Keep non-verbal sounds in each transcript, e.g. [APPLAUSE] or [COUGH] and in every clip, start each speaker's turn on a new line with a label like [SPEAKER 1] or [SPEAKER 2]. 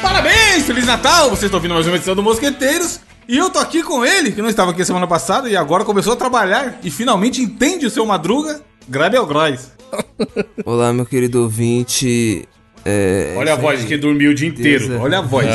[SPEAKER 1] Parabéns, Feliz Natal! Vocês estão ouvindo mais uma edição do Mosqueteiros. E eu tô aqui com ele, que não estava aqui semana passada e agora começou a trabalhar e finalmente entende o seu Madruga, Grabel Grois.
[SPEAKER 2] Olá, meu querido ouvinte. É,
[SPEAKER 1] Olha a voz, que dormiu o dia inteiro.
[SPEAKER 2] Deus é-
[SPEAKER 1] Olha a voz.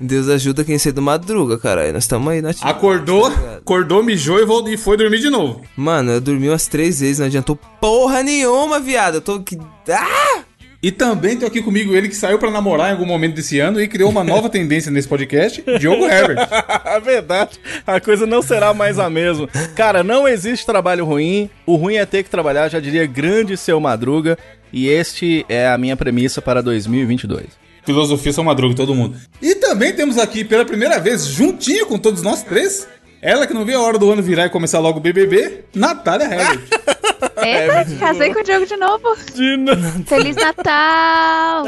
[SPEAKER 2] Deus ajuda quem cedo madruga, caralho. Nós estamos aí né? na ativa.
[SPEAKER 1] Acordou, acordou, mijou e vol- e foi dormir de novo.
[SPEAKER 2] Mano, eu dormi umas três vezes, não adiantou porra nenhuma, viado. Eu tô que. Ah!
[SPEAKER 1] E também tô aqui comigo ele que saiu pra namorar em algum momento desse ano e criou uma nova [LAUGHS] tendência nesse podcast, Diogo Herbert.
[SPEAKER 3] [LAUGHS] A verdade, a coisa não será mais a mesma. Cara, não existe trabalho ruim. O ruim é ter que trabalhar, já diria grande seu madruga. E este é a minha premissa para 2022.
[SPEAKER 1] Filosofia São Madruga, todo mundo. E também temos aqui pela primeira vez, juntinho com todos nós três, ela que não vê a hora do ano virar e começar logo o BBB, Natália Herbert.
[SPEAKER 4] É,
[SPEAKER 1] É
[SPEAKER 4] Eita, casei com o Diogo de novo.
[SPEAKER 3] De
[SPEAKER 4] Feliz Natal!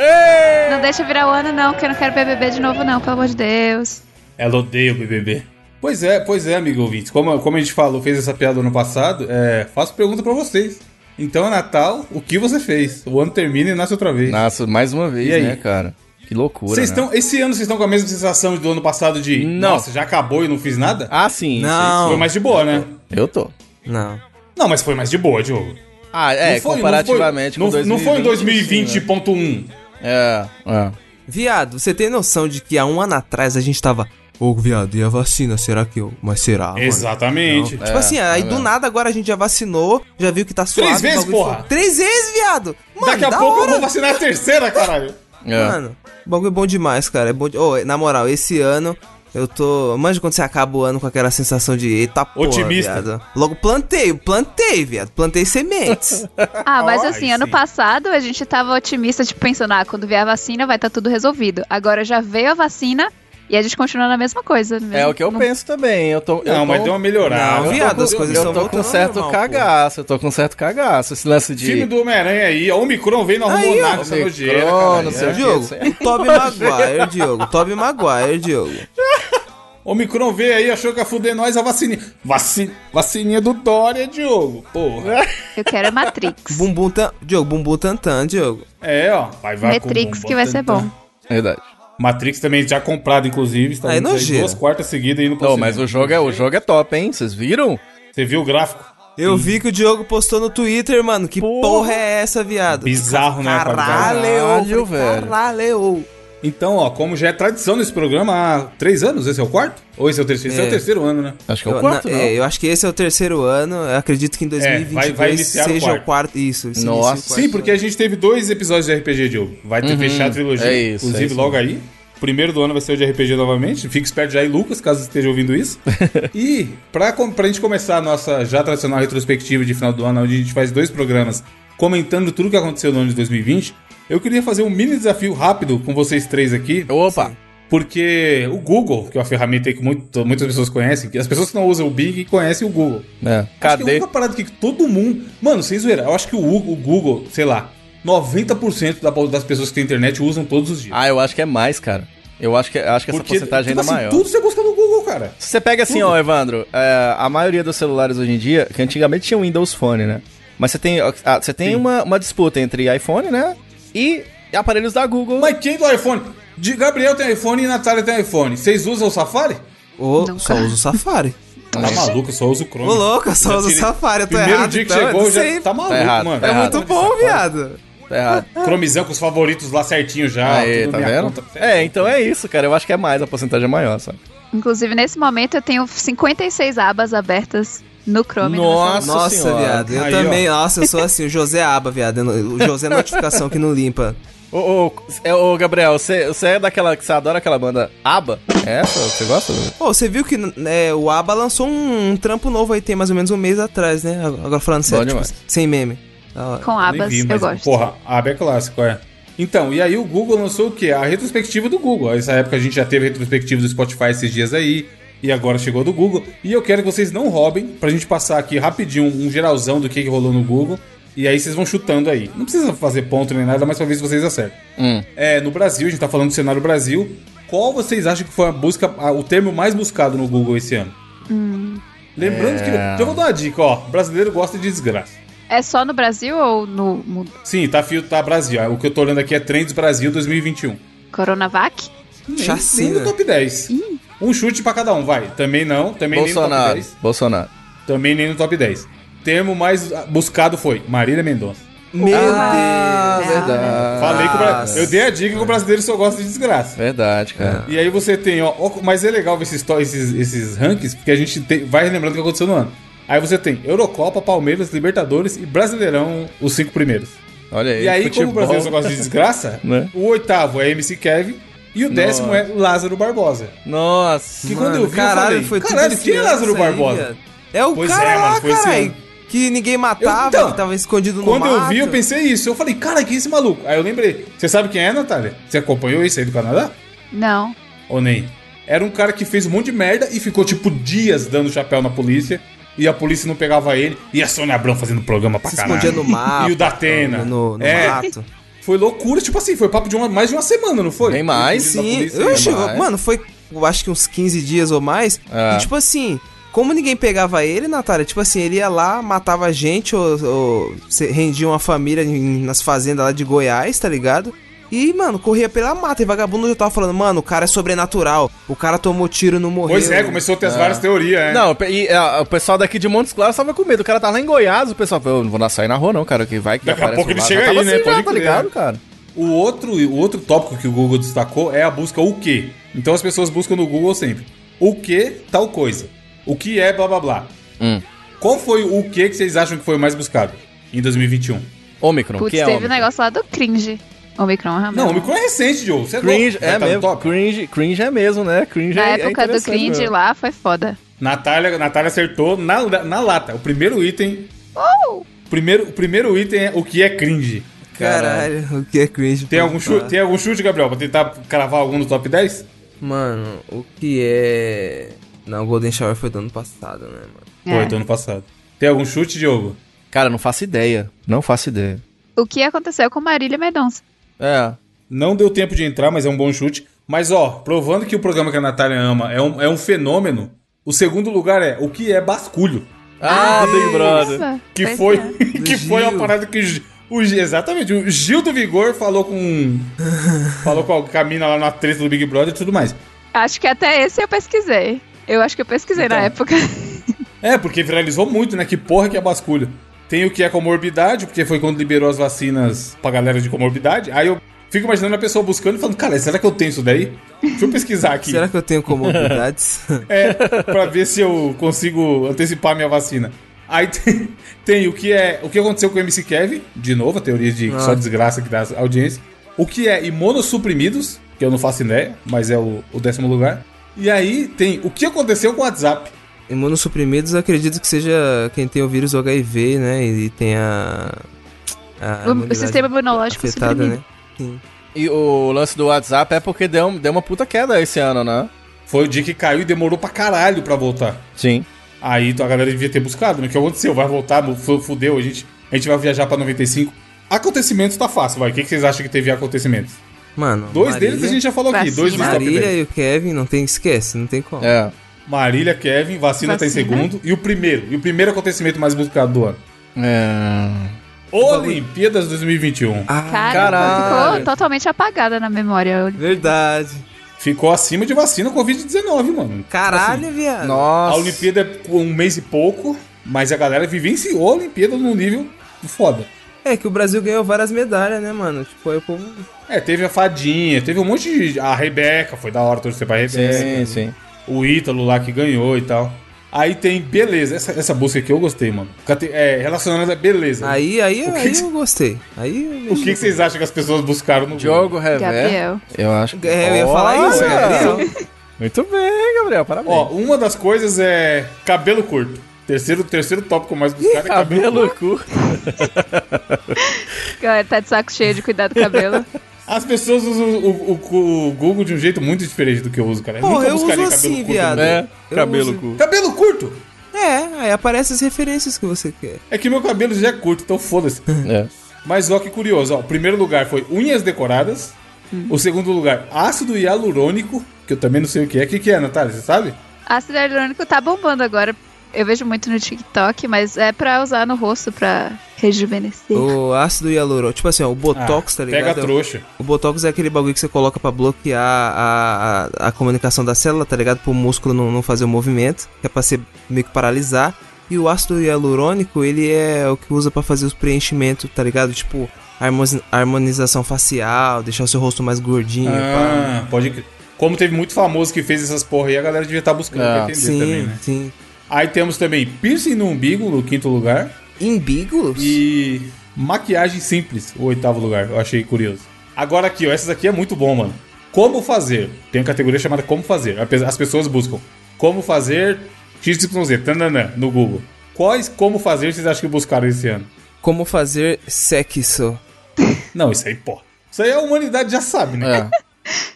[SPEAKER 4] Não deixa virar o ano, não, que eu não quero BBB de novo, não, pelo amor de Deus.
[SPEAKER 1] [LAUGHS] Ela odeia o BBB. Pois é, pois é, amigo ouvinte. Como, como a gente falou, fez essa piada ano passado, é, faço pergunta pra vocês. Então é Natal, o que você fez? O ano termina e nasce outra vez.
[SPEAKER 3] Nossa, mais uma vez,
[SPEAKER 1] E aí?
[SPEAKER 3] né, cara? Que loucura.
[SPEAKER 1] Vocês
[SPEAKER 3] né?
[SPEAKER 1] estão, esse ano vocês estão com a mesma sensação do ano passado de,
[SPEAKER 3] Não.
[SPEAKER 1] nossa, já acabou e não fiz nada?
[SPEAKER 3] Ah, sim.
[SPEAKER 2] Não.
[SPEAKER 1] Foi mais de boa, né?
[SPEAKER 3] sim. Eu tô.
[SPEAKER 2] Não.
[SPEAKER 1] Não, mas foi mais de boa, Diogo.
[SPEAKER 3] Ah, é,
[SPEAKER 1] Não foi-
[SPEAKER 3] comparativamente
[SPEAKER 1] não foi,
[SPEAKER 3] com
[SPEAKER 1] não,
[SPEAKER 3] 2020. né?
[SPEAKER 1] Não foi em 2020.1.
[SPEAKER 3] sim, né? É, é.
[SPEAKER 2] Viado, você tem noção de que há um ano atrás a gente tava. Ô, viado, e a vacina? Será que eu. Mas será? mano?
[SPEAKER 1] Exatamente.
[SPEAKER 2] Tipo
[SPEAKER 3] É,
[SPEAKER 2] assim, aí
[SPEAKER 3] tá
[SPEAKER 2] do
[SPEAKER 3] vendo?
[SPEAKER 2] nada agora a gente já vacinou, já viu que tá suave. o
[SPEAKER 1] vezes,
[SPEAKER 2] bagulho
[SPEAKER 1] porra!
[SPEAKER 2] foi- Três vezes, viado! Mano,
[SPEAKER 1] Daqui a
[SPEAKER 2] da
[SPEAKER 1] pouco eu
[SPEAKER 2] hora.
[SPEAKER 1] vou vacinar a terceira, caralho.
[SPEAKER 3] É.
[SPEAKER 2] Mano, o bagulho é bom demais, cara. É bom de... Ô, na moral, esse ano eu tô. Manja quando você acaba o ano com aquela sensação de eita porra,
[SPEAKER 1] Otimista.
[SPEAKER 2] viado. Logo plantei, plantei, viado. Plantei sementes.
[SPEAKER 4] Ah, mas
[SPEAKER 1] Ai,
[SPEAKER 4] assim, ano
[SPEAKER 1] sim.
[SPEAKER 4] passado a gente tava otimista, tipo, pensando, ah, quando vier a vacina vai estar tudo resolvido. Agora já veio a vacina e a gente continua na mesma coisa. né?
[SPEAKER 3] É o que eu
[SPEAKER 4] Não-
[SPEAKER 3] penso também. Eu tô, eu
[SPEAKER 1] Não, mas
[SPEAKER 3] tô-
[SPEAKER 1] deu uma melhorada.
[SPEAKER 2] Não,
[SPEAKER 3] Eu tô
[SPEAKER 2] viado,
[SPEAKER 3] com-
[SPEAKER 2] as coisas
[SPEAKER 3] Eu
[SPEAKER 2] tão
[SPEAKER 3] tô com
[SPEAKER 2] voltando ao
[SPEAKER 3] certo
[SPEAKER 2] normal, pô.
[SPEAKER 3] cagaço, eu tô com certo cagaço. Esse lance de.
[SPEAKER 1] Time do Homem-Aranha aí, ó, o Micron veio e não arrumou
[SPEAKER 2] Aí, ó,
[SPEAKER 1] nada essa
[SPEAKER 3] Omicron,
[SPEAKER 1] é nojeira,
[SPEAKER 3] não
[SPEAKER 1] caralho.
[SPEAKER 3] sei
[SPEAKER 1] É.
[SPEAKER 3] o quê.
[SPEAKER 2] Diogo,
[SPEAKER 3] sei.
[SPEAKER 2] Toby Maguire, Diogo. Toby Maguire, Diogo.
[SPEAKER 1] O Micron veio aí, achou que ia fuder nós a vacininha. Vacin... Vacininha do Dória, Diogo. Porra.
[SPEAKER 4] Eu quero
[SPEAKER 1] [LAUGHS]
[SPEAKER 4] é Matrix.
[SPEAKER 2] Bumbum tan... Diogo, bumbum tantan, Diogo.
[SPEAKER 1] É, ó. Vai, vai com
[SPEAKER 4] Matrix
[SPEAKER 1] bomba,
[SPEAKER 4] que vai ser
[SPEAKER 1] tantã.
[SPEAKER 4] bom.
[SPEAKER 3] Verdade.
[SPEAKER 1] Matrix também já comprado, inclusive. Está
[SPEAKER 2] Aí
[SPEAKER 1] indo sair
[SPEAKER 2] nojeira.
[SPEAKER 1] duas quartas seguidas aí no
[SPEAKER 3] é Não, mas o jogo é, o jogo é top, hein? Vocês viram?
[SPEAKER 1] Você viu o gráfico?
[SPEAKER 2] Eu vi que o Diogo postou no Twitter, mano. Que
[SPEAKER 3] Porra.
[SPEAKER 2] porra, é essa, viado?
[SPEAKER 1] Bizarro, né,
[SPEAKER 2] Caralho,
[SPEAKER 1] rapaziada?
[SPEAKER 3] Caralho,
[SPEAKER 2] caralho,
[SPEAKER 3] velho.
[SPEAKER 2] velho. Caralho.
[SPEAKER 1] Então, ó, como já é tradição nesse programa há três anos, esse é o quarto? Ou esse é o terceiro? Esse é o
[SPEAKER 2] É.
[SPEAKER 1] terceiro ano, né?
[SPEAKER 3] Acho que é o
[SPEAKER 2] Eu-
[SPEAKER 3] quarto,
[SPEAKER 2] na-
[SPEAKER 3] não.
[SPEAKER 2] é, eu acho que esse é o terceiro ano. Eu acredito que em 2022
[SPEAKER 1] vai- vai iniciar o
[SPEAKER 2] seja
[SPEAKER 1] quarto.
[SPEAKER 2] o quarto. Isso, isso.
[SPEAKER 3] Nossa.
[SPEAKER 2] isso, isso,
[SPEAKER 1] Sim, porque a gente teve dois episódios de RPG, Diogo. Vai ter fechado a trilogia,
[SPEAKER 3] é isso,
[SPEAKER 1] inclusive,
[SPEAKER 3] é isso
[SPEAKER 1] logo aí. Primeiro do ano vai ser o de RPG novamente. Fica esperto já aí, Lucas, caso esteja ouvindo
[SPEAKER 3] [LAUGHS]
[SPEAKER 1] isso. e pra, com- pra gente começar a nossa já tradicional retrospectiva de final do ano, onde a gente faz dois programas comentando tudo que aconteceu no ano de 2020, eu queria fazer um mini desafio rápido com vocês três aqui.
[SPEAKER 3] Opa!
[SPEAKER 1] Porque o Google, que é uma ferramenta aí que muito- muitas pessoas conhecem, que as pessoas que não usam o Bing conhecem o Google.
[SPEAKER 3] É.
[SPEAKER 1] Acho que é a
[SPEAKER 3] Cadê?
[SPEAKER 1] única parada que todo mundo. Mano, sem zoeira, eu acho que o, Gu- o Google, sei lá, 90% da- das pessoas que têm internet usam todos os dias.
[SPEAKER 3] Ah, eu acho que é mais, cara. Eu acho que, acho que essa porcentagem é
[SPEAKER 1] tipo
[SPEAKER 3] ainda
[SPEAKER 1] assim,
[SPEAKER 3] maior.
[SPEAKER 1] Tudo você busca no Google, cara.
[SPEAKER 3] Se você pega assim,
[SPEAKER 1] tudo.
[SPEAKER 3] ó, Evandro, é, a maioria dos celulares hoje em dia, que antigamente tinha o Windows Phone, né? Mas você tem, ó, ah, você tem
[SPEAKER 1] Sim.
[SPEAKER 3] uma, uma disputa entre iPhone, né? E aparelhos da Google.
[SPEAKER 1] Mas quem do iPhone? De Gabriel tem iPhone e Natália tem iPhone. Vocês usam o Safari?
[SPEAKER 2] Ô,
[SPEAKER 4] Nunca.
[SPEAKER 2] só usa o Safari.
[SPEAKER 1] Tá maluco, eu só uso o Chrome.
[SPEAKER 2] Ô, louco, eu só
[SPEAKER 1] Já
[SPEAKER 2] usa o
[SPEAKER 1] tirei-
[SPEAKER 2] Safari. Eu tô
[SPEAKER 1] Primeiro
[SPEAKER 2] errado.
[SPEAKER 1] dia que
[SPEAKER 2] então, eu
[SPEAKER 1] chegou,
[SPEAKER 2] não
[SPEAKER 1] já
[SPEAKER 2] sei.
[SPEAKER 1] tá maluco,
[SPEAKER 3] errado,
[SPEAKER 1] mano.
[SPEAKER 3] tá
[SPEAKER 2] É
[SPEAKER 3] errado.
[SPEAKER 2] muito bom, viado.
[SPEAKER 3] Tá errado.
[SPEAKER 1] Chromezão com os favoritos lá certinho já.
[SPEAKER 3] Aí,
[SPEAKER 1] Ah, tudo
[SPEAKER 3] tá
[SPEAKER 1] na minha
[SPEAKER 3] vendo?
[SPEAKER 1] conta.
[SPEAKER 3] É, então é isso, cara. Eu acho que é mais, a porcentagem é maior, sabe?
[SPEAKER 4] Inclusive, nesse momento eu tenho 56 abas abertas no Chrome. no meu
[SPEAKER 3] Nossa.
[SPEAKER 4] celular.
[SPEAKER 2] Nossa,
[SPEAKER 3] senhora.
[SPEAKER 2] viado. Eu
[SPEAKER 1] Aí,
[SPEAKER 2] também. Nossa, eu sou assim, o José Aba, viado. eu não- O José é Notificação que não limpa.
[SPEAKER 3] Ô, ô, é, ô, Gabriel, você, você é daquela que você adora aquela banda ABBA? É essa? Você gosta?
[SPEAKER 2] Ô, você viu que né, o Aba lançou um, um trampo novo aí, tem mais ou menos um mês atrás, né? Agora falando sério, tipo,
[SPEAKER 3] demais.
[SPEAKER 2] sem meme. Da hora.
[SPEAKER 4] Com
[SPEAKER 1] Nem
[SPEAKER 4] abas,
[SPEAKER 1] vi,
[SPEAKER 4] eu
[SPEAKER 1] mas,
[SPEAKER 4] gosto.
[SPEAKER 1] Porra, aba é clássico, é. Então, e aí o Google lançou o quê? A retrospectiva do Google. Essa época a gente já teve retrospectiva do Spotify esses dias aí. E agora chegou do Google. E eu quero que vocês não roubem, pra gente passar aqui rapidinho um geralzão do que, que rolou no Google. E aí vocês vão chutando aí. Não precisa fazer ponto nem nada, mas pra ver se vocês acertam.
[SPEAKER 3] Hum.
[SPEAKER 1] É, no Brasil, a gente tá falando do cenário Brasil. Qual vocês acham que foi a busca, a- o termo mais buscado no Google esse ano?
[SPEAKER 4] Hum.
[SPEAKER 1] Lembrando que.
[SPEAKER 3] É.
[SPEAKER 1] Deixa eu vou dar uma dica, ó. Brasileiro gosta de desgraça.
[SPEAKER 4] É só no Brasil ou no mundo?
[SPEAKER 1] Sim, tá, fio, tá Brasil. O que eu tô olhando aqui é Trends Brasil 2021.
[SPEAKER 4] Coronavac?
[SPEAKER 1] Nem, nem
[SPEAKER 2] Chacina.
[SPEAKER 1] no top 10. Um chute pra cada um, vai. Também não, também
[SPEAKER 5] Bolsonaro.
[SPEAKER 1] nem no top
[SPEAKER 5] Bolsonaro.
[SPEAKER 1] 10. Também nem no top 10. Termo mais ah, buscado foi Marília Mendonça.
[SPEAKER 2] Meu
[SPEAKER 5] Ah,
[SPEAKER 1] É.
[SPEAKER 2] Deus.
[SPEAKER 5] verdade.
[SPEAKER 1] Falei que o Bra- Eu dei a dica que o brasileiro só gosta de desgraça.
[SPEAKER 5] Verdade, cara.
[SPEAKER 1] E aí você tem, ó, ó, mas é legal ver esses, to- esses, esses rankings, porque a gente tem- vai lembrando o que aconteceu no ano. Aí você tem Eurocopa, Palmeiras, Libertadores e Brasileirão, os cinco primeiros.
[SPEAKER 4] É.
[SPEAKER 5] Olha aí.
[SPEAKER 1] E aí,
[SPEAKER 5] É,
[SPEAKER 1] como
[SPEAKER 5] futebol.
[SPEAKER 1] o brasileiro só gosta de
[SPEAKER 5] [LAUGHS]
[SPEAKER 1] desgraça,
[SPEAKER 5] Né?
[SPEAKER 1] o oitavo é MC Kevin e o décimo é Lázaro Barbosa.
[SPEAKER 5] Nossa.
[SPEAKER 1] Que quando eu vi,
[SPEAKER 2] caralho,
[SPEAKER 1] eu falei,
[SPEAKER 2] foi tudo
[SPEAKER 1] caralho,
[SPEAKER 2] esse
[SPEAKER 1] quem é
[SPEAKER 2] ano
[SPEAKER 1] Lázaro
[SPEAKER 2] isso aí,
[SPEAKER 1] Barbosa?
[SPEAKER 2] viado. é o
[SPEAKER 1] Pois
[SPEAKER 2] cara
[SPEAKER 1] é, mano,
[SPEAKER 2] lá,
[SPEAKER 1] foi esse
[SPEAKER 2] caralho,
[SPEAKER 1] ano.
[SPEAKER 2] que ninguém matava,
[SPEAKER 1] Eu- então,
[SPEAKER 2] que tava escondido
[SPEAKER 1] Quando
[SPEAKER 2] no
[SPEAKER 1] eu
[SPEAKER 2] mato.
[SPEAKER 1] vi, eu pensei isso. Eu falei, cara, quem é esse maluco? Aí eu lembrei. Você sabe quem é, Natália? Você acompanhou isso aí do Canadá?
[SPEAKER 4] Não.
[SPEAKER 1] Ou nem? Era um cara que fez um monte de merda e ficou, tipo, dias dando chapéu na polícia. E a polícia não pegava ele. E a Sônia Abrão fazendo programa pra
[SPEAKER 2] Se
[SPEAKER 1] caralho.
[SPEAKER 2] escondia no
[SPEAKER 1] [LAUGHS]
[SPEAKER 2] mato.
[SPEAKER 1] E o Datena.
[SPEAKER 2] No, no
[SPEAKER 1] é,
[SPEAKER 2] mato.
[SPEAKER 1] foi loucura. Tipo assim, foi papo de uma- mais de uma semana, não foi?
[SPEAKER 5] Nem mais,
[SPEAKER 1] Fugindo da
[SPEAKER 2] Sim,
[SPEAKER 1] polícia.
[SPEAKER 2] eu chego,
[SPEAKER 5] mais.
[SPEAKER 2] mano, foi eu acho que uns 15 dias ou mais.
[SPEAKER 5] É.
[SPEAKER 1] Ah.
[SPEAKER 2] E tipo assim, como ninguém pegava ele, Natália, tipo assim, ele ia lá, matava a gente ou, ou se- rendia uma família em- nas fazendas lá de Goiás, tá ligado? E, mano, corria pela mata e vagabundo já tava falando, mano, o cara é sobrenatural. O cara tomou tiro e não morreu.
[SPEAKER 1] Pois é, começou a ter as várias teorias, né?
[SPEAKER 5] Não, e ah, o pessoal daqui de Montes Claros tava com medo. O cara tá lá em Goiás, o pessoal falou, eu não vou sair na rua não, cara, que vai que
[SPEAKER 1] Daqui a pouco
[SPEAKER 5] um
[SPEAKER 1] ele
[SPEAKER 5] lá."
[SPEAKER 1] chega
[SPEAKER 5] Já
[SPEAKER 1] aí,
[SPEAKER 5] tava
[SPEAKER 1] né? Pode
[SPEAKER 5] já, tá
[SPEAKER 1] crer.
[SPEAKER 5] ligado, cara?
[SPEAKER 1] O outro, o outro tópico que o Google destacou é a busca o que. Então as pessoas buscam no Google sempre. O que tal coisa? O que é blá blá blá?
[SPEAKER 5] Hum.
[SPEAKER 1] Qual foi o que que vocês acham que foi o mais buscado em 2021?
[SPEAKER 5] Ômicron,
[SPEAKER 4] Putz,
[SPEAKER 5] que é
[SPEAKER 4] teve
[SPEAKER 5] Ômicron?
[SPEAKER 4] um negócio lá do cringe. Omicron, realmente.
[SPEAKER 1] Não, o Omicron é recente, Joe. Você é
[SPEAKER 5] Cringe,
[SPEAKER 1] louco. Vai
[SPEAKER 5] é
[SPEAKER 1] tá no
[SPEAKER 5] mesmo.
[SPEAKER 1] top?
[SPEAKER 5] Cringe, cringe é mesmo, né? Cringe
[SPEAKER 4] Na
[SPEAKER 5] é, é
[SPEAKER 4] época do
[SPEAKER 5] interessante
[SPEAKER 4] cringe
[SPEAKER 5] mesmo.
[SPEAKER 4] lá foi foda.
[SPEAKER 1] Natália, Natália acertou na, na lata. O primeiro item.
[SPEAKER 4] Oh!
[SPEAKER 1] Primeiro, o primeiro item é o que é cringe.
[SPEAKER 2] Caralho, [LAUGHS] o que é cringe.
[SPEAKER 1] Tem
[SPEAKER 2] pô,
[SPEAKER 1] algum, chute,
[SPEAKER 5] Uhum.
[SPEAKER 2] tá.
[SPEAKER 1] tem algum chute, Gabriel, pra tentar cravar algum no top 10?
[SPEAKER 2] Mano, o que é. Não, Golden Shower foi do ano passado, né, mano?
[SPEAKER 4] É.
[SPEAKER 1] Foi,
[SPEAKER 5] então.
[SPEAKER 1] do ano passado. Tem algum chute, Diogo?
[SPEAKER 5] Cara, não faço ideia. Não faço ideia.
[SPEAKER 4] O que aconteceu com Marília Mendonça?
[SPEAKER 5] É.
[SPEAKER 1] Não deu tempo de entrar, mas é um bom chute. Mas, ó, provando que o programa que a Natália ama é um, é um fenômeno, o segundo lugar é O que é Basculho.
[SPEAKER 5] Ah, Big Brother.
[SPEAKER 4] Nossa,
[SPEAKER 1] Que
[SPEAKER 4] pois
[SPEAKER 1] foi,
[SPEAKER 4] é.
[SPEAKER 1] [LAUGHS] que
[SPEAKER 2] Do
[SPEAKER 1] foi uma
[SPEAKER 2] Gil.
[SPEAKER 1] parada que o, Gi- o Gi- Exatamente, o Gil do Vigor falou
[SPEAKER 2] [LAUGHS]
[SPEAKER 1] com. falou com a Camina lá na treta do Big Brother e tudo mais.
[SPEAKER 4] Acho que até esse eu pesquisei. Eu acho que eu pesquisei
[SPEAKER 5] Então.
[SPEAKER 4] na época.
[SPEAKER 1] É, porque viralizou muito, né? Que porra que é basculho. Tem o que é comorbidade, porque foi quando liberou as vacinas pra galera de comorbidade. Aí eu fico imaginando a pessoa buscando e falando, cara, será que eu tenho isso daí? Deixa eu pesquisar aqui.
[SPEAKER 2] Será que
[SPEAKER 1] [LAUGHS]
[SPEAKER 2] eu tenho comorbidades?
[SPEAKER 1] É, pra ver se eu consigo antecipar minha vacina. Aí [LAUGHS] tem, tem o que é. O que aconteceu com o MC Kevin, de novo, a teoria de que só
[SPEAKER 2] Ah.
[SPEAKER 1] desgraça que dá audiência. O que é imunossuprimidos, que eu não faço ideia, mas é o, o décimo lugar. E aí tem o que aconteceu com o WhatsApp.
[SPEAKER 2] Imunossuprimidos, eu acredito que seja quem tem o vírus HIV, né? E tem a. a
[SPEAKER 4] [LAUGHS] O- o
[SPEAKER 2] imunidade né?
[SPEAKER 4] sistema imunológico suprimido.
[SPEAKER 2] Sim.
[SPEAKER 5] E o lance do WhatsApp é porque deu, deu uma puta queda esse ano, né?
[SPEAKER 1] Foi o dia que caiu e demorou pra caralho pra voltar.
[SPEAKER 5] Sim.
[SPEAKER 1] Aí a galera devia ter buscado, né? O que aconteceu? Vai voltar, fu- fudeu, a gente, a gente vai viajar pra 95. Acontecimentos tá fácil, vai. O que, que vocês acham que teve acontecimentos?
[SPEAKER 2] Mano.
[SPEAKER 1] Dois
[SPEAKER 2] Marília-
[SPEAKER 1] deles a gente já falou aqui.
[SPEAKER 4] Vacina.
[SPEAKER 1] Dois dos top
[SPEAKER 2] Marília
[SPEAKER 1] 10.
[SPEAKER 2] e o Kevin, não tem. Esquece, não tem como.
[SPEAKER 5] É.
[SPEAKER 1] Marília, Kevin, vacina, tá em
[SPEAKER 4] Vacina.
[SPEAKER 1] segundo. E o primeiro, e o primeiro acontecimento mais buscado do ano.
[SPEAKER 5] É.
[SPEAKER 1] Olimpíadas 2021.
[SPEAKER 2] Ah,
[SPEAKER 4] Cara,
[SPEAKER 5] Caralho. É
[SPEAKER 4] ficou totalmente apagada na memória.
[SPEAKER 2] verdade.
[SPEAKER 1] Ficou acima de vacina Covid-19, mano.
[SPEAKER 2] Caralho,
[SPEAKER 5] Assim,
[SPEAKER 2] viado.
[SPEAKER 1] A
[SPEAKER 5] Nossa.
[SPEAKER 1] Olimpíada é com um mês e pouco, mas a galera vivenciou a Olimpíada num nível foda.
[SPEAKER 2] É que o Brasil ganhou várias medalhas, né, mano? Tipo, aí o povo.
[SPEAKER 1] É, teve a fadinha, teve um monte de. A Rebeca, foi da hora torcer pra Rebeca.
[SPEAKER 5] Sim, sim.
[SPEAKER 1] O Ítalo lá que ganhou e tal. Aí tem beleza. Essa, essa busca aqui eu gostei, mano. Cate- É, relacionada à beleza.
[SPEAKER 2] Aí, aí,
[SPEAKER 1] O que
[SPEAKER 2] aí
[SPEAKER 1] que-
[SPEAKER 2] eu gostei. Aí.
[SPEAKER 1] o que, que vocês acham que as pessoas buscaram no Google?
[SPEAKER 5] Diogo Revé.
[SPEAKER 4] Gabriel.
[SPEAKER 5] Eu acho que.
[SPEAKER 2] É, eu ia falar
[SPEAKER 5] Olha!
[SPEAKER 2] isso, né? Gabriel.
[SPEAKER 5] Muito bem, Gabriel. Parabéns.
[SPEAKER 1] Ó, uma das coisas é cabelo curto. Terceiro, terceiro tópico mais buscado é cabelo, curto.
[SPEAKER 5] cabelo curto.
[SPEAKER 4] Galera, tá de saco cheio de cuidar do
[SPEAKER 5] [LAUGHS]
[SPEAKER 4] cabelo.
[SPEAKER 1] As pessoas usam o, o- o Google de um jeito muito diferente do que eu uso, cara. Eu
[SPEAKER 2] Porra, eu uso
[SPEAKER 1] buscaria
[SPEAKER 2] assim, viado.
[SPEAKER 1] né?
[SPEAKER 5] É,
[SPEAKER 2] Eu
[SPEAKER 5] cabelo
[SPEAKER 2] uso-
[SPEAKER 5] curto.
[SPEAKER 1] Cabelo curto?
[SPEAKER 2] É, aí aparecem as referências que você quer.
[SPEAKER 1] É que meu cabelo já é curto, então foda-se.
[SPEAKER 2] [LAUGHS]
[SPEAKER 5] É.
[SPEAKER 1] Mas ó, que curioso, ó. O primeiro lugar foi unhas decoradas.
[SPEAKER 2] Hum.
[SPEAKER 1] O segundo lugar, ácido hialurônico, que eu também não sei o que é. O que, que é, Natália? Você sabe?
[SPEAKER 4] Ácido hialurônico tá bombando agora. Eu vejo muito no TikTok, mas é pra usar no rosto pra rejuvenescer.
[SPEAKER 5] Oh.
[SPEAKER 2] O ácido hialurônico, tipo assim, ó, o Botox, tá ligado?
[SPEAKER 1] Ah, Pega a trouxa.
[SPEAKER 2] O Botox é aquele bagulho que você coloca pra bloquear a, a, a comunicação da célula, tá ligado? Pro músculo não, não fazer o movimento, que é pra você meio que paralisar. E o ácido hialurônico, ele é o que usa pra fazer os preenchimentos, tá ligado? Tipo, harmoni- harmonização facial, deixar o seu rosto mais gordinho. pá.
[SPEAKER 1] Ah, pode crer. Como teve muito famoso que fez essas porra aí, a galera devia estar buscando
[SPEAKER 5] Ah,
[SPEAKER 1] pra entender
[SPEAKER 2] Sim,
[SPEAKER 1] também, né?
[SPEAKER 2] sim.
[SPEAKER 1] Aí temos também piercing no umbigo, no quinto lugar.
[SPEAKER 2] Imbígulos?
[SPEAKER 1] E maquiagem simples, o oitavo lugar. Eu achei curioso. Agora aqui, ó. Essas aqui é muito bom, mano. Como fazer. Tem uma categoria chamada Como Fazer. Apesar- As pessoas buscam. Como fazer XYZ, tananã, no Google. Quais como fazer vocês acham que buscaram esse ano?
[SPEAKER 2] Como fazer sexo?
[SPEAKER 1] Não, isso aí, pô. Isso aí a humanidade já sabe, né?
[SPEAKER 5] É.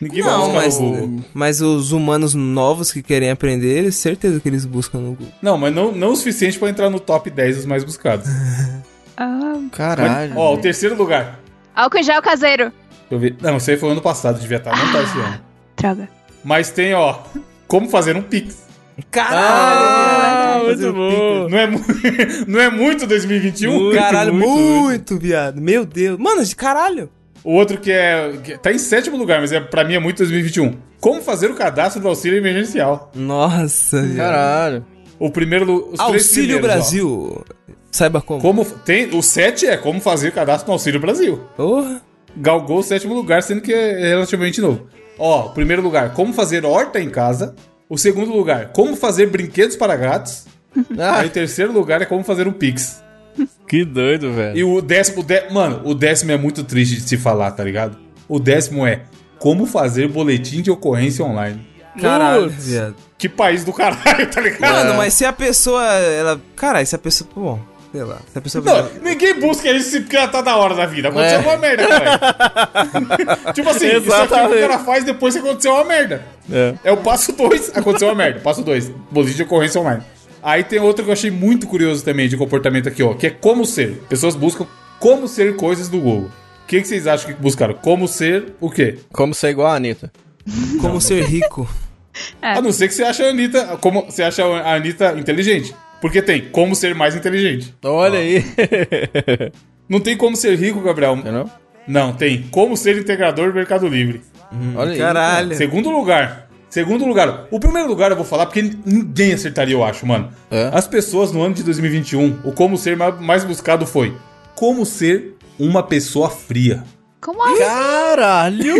[SPEAKER 1] Ninguém vai
[SPEAKER 2] não,
[SPEAKER 1] buscar
[SPEAKER 2] mas,
[SPEAKER 1] no Google.
[SPEAKER 2] mas os humanos novos que querem aprender, eles- certeza que eles buscam no Google.
[SPEAKER 1] Não, mas não, não o suficiente pra entrar no top 10 dos mais
[SPEAKER 2] [LAUGHS]
[SPEAKER 1] buscados.
[SPEAKER 4] Ah.
[SPEAKER 5] Caralho.
[SPEAKER 1] Ó, o terceiro lugar.
[SPEAKER 4] Álcool em gel caseiro.
[SPEAKER 1] Deixa eu ver. Não, isso aí foi ano passado, devia estar. Não tá esse ano.
[SPEAKER 4] Droga.
[SPEAKER 1] Mas tem, ó, como fazer um Pix.
[SPEAKER 5] Ah,
[SPEAKER 2] Fazer
[SPEAKER 5] muito
[SPEAKER 2] o
[SPEAKER 5] bom.
[SPEAKER 1] Não é, mu- [LAUGHS] não é muito 2021?
[SPEAKER 2] pico. um caralho,
[SPEAKER 5] muito,
[SPEAKER 2] muito,
[SPEAKER 5] muito.
[SPEAKER 2] viado. Meu Deus. Mano, de caralho.
[SPEAKER 1] O outro que é. que tá em sétimo lugar, mas é, pra mim é muito 2021. Como fazer o cadastro do auxílio emergencial?
[SPEAKER 2] Nossa, viado.
[SPEAKER 5] Caralho.
[SPEAKER 1] O primeiro. lu- Os três
[SPEAKER 2] Auxílio
[SPEAKER 1] primeiros,
[SPEAKER 2] Brasil. Saiba como.
[SPEAKER 1] ó. Como, tem, o sete é como fazer o cadastro no Auxílio Brasil.
[SPEAKER 2] Porra.
[SPEAKER 1] Galgou o sétimo lugar, sendo que é relativamente novo. Ó, primeiro lugar, como fazer horta em casa. O segundo lugar, como fazer brinquedos para gatos.
[SPEAKER 5] Ah.
[SPEAKER 1] Aí o terceiro lugar é como fazer um Pix.
[SPEAKER 5] que doido, velho.
[SPEAKER 1] E o décimo, o dé- mano, o décimo é muito triste de se falar, tá ligado? O décimo é como fazer boletim de ocorrência online.
[SPEAKER 2] Caralho,
[SPEAKER 5] Putz.
[SPEAKER 2] viado.
[SPEAKER 1] Que país do caralho, tá ligado?
[SPEAKER 2] Mano, mas se a pessoa, ela... Caralho, se a pessoa... Bom, sei lá. Se a pessoa...
[SPEAKER 1] Não, ninguém busca isso porque ela tá da hora da vida. Aconteceu
[SPEAKER 5] É.
[SPEAKER 1] uma merda, cara. tipo assim, isso aqui é o que o
[SPEAKER 5] Exatamente.
[SPEAKER 1] cara faz depois que aconteceu uma merda.
[SPEAKER 5] É.
[SPEAKER 1] É o passo 2, aconteceu uma merda. Passo 2, boletim de ocorrência online. Aí tem outro que eu achei muito curioso também de comportamento aqui, ó, que é como ser. Pessoas buscam como ser coisas do Google. O que, que vocês acham que buscaram? Como ser o quê?
[SPEAKER 5] Como ser igual a Anitta.
[SPEAKER 2] Como ser [LAUGHS] rico.
[SPEAKER 1] A não ser que você acha a Anitta, como você acha a Anitta inteligente. Porque tem como ser mais inteligente.
[SPEAKER 5] Então, Olha aí.
[SPEAKER 1] Não tem como ser rico, Gabriel.
[SPEAKER 5] Entendeu?
[SPEAKER 1] Não, tem como ser integrador do Mercado Livre.
[SPEAKER 5] Olha aí.
[SPEAKER 2] Caralho.
[SPEAKER 1] Segundo lugar. Segundo lugar. O primeiro lugar eu vou falar porque ninguém acertaria, eu acho, mano.
[SPEAKER 5] É?
[SPEAKER 1] As pessoas no ano de 2021, o como ser ma- mais buscado foi como ser uma pessoa fria.
[SPEAKER 4] Como assim?
[SPEAKER 5] Caralho.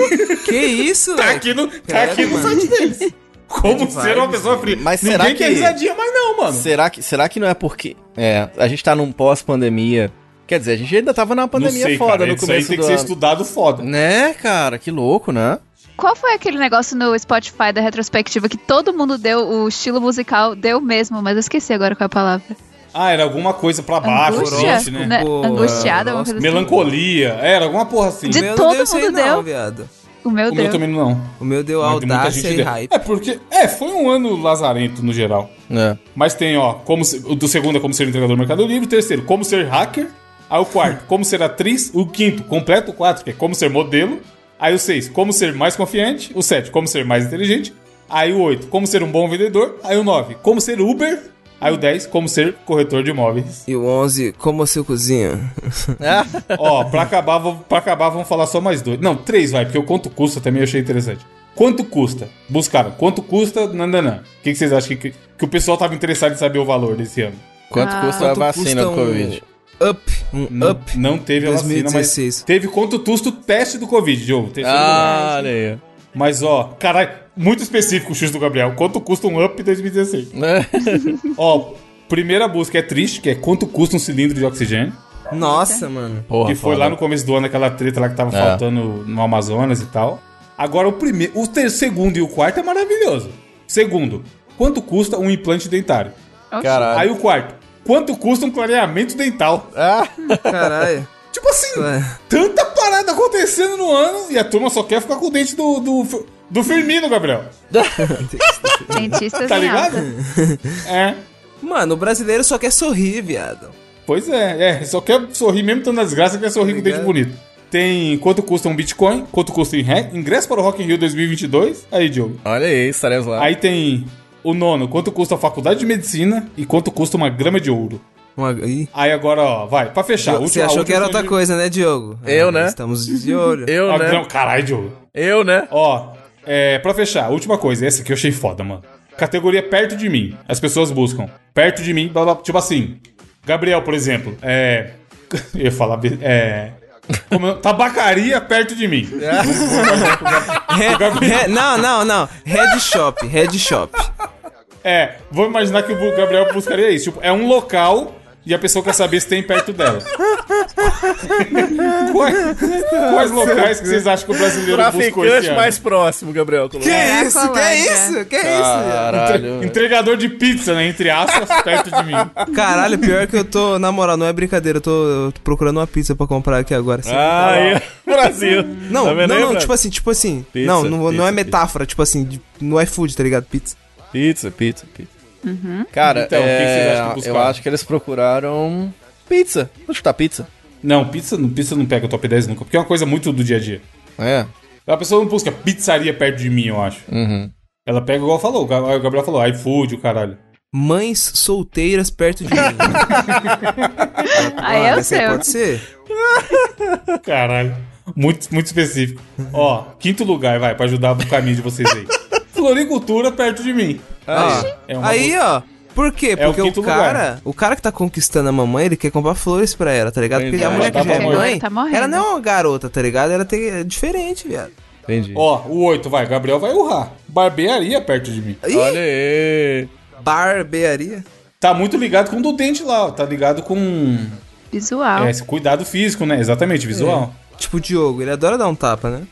[SPEAKER 2] que isso,
[SPEAKER 1] Tá
[SPEAKER 2] velho?
[SPEAKER 1] aqui no, tá
[SPEAKER 2] Credo,
[SPEAKER 1] aqui no
[SPEAKER 2] mano.
[SPEAKER 1] site
[SPEAKER 5] [LAUGHS]
[SPEAKER 1] deles. Como
[SPEAKER 2] Vibes,
[SPEAKER 1] ser uma pessoa fria.
[SPEAKER 5] É Mas
[SPEAKER 1] ninguém
[SPEAKER 5] será que-
[SPEAKER 1] quer risadinha mais não, mano.
[SPEAKER 5] [LAUGHS] Será que, será que não é porque. É, a gente tá num pós-pandemia. Quer dizer, a gente ainda tava numa pandemia
[SPEAKER 1] não sei,
[SPEAKER 5] foda
[SPEAKER 1] cara.
[SPEAKER 5] no
[SPEAKER 1] Isso aí
[SPEAKER 5] começo
[SPEAKER 1] tem que
[SPEAKER 5] do
[SPEAKER 1] ser
[SPEAKER 5] ano.
[SPEAKER 1] estudado foda.
[SPEAKER 5] Né, cara? Que louco, né?
[SPEAKER 4] Qual foi aquele negócio no Spotify da retrospectiva que todo mundo deu, o estilo musical deu mesmo, mas eu esqueci agora qual é a palavra.
[SPEAKER 1] Ah, era alguma coisa pra baixo,
[SPEAKER 4] Angústia?
[SPEAKER 1] triste, né?
[SPEAKER 4] né?
[SPEAKER 2] Pô,
[SPEAKER 4] Angustiada,
[SPEAKER 2] nossa.
[SPEAKER 4] alguma coisa assim.
[SPEAKER 1] Melancolia. Era alguma porra assim.
[SPEAKER 4] De-
[SPEAKER 2] O meu
[SPEAKER 4] todo
[SPEAKER 2] deu isso aí
[SPEAKER 4] mundo
[SPEAKER 2] não,
[SPEAKER 4] deu.
[SPEAKER 2] viado.
[SPEAKER 4] assim. O meu
[SPEAKER 1] O meu
[SPEAKER 4] Deus.
[SPEAKER 1] também não.
[SPEAKER 2] O meu deu
[SPEAKER 1] Mas tem muita
[SPEAKER 2] audácia
[SPEAKER 1] gente
[SPEAKER 2] e
[SPEAKER 1] que-
[SPEAKER 2] hype.
[SPEAKER 1] É porque. É, foi um ano lazarento no geral.
[SPEAKER 5] É.
[SPEAKER 1] Mas tem, ó, como se- o do segundo é como ser entregador do Mercado Livre, o terceiro, como ser hacker. Aí o quarto, como ser atriz. O quinto, completo o quatro, que é como ser modelo. Aí o seis, como ser mais confiante. O sete, como ser mais inteligente. Aí o oito, como ser um bom vendedor. Aí o nove, como ser Uber. Aí o dez, como ser corretor de
[SPEAKER 2] [LAUGHS]
[SPEAKER 1] imóveis.
[SPEAKER 2] E o 11, como seu cozinho?
[SPEAKER 5] Ah.
[SPEAKER 1] Ó, pra acabar, vou- pra acabar, vamos falar só mais dois. Não, três vai, porque o quanto custa também eu achei interessante. Quanto custa? Buscaram. Quanto custa? Nananã. O que, que vocês acham que, que o pessoal tava interessado em saber o valor desse ano?
[SPEAKER 5] Quanto
[SPEAKER 4] Ah.
[SPEAKER 5] custa a
[SPEAKER 2] Quanto
[SPEAKER 5] vacina
[SPEAKER 2] custa
[SPEAKER 5] do Covid?
[SPEAKER 2] Um up, um
[SPEAKER 1] Não,
[SPEAKER 2] up.
[SPEAKER 1] não teve a vacina, mas
[SPEAKER 2] 2016.
[SPEAKER 1] teve quanto custa o teste do Covid, Diogo. Terceiro lugar.
[SPEAKER 5] Ah, olha aí.
[SPEAKER 1] Mas, ó, caralho, muito específico o chute do Gabriel. Quanto custa um up
[SPEAKER 5] [LAUGHS]
[SPEAKER 1] 2016?
[SPEAKER 5] Né?
[SPEAKER 1] ó, primeira busca é triste, que é quanto custa um cilindro de oxigênio.
[SPEAKER 2] Nossa, mano.
[SPEAKER 5] Porra,
[SPEAKER 1] [LAUGHS] que foi
[SPEAKER 5] foda.
[SPEAKER 1] lá no começo do ano, aquela treta lá que tava
[SPEAKER 5] É.
[SPEAKER 1] faltando no Amazonas e tal. Agora, o primeiro, o ter, segundo e o quarto é maravilhoso. Segundo, quanto custa um implante dentário?
[SPEAKER 4] Oxi.
[SPEAKER 5] [LAUGHS] Caralho.
[SPEAKER 1] Aí o quarto, quanto custa um clareamento dental?
[SPEAKER 5] Ah,
[SPEAKER 2] Caralho.
[SPEAKER 1] Tipo assim,
[SPEAKER 5] É.
[SPEAKER 2] Ué.
[SPEAKER 1] tanta parada acontecendo no ano e a turma só quer ficar com o dente do, do, do Firmino, Gabriel. [LAUGHS]
[SPEAKER 4] Dentistas
[SPEAKER 1] Tá
[SPEAKER 4] em
[SPEAKER 1] ligado?
[SPEAKER 4] alta.
[SPEAKER 1] É.
[SPEAKER 2] Mano, o brasileiro só quer sorrir, viado.
[SPEAKER 1] Pois é, é. Só quer sorrir mesmo estando na desgraça, quer sorrir com o dente
[SPEAKER 2] Obrigado.
[SPEAKER 1] bonito. Tem quanto custa um Bitcoin, quanto custa o ingre- ingresso para o Rock in Rio 2022. Aí, Diogo.
[SPEAKER 5] olha aí, Ah, estaremos lá.
[SPEAKER 1] Aí tem O nono, quanto custa a faculdade de medicina e quanto custa uma grama de ouro?
[SPEAKER 2] Uma... Ih,
[SPEAKER 1] Aí agora, ó, vai, pra
[SPEAKER 5] Tá,
[SPEAKER 1] fechar.
[SPEAKER 2] Você
[SPEAKER 1] última- a
[SPEAKER 2] achou que
[SPEAKER 1] última
[SPEAKER 2] era outra
[SPEAKER 1] de-
[SPEAKER 2] coisa, né, Diogo?
[SPEAKER 5] Eu, né?
[SPEAKER 2] Estamos de
[SPEAKER 5] [LAUGHS]
[SPEAKER 2] olho.
[SPEAKER 5] Eu,
[SPEAKER 1] A
[SPEAKER 5] né?
[SPEAKER 1] grama... Caralho, Diogo.
[SPEAKER 5] Eu, né?
[SPEAKER 1] Ó, é, pra fechar, última coisa, essa aqui eu achei foda, mano. Categoria perto de mim. As pessoas buscam. Perto de mim, blá, blá, tipo assim. Gabriel, por exemplo, é. [LAUGHS] Eu ia falar. be- É. como eu- tabacaria perto de mim.
[SPEAKER 2] Re- re- não, não, não. Red Shop, Red Shop.
[SPEAKER 1] É, vou imaginar que o Gabriel buscaria isso. Tipo, é um local e a pessoa quer saber se tem perto dela. quais, quais locais que vocês acham que o brasileiro buscou esse
[SPEAKER 5] Traficante
[SPEAKER 1] ano?
[SPEAKER 5] mais próximo, Gabriel. colocou.
[SPEAKER 2] Que
[SPEAKER 4] Caraca,
[SPEAKER 2] isso, que
[SPEAKER 4] Lanja.
[SPEAKER 2] isso, que
[SPEAKER 5] Tá.
[SPEAKER 2] isso.
[SPEAKER 5] Caralho.
[SPEAKER 1] Entregador de pizza, né? Entre aspas, perto de mim.
[SPEAKER 2] Caralho, pior que eu tô, na moral, não é brincadeira, eu tô, eu tô procurando uma pizza pra comprar aqui agora. assim.
[SPEAKER 1] Tá
[SPEAKER 5] Aí, [LAUGHS] Brasil.
[SPEAKER 2] Não,
[SPEAKER 5] Ah, Tá
[SPEAKER 2] não,
[SPEAKER 5] vendo aí,
[SPEAKER 2] não,
[SPEAKER 5] Brasil?
[SPEAKER 2] tipo assim, tipo assim.
[SPEAKER 5] Pizza,
[SPEAKER 2] não, não, vou- não
[SPEAKER 5] pizza,
[SPEAKER 2] é metáfora, tipo assim, de- no iFood, tá ligado? Pizza.
[SPEAKER 5] Pizza, pizza, pizza. Cara,
[SPEAKER 1] assim- Então, o que que vocês
[SPEAKER 5] é,
[SPEAKER 1] acham que buscaram?
[SPEAKER 5] eu acho que eles procuraram pizza. Vou chutar pizza.
[SPEAKER 1] Não, pizza, não- pizza não pega o top 10 nunca, porque é uma coisa muito do dia a dia.
[SPEAKER 5] É.
[SPEAKER 1] A pessoa não busca pizzaria perto de mim, eu acho.
[SPEAKER 5] Uhum.
[SPEAKER 1] Ela pega igual falou, o Ga- o Gabriel falou, iFood, o caralho.
[SPEAKER 2] Mães solteiras perto de mim.
[SPEAKER 4] Aí é o
[SPEAKER 2] essa [LAUGHS] aí
[SPEAKER 4] seu.
[SPEAKER 2] Pode ser?
[SPEAKER 1] [LAUGHS] Caralho. Muito, muito específico. Ó, quinto lugar, vai, pra ajudar o caminho de vocês aí. [LAUGHS] Floricultura perto de mim.
[SPEAKER 2] Ó,
[SPEAKER 1] É uma
[SPEAKER 2] aí, ó. Por quê?
[SPEAKER 1] É o
[SPEAKER 2] Porque
[SPEAKER 1] quinto
[SPEAKER 2] o cara, o cara que tá conquistando a mamãe, ele quer comprar flores pra ela, tá ligado? Porque a
[SPEAKER 5] Verdade.
[SPEAKER 2] mulher que
[SPEAKER 1] Tá
[SPEAKER 2] já é
[SPEAKER 1] morrendo.
[SPEAKER 2] mãe,
[SPEAKER 4] Tá morrendo.
[SPEAKER 2] ela não é uma garota, tá ligado? Ela tem, é diferente, viado.
[SPEAKER 5] Entendi.
[SPEAKER 1] Ó, o 8, vai, Gabriel vai urrar. Barbearia perto de mim.
[SPEAKER 2] Ih,
[SPEAKER 5] Olha aí.
[SPEAKER 2] barbearia.
[SPEAKER 1] Tá muito ligado com o do dente lá, ó, tá ligado com.
[SPEAKER 4] Visual.
[SPEAKER 2] Ah.
[SPEAKER 1] É, esse cuidado físico, né? Exatamente, visual.
[SPEAKER 2] Tipo o Diogo, ele adora dar um tapa, né?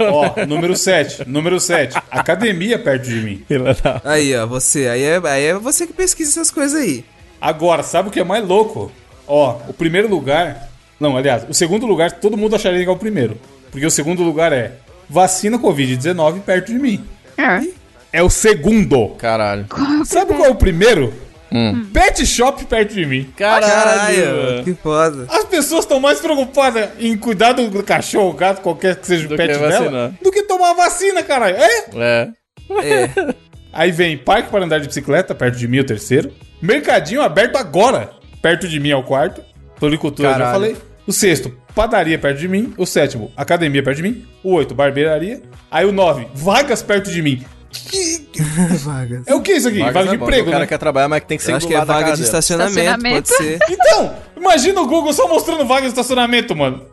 [SPEAKER 1] Ó, número 7. Número 7. Academia perto de mim.
[SPEAKER 5] Fila da-
[SPEAKER 2] Aí, ó, você. Aí é, aí é você que pesquisa essas coisas aí.
[SPEAKER 1] Agora, sabe o que é mais louco? Ó, o primeiro lugar. Não, aliás, o segundo lugar todo mundo acharia que é o primeiro. Porque o segundo lugar é vacina Covid-19 perto de mim.
[SPEAKER 4] É.
[SPEAKER 1] É o segundo.
[SPEAKER 5] Caralho.
[SPEAKER 1] Sabe qual é o primeiro?
[SPEAKER 5] Hum.
[SPEAKER 1] Pet shop perto de mim.
[SPEAKER 2] mano, que
[SPEAKER 1] [LAUGHS]
[SPEAKER 2] foda.
[SPEAKER 1] As pessoas estão mais preocupadas em cuidar do cachorro, gato, qualquer que seja
[SPEAKER 5] Do
[SPEAKER 1] o pet
[SPEAKER 5] que
[SPEAKER 1] dela,
[SPEAKER 5] vacinar.
[SPEAKER 1] do que tomar a vacina, caralho. É?
[SPEAKER 5] É.
[SPEAKER 2] É.
[SPEAKER 1] Aí vem parque para andar de bicicleta, perto de mim, é o terceiro. Mercadinho aberto agora, perto de mim, é o quarto. Floricultura, eu já
[SPEAKER 5] Caralho.
[SPEAKER 1] falei. O sexto, padaria perto de mim. O sétimo, academia perto de mim. O oito, barbearia. Aí o nove, vagas perto de mim. Que-
[SPEAKER 2] Vagas.
[SPEAKER 1] É o que isso aqui?
[SPEAKER 5] Vagas
[SPEAKER 1] Vaga de
[SPEAKER 5] é bom,
[SPEAKER 1] emprego,
[SPEAKER 5] O cara
[SPEAKER 1] né?
[SPEAKER 5] quer trabalhar, mas que tem que ser
[SPEAKER 2] Eu acho que é vaga de estacionamento,
[SPEAKER 4] Estacionamento.
[SPEAKER 2] pode ser.
[SPEAKER 1] Então, imagina o Google só mostrando vaga de estacionamento, mano.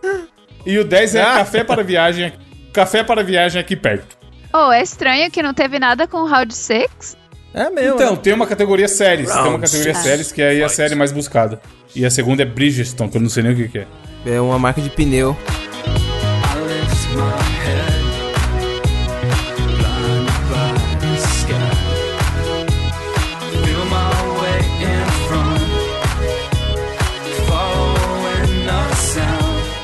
[SPEAKER 1] E o 10 é
[SPEAKER 5] Ah.
[SPEAKER 1] café para viagem. Café para viagem aqui perto.
[SPEAKER 4] Oh, é estranho que não teve nada com o Round 6.
[SPEAKER 5] É mesmo.
[SPEAKER 1] Então, tem uma categoria séries. tem uma
[SPEAKER 2] Round
[SPEAKER 1] categoria
[SPEAKER 2] six.
[SPEAKER 1] séries que aí é a série mais buscada. E a segunda é Bridgestone, que eu não sei nem o que, que é.
[SPEAKER 2] É uma marca de pneu.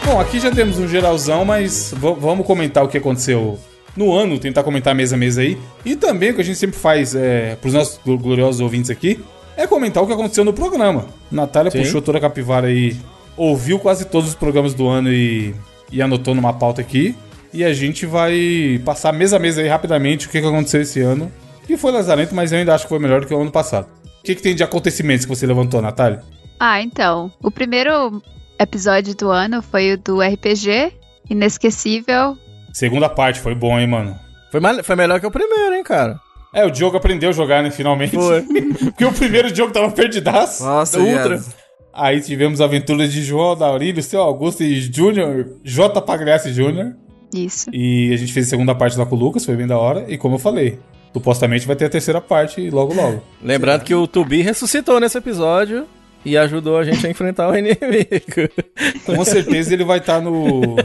[SPEAKER 1] Bom, aqui já temos um geralzão, mas va- vamos comentar o que aconteceu no ano, tentar comentar mês a mês aí. E também o que a gente sempre faz é, pros nossos gl- gloriosos ouvintes aqui é comentar o que aconteceu no programa. Natália puxou toda a capivara aí, ouviu quase todos os programas do ano e, e anotou numa pauta aqui. E a gente vai passar mês a mês aí rapidamente o que que aconteceu esse ano. E foi lazarento, mas eu ainda acho que foi melhor do que o ano passado. O que, que tem de acontecimentos que você levantou, Natália?
[SPEAKER 4] Ah, então. O primeiro episódio do ano foi o do RPG, inesquecível.
[SPEAKER 1] Segunda parte, foi bom, hein, mano?
[SPEAKER 5] Foi, mal- foi melhor que o primeiro, hein, cara.
[SPEAKER 1] É, o Diogo aprendeu a jogar, né, finalmente.
[SPEAKER 5] Foi.
[SPEAKER 1] [LAUGHS]
[SPEAKER 5] Ah.
[SPEAKER 1] Porque o primeiro Diogo tava perdidaço.
[SPEAKER 2] Nossa,
[SPEAKER 5] Ultra.
[SPEAKER 2] viado.
[SPEAKER 1] Aí tivemos aventuras de João Daurílio, seu Augusto e Júnior, J. Pagliassi Júnior.
[SPEAKER 4] Isso.
[SPEAKER 1] E a gente fez a segunda parte lá com o Lucas, foi bem da hora. E como eu falei, supostamente vai ter a terceira parte logo logo.
[SPEAKER 5] Lembrando que o Tubi ressuscitou nesse episódio e ajudou a gente a enfrentar o [LAUGHS] inimigo.
[SPEAKER 1] Com
[SPEAKER 5] [LAUGHS]
[SPEAKER 1] certeza ele vai estar no,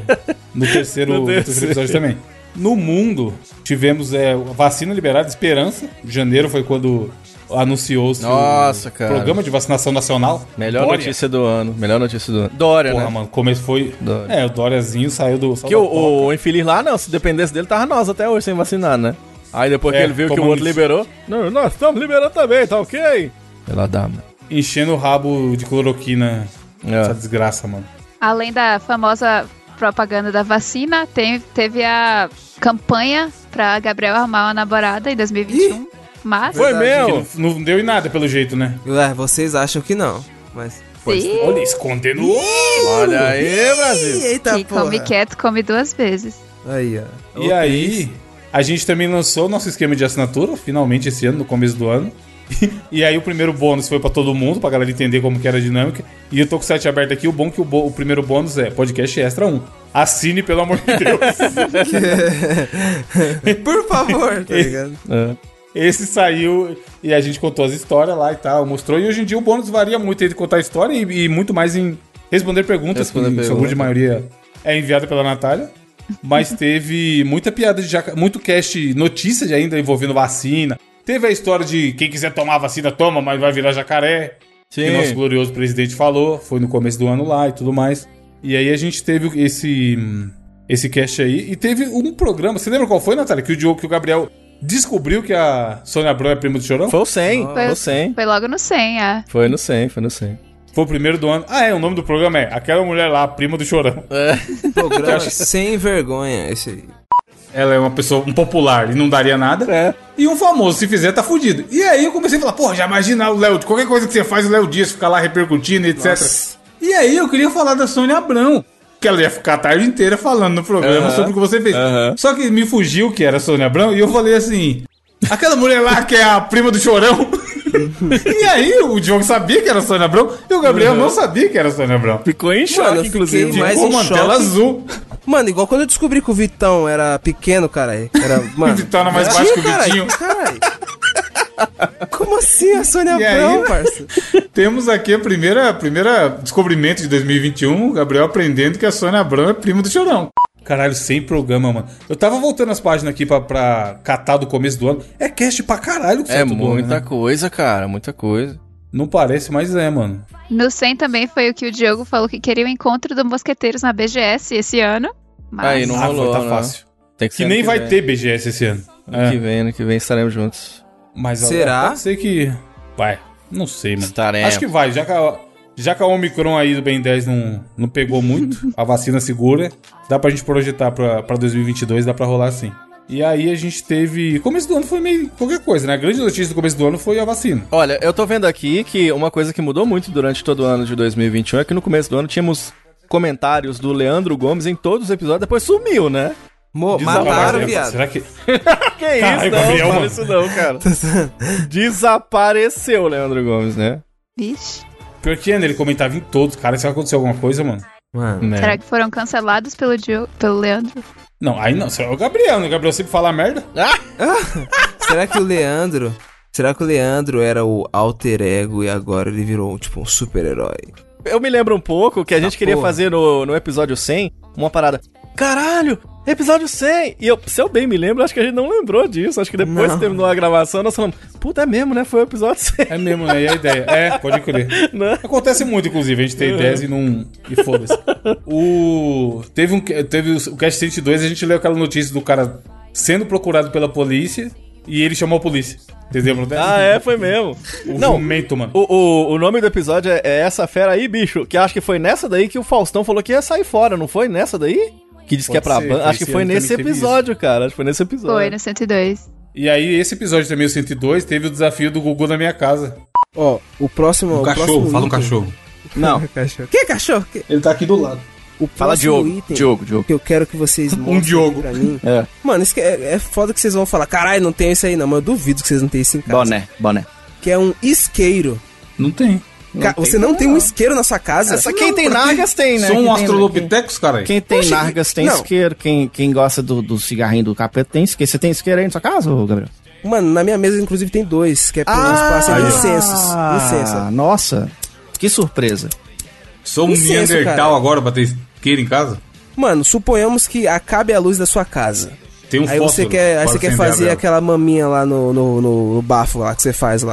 [SPEAKER 1] no, terceiro,
[SPEAKER 5] No
[SPEAKER 1] no terceiro episódio também. No mundo, tivemos é, vacina liberada, Esperança. Janeiro foi quando anunciou-se
[SPEAKER 5] Nossa,
[SPEAKER 1] o
[SPEAKER 5] cara.
[SPEAKER 1] programa de vacinação nacional.
[SPEAKER 5] Melhor
[SPEAKER 1] Dória.
[SPEAKER 5] notícia do ano. Melhor notícia do ano. Dória,
[SPEAKER 1] Porra,
[SPEAKER 5] né?
[SPEAKER 1] mano, começo foi.
[SPEAKER 5] Dória.
[SPEAKER 1] É, o Dóriazinho saiu do.
[SPEAKER 5] Que o, o infeliz lá, não, se dependesse dele, tava nós até hoje sem vacinar, né? Aí depois
[SPEAKER 1] É,
[SPEAKER 5] que ele viu que o
[SPEAKER 1] tomamos
[SPEAKER 5] outro
[SPEAKER 1] isso.
[SPEAKER 5] liberou. Não, nós estamos liberando também, tá ok? Ela dá, mano.
[SPEAKER 1] Enchendo o rabo de cloroquina. Essa desgraça, mano.
[SPEAKER 4] Além da famosa propaganda da vacina, tem- teve a campanha pra Gabriel arrumar uma namorada em 2021. Mas.
[SPEAKER 3] Foi
[SPEAKER 2] Verdade.
[SPEAKER 3] mesmo?
[SPEAKER 1] Que Não, não deu em nada, pelo jeito, né?
[SPEAKER 2] Ué, vocês acham que não, mas...
[SPEAKER 4] Sim.
[SPEAKER 1] Olha, escondendo o
[SPEAKER 3] Olha aí, Brasil.
[SPEAKER 2] Ih, Eita,
[SPEAKER 4] Quem
[SPEAKER 2] porra.
[SPEAKER 4] come quieto come duas vezes.
[SPEAKER 2] Aí, ó.
[SPEAKER 1] E aí, a gente também lançou o nosso esquema de assinatura, finalmente esse ano, no começo do ano. [LAUGHS] e aí o primeiro bônus foi pra todo mundo, pra galera entender como que era a dinâmica. E eu tô com o site aberto aqui, o bom que o, bo- o primeiro bônus é podcast extra 1. Assine, pelo amor de [LAUGHS] Deus. [LAUGHS]
[SPEAKER 2] Por favor, tá ligado?
[SPEAKER 5] É.
[SPEAKER 1] Esse saiu e a gente contou as histórias lá e tal, mostrou. E hoje em dia o bônus varia muito entre contar história e, e muito mais em responder perguntas,
[SPEAKER 3] Responder
[SPEAKER 1] que
[SPEAKER 3] pergunta.
[SPEAKER 1] a grande maioria é enviada pela Natália.
[SPEAKER 3] [LAUGHS]
[SPEAKER 1] Mas teve muita piada de jaca... muito cast notícia de ainda envolvendo vacina. Teve a história de quem quiser tomar a vacina, toma, mas vai virar jacaré. Que o nosso
[SPEAKER 3] Sim.
[SPEAKER 1] glorioso presidente falou, foi no começo do ano lá e tudo mais. E aí a gente teve esse esse cast aí e teve um programa, você lembra qual foi, Natália? Que o Diogo, que o Gabriel descobriu que a Sônia Abrão é prima do Chorão? Foi,
[SPEAKER 3] Foi o 100,
[SPEAKER 2] Foi-
[SPEAKER 3] foi o 100.
[SPEAKER 4] Foi logo no 100, é.
[SPEAKER 3] Foi no 100, foi no 100.
[SPEAKER 1] o primeiro do ano. Ah, é, o nome do programa é Aquela Mulher Lá, Prima do Chorão.
[SPEAKER 2] Programa sem vergonha esse aí.
[SPEAKER 1] Ela é uma pessoa popular e não daria nada.
[SPEAKER 3] É.
[SPEAKER 1] E um famoso, se fizer, tá fudido. E aí eu comecei a falar, porra, já imagina o Léo, qualquer coisa que você faz, o Léo Dias fica lá repercutindo, etc. E aí eu queria falar da Sônia Abrão, que ela ia ficar a tarde inteira falando no programa
[SPEAKER 3] Aham,
[SPEAKER 1] sobre o que você fez.
[SPEAKER 3] aham.
[SPEAKER 1] Só que me fugiu que era a Sônia Abrão e eu falei assim, aquela mulher lá que é a prima do Chorão... [LAUGHS] e aí, o Diogo sabia que era a Sônia Abrão e o Gabriel não sabia que era a Sônia Abrão.
[SPEAKER 3] Ficou em choque,
[SPEAKER 2] Mano, eu
[SPEAKER 3] inclusive.
[SPEAKER 2] fiquei mais
[SPEAKER 1] Ficou
[SPEAKER 2] em
[SPEAKER 1] uma
[SPEAKER 2] choque.
[SPEAKER 1] tela azul.
[SPEAKER 2] Mano, igual quando eu descobri que o Vitão era pequeno, caralho.
[SPEAKER 1] [LAUGHS]
[SPEAKER 2] Era,
[SPEAKER 3] Ah.
[SPEAKER 2] mano.
[SPEAKER 1] Vitão era mais baixo que o
[SPEAKER 2] caralho,
[SPEAKER 1] Vitinho.
[SPEAKER 2] Caralho. Como assim a Sônia
[SPEAKER 1] E
[SPEAKER 2] Abrão,
[SPEAKER 1] aí?
[SPEAKER 2] parça?
[SPEAKER 1] Temos aqui a primeira, a primeira descobrimento de 2021, o um, Gabriel aprendendo que a Sônia Abrão é prima do Chorão. Caralho, sem programa, mano. Eu tava voltando as páginas aqui pra, pra catar do começo do ano. É cast pra caralho que
[SPEAKER 3] É
[SPEAKER 1] certo do ano, né?
[SPEAKER 3] muita coisa, cara, muita coisa.
[SPEAKER 1] Não parece, mas é, mano.
[SPEAKER 4] No 100 também foi o que o Diogo falou que queria o encontro do Mosqueteiros na BGS esse ano. Mas
[SPEAKER 3] Aí, não rolou,
[SPEAKER 1] tá
[SPEAKER 3] né?
[SPEAKER 1] fácil.
[SPEAKER 3] Tem que
[SPEAKER 1] Que
[SPEAKER 3] ser
[SPEAKER 1] nem
[SPEAKER 3] ano
[SPEAKER 1] vai
[SPEAKER 3] vem.
[SPEAKER 1] ter BGS esse ano.
[SPEAKER 3] Ano
[SPEAKER 1] É.
[SPEAKER 3] que vem, ano que vem estaremos juntos.
[SPEAKER 1] Mas
[SPEAKER 2] Será?
[SPEAKER 1] Pode ser que... Vai. Não sei, mano.
[SPEAKER 3] Estaremos.
[SPEAKER 1] Acho que vai, já que a, já que a Omicron aí do Ben 10 não, não pegou
[SPEAKER 2] [LAUGHS]
[SPEAKER 1] muito, a vacina segura, dá pra gente projetar pra, pra 2022, dá pra rolar sim. E aí a gente teve... Começo do ano foi meio qualquer coisa, né? A grande notícia do começo do ano foi a vacina.
[SPEAKER 3] Olha, eu tô vendo aqui que uma coisa que mudou muito durante todo o ano de 2021 é que no começo do ano tínhamos comentários do Leandro Gomes em todos os episódios, depois sumiu, né?
[SPEAKER 2] Mo,
[SPEAKER 1] Desapareceu.
[SPEAKER 2] mataram, viado.
[SPEAKER 1] né? Será que...
[SPEAKER 3] Que isso,
[SPEAKER 1] Caralho,
[SPEAKER 3] não,
[SPEAKER 1] Gabriel,
[SPEAKER 3] não fala
[SPEAKER 1] mano.
[SPEAKER 3] isso não, cara.
[SPEAKER 1] [LAUGHS]
[SPEAKER 3] Desapareceu o Leandro Gomes, né?
[SPEAKER 4] Vixe.
[SPEAKER 1] Pior que Ana, ele comentava em todos, cara, será que aconteceu alguma coisa, mano?
[SPEAKER 2] [LAUGHS] Mano.
[SPEAKER 3] É.
[SPEAKER 4] Será que foram cancelados pelo, Diogo, pelo Leandro?
[SPEAKER 1] Não, aí não, será o Gabriel, né? O Gabriel sempre fala merda.
[SPEAKER 2] Será que o Leandro. Será que o Leandro era o alter ego e agora ele virou, tipo, um super-herói?
[SPEAKER 3] Eu me lembro um pouco que a gente queria
[SPEAKER 2] porra.
[SPEAKER 3] fazer no, no episódio 100 uma parada. Caralho, episódio 100! E eu, se eu bem me lembro, acho que a gente não lembrou disso. Acho que depois
[SPEAKER 2] Não.
[SPEAKER 3] que terminou a gravação, nós falamos, puta, é mesmo, né? Foi o episódio [LAUGHS] 100,
[SPEAKER 1] É mesmo, né? E a ideia. É, pode crer.
[SPEAKER 3] né? É.
[SPEAKER 1] Acontece muito, inclusive, a gente tem ideias e não. E foda-se. O. Teve um. Teve o Cast 102, a gente leu aquela notícia do cara sendo procurado pela polícia e ele chamou a polícia. Vocês lembram dessa?
[SPEAKER 3] Ah, é, foi mesmo.
[SPEAKER 1] O
[SPEAKER 3] não,
[SPEAKER 1] momento, mano.
[SPEAKER 3] o, o, o nome do episódio é, é Essa Fera Aí, Bicho, que acho que foi nessa daí que o Faustão falou que ia sair fora, não foi nessa daí? Que disse que é
[SPEAKER 1] Pode
[SPEAKER 3] pra
[SPEAKER 1] ser,
[SPEAKER 3] ban...
[SPEAKER 1] que
[SPEAKER 3] Acho que
[SPEAKER 1] esse
[SPEAKER 3] foi
[SPEAKER 1] ano
[SPEAKER 3] nesse
[SPEAKER 1] também teve
[SPEAKER 3] episódio, cara. Acho que foi nesse episódio.
[SPEAKER 4] Foi, né? no 102.
[SPEAKER 1] E aí, esse episódio também, o 102, teve o desafio do Gugu na minha casa.
[SPEAKER 2] Ó, o próximo. o próximo
[SPEAKER 1] um
[SPEAKER 2] item-
[SPEAKER 3] Não,
[SPEAKER 2] cachorro. Que cachorro? Que-
[SPEAKER 1] Ele tá aqui do lado.
[SPEAKER 2] O
[SPEAKER 3] fala
[SPEAKER 2] próximo
[SPEAKER 3] Diogo.
[SPEAKER 2] item
[SPEAKER 3] Diogo, Diogo.
[SPEAKER 2] que eu quero que vocês mostrem
[SPEAKER 1] Diogo.
[SPEAKER 2] pra mim.
[SPEAKER 3] É.
[SPEAKER 2] Mano, isso que é, é foda que vocês vão falar. Caralho, não tenho isso aí não, mas eu duvido que vocês não tenham isso em casa.
[SPEAKER 3] Boné, boné.
[SPEAKER 2] Que é um isqueiro.
[SPEAKER 1] Não tem.
[SPEAKER 2] Ca- você não tem um isqueiro na sua casa?
[SPEAKER 3] Essa, quem tem Nargas tem, né?
[SPEAKER 1] São
[SPEAKER 3] Quem
[SPEAKER 1] um
[SPEAKER 3] tem-
[SPEAKER 1] Astrolopithecus, cara.
[SPEAKER 6] Quem tem
[SPEAKER 2] Poxa,
[SPEAKER 6] Nargas tem
[SPEAKER 2] não.
[SPEAKER 6] isqueiro. Quem, quem gosta do, do cigarrinho do capeta tem isqueiro. Você tem isqueiro aí na sua casa, ô, Gabriel?
[SPEAKER 2] Mano, na minha mesa, inclusive, tem dois, que é pelos
[SPEAKER 3] Ah,
[SPEAKER 2] parceiros incensos. Incenso.
[SPEAKER 6] Ah, nossa. Que surpresa.
[SPEAKER 1] Sou
[SPEAKER 2] um Licença, Neandertal cara.
[SPEAKER 1] agora pra ter isqueiro em casa?
[SPEAKER 2] Mano, suponhamos que acabe a luz da sua casa.
[SPEAKER 1] Tem um
[SPEAKER 2] aí você quer, aí você quer fazer aquela maminha lá no, no, no- no bafo lá que você faz lá.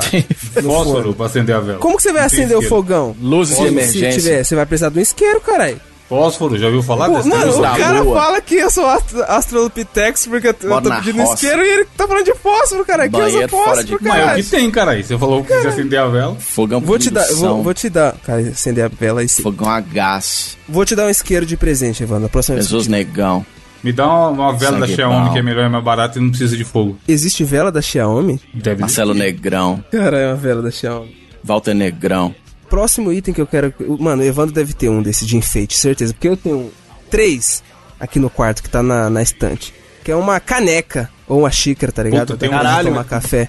[SPEAKER 2] No forno.
[SPEAKER 1] pra acender a vela.
[SPEAKER 2] Como que você vai
[SPEAKER 1] Não tem
[SPEAKER 2] acender o
[SPEAKER 1] isqueiro.
[SPEAKER 2] fogão?
[SPEAKER 3] Luzes de
[SPEAKER 2] Se- Se
[SPEAKER 3] emergência.
[SPEAKER 2] tiver, você vai precisar de um isqueiro, caralho.
[SPEAKER 1] Fósforo, já ouviu falar
[SPEAKER 2] Pô, Mano, o
[SPEAKER 1] Tem um
[SPEAKER 2] cara
[SPEAKER 3] lua.
[SPEAKER 2] fala que eu sou astro, astrolopitex porque eu tô, eu
[SPEAKER 3] Bota
[SPEAKER 2] tô
[SPEAKER 3] na
[SPEAKER 2] pedindo
[SPEAKER 3] roça.
[SPEAKER 2] isqueiro e ele tá falando de fósforo, cara. Que usa
[SPEAKER 3] Banheiro fora
[SPEAKER 2] fósforo,
[SPEAKER 3] de-
[SPEAKER 1] Mas é o
[SPEAKER 2] cara.
[SPEAKER 1] que tem, cara. Você falou que quis acender a vela.
[SPEAKER 3] Fogão
[SPEAKER 2] Vou te dar, eu vou,
[SPEAKER 3] indução,
[SPEAKER 2] vou te dar. Cara, acender a vela e sim.
[SPEAKER 3] Fogão a gás.
[SPEAKER 2] Vou te dar um isqueiro de presente, Evandro. na próxima vez.
[SPEAKER 3] Jesus negão.
[SPEAKER 1] Me dá uma, uma vela da
[SPEAKER 7] Sangue
[SPEAKER 1] Xiaomi
[SPEAKER 7] pau.
[SPEAKER 1] que é melhor, é mais barata e não precisa de fogo.
[SPEAKER 2] Existe vela da Xiaomi?
[SPEAKER 1] Deve
[SPEAKER 7] Marcelo Negrão,
[SPEAKER 2] Cara, é uma vela da Xiaomi.
[SPEAKER 7] Walter Negrão.
[SPEAKER 2] Próximo item que eu quero. Mano, o Evandro deve ter um desse de enfeite, certeza. Porque eu tenho três aqui no quarto que tá na, na estante. Que é uma caneca ou uma xícara, tá ligado?
[SPEAKER 1] Puta, tem um
[SPEAKER 2] Dá pra
[SPEAKER 1] caralho,
[SPEAKER 2] tomar
[SPEAKER 1] né?
[SPEAKER 2] café.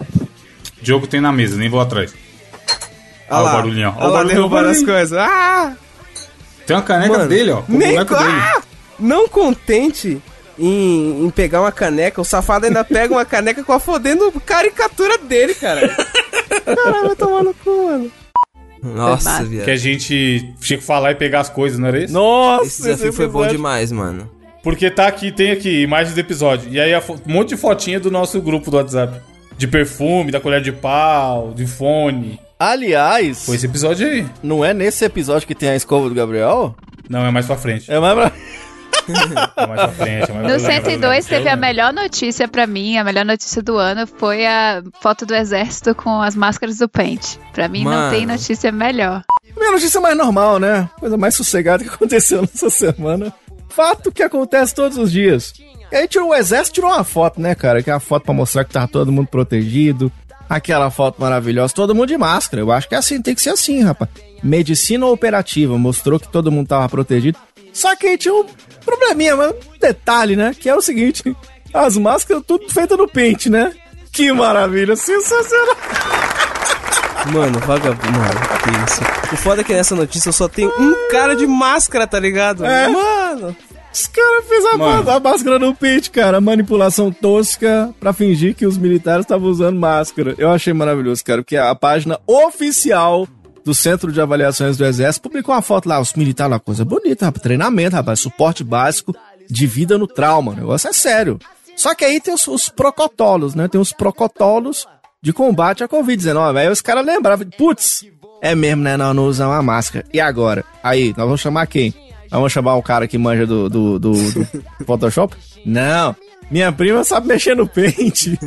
[SPEAKER 1] Diogo tem na mesa, nem vou atrás.
[SPEAKER 2] Olha
[SPEAKER 1] o
[SPEAKER 2] lá.
[SPEAKER 1] barulhinho, ó.
[SPEAKER 2] Olha
[SPEAKER 1] Ó o
[SPEAKER 2] lá,
[SPEAKER 1] barulhinho, ó
[SPEAKER 2] derrubaram
[SPEAKER 1] o
[SPEAKER 2] as
[SPEAKER 1] barulhinho.
[SPEAKER 2] coisas. Ah!
[SPEAKER 1] Tem uma caneca
[SPEAKER 2] Mano,
[SPEAKER 1] dele, ó. Com o
[SPEAKER 2] nem
[SPEAKER 1] boneco
[SPEAKER 2] co-
[SPEAKER 1] dele.
[SPEAKER 2] Ah! Não contente em, em pegar uma caneca, o safado ainda pega uma caneca com a fodendo caricatura dele, cara. Caralho, vai tomar no cu, mano. Nossa,
[SPEAKER 4] Verdade.
[SPEAKER 1] Que
[SPEAKER 2] viado.
[SPEAKER 1] a gente tinha que falar e pegar as coisas, não era isso?
[SPEAKER 3] Nossa,
[SPEAKER 2] Esse desafio foi bom demais, mano.
[SPEAKER 1] Porque tá aqui, tem aqui, imagens do episódio. E aí a fo- um monte de fotinha do nosso grupo do WhatsApp. De perfume, da colher de pau, de fone.
[SPEAKER 3] Aliás,
[SPEAKER 1] Foi esse episódio aí.
[SPEAKER 3] não é nesse episódio que tem a escova do Gabriel?
[SPEAKER 1] Não, é mais pra frente.
[SPEAKER 3] É mais pra...
[SPEAKER 1] É mais pra frente. É mais pra né?
[SPEAKER 4] No
[SPEAKER 1] frente.
[SPEAKER 4] 102
[SPEAKER 1] Eu
[SPEAKER 4] teve a
[SPEAKER 1] lembro.
[SPEAKER 4] melhor notícia pra mim, a melhor notícia do ano foi a foto do exército com as máscaras do pente. Pra mim
[SPEAKER 2] Mano.
[SPEAKER 4] não tem notícia melhor.
[SPEAKER 3] Minha é notícia mais normal, né? Coisa mais sossegada que [LAUGHS] aconteceu nessa semana. Fato que acontece todos os dias. E aí tirou, o exército tirou uma foto, né, cara? Que é uma foto pra mostrar que tava todo mundo protegido. Aquela foto maravilhosa, todo mundo de máscara. Eu acho que é assim, tem que ser assim, rapaz. Medicina operativa, mostrou que todo mundo tava protegido. Só que aí tinha um probleminha, mas um detalhe, né? Que é o seguinte: as máscaras tudo feitas no pente, né? Que maravilha, sensacional!
[SPEAKER 2] Mano, vagabundo. Mano, que isso. O foda é que nessa notícia eu só tenho um cara de máscara, tá ligado?
[SPEAKER 3] É.
[SPEAKER 2] Mano.
[SPEAKER 3] Os caras fez a,
[SPEAKER 1] Mano.
[SPEAKER 3] ma- a máscara no pente, cara. Manipulação tosca pra fingir que os militares estavam usando máscara. Eu achei maravilhoso, cara, porque a página oficial do Centro de Avaliações do Exército publicou uma foto lá. Os militares, uma coisa bonita, rapaz. Treinamento, rapaz. Suporte básico de vida no trauma. O negócio é sério. Só que aí tem os, os procotolos, né? Tem os procotolos de combate à Covid-19. Aí os caras lembravam, putz, é mesmo, né? Não, não usam a máscara. E agora? Aí, nós vamos chamar quem? Nós vamos chamar o cara que manja do, do, do, do Photoshop? Não. Minha prima sabe mexer no pente.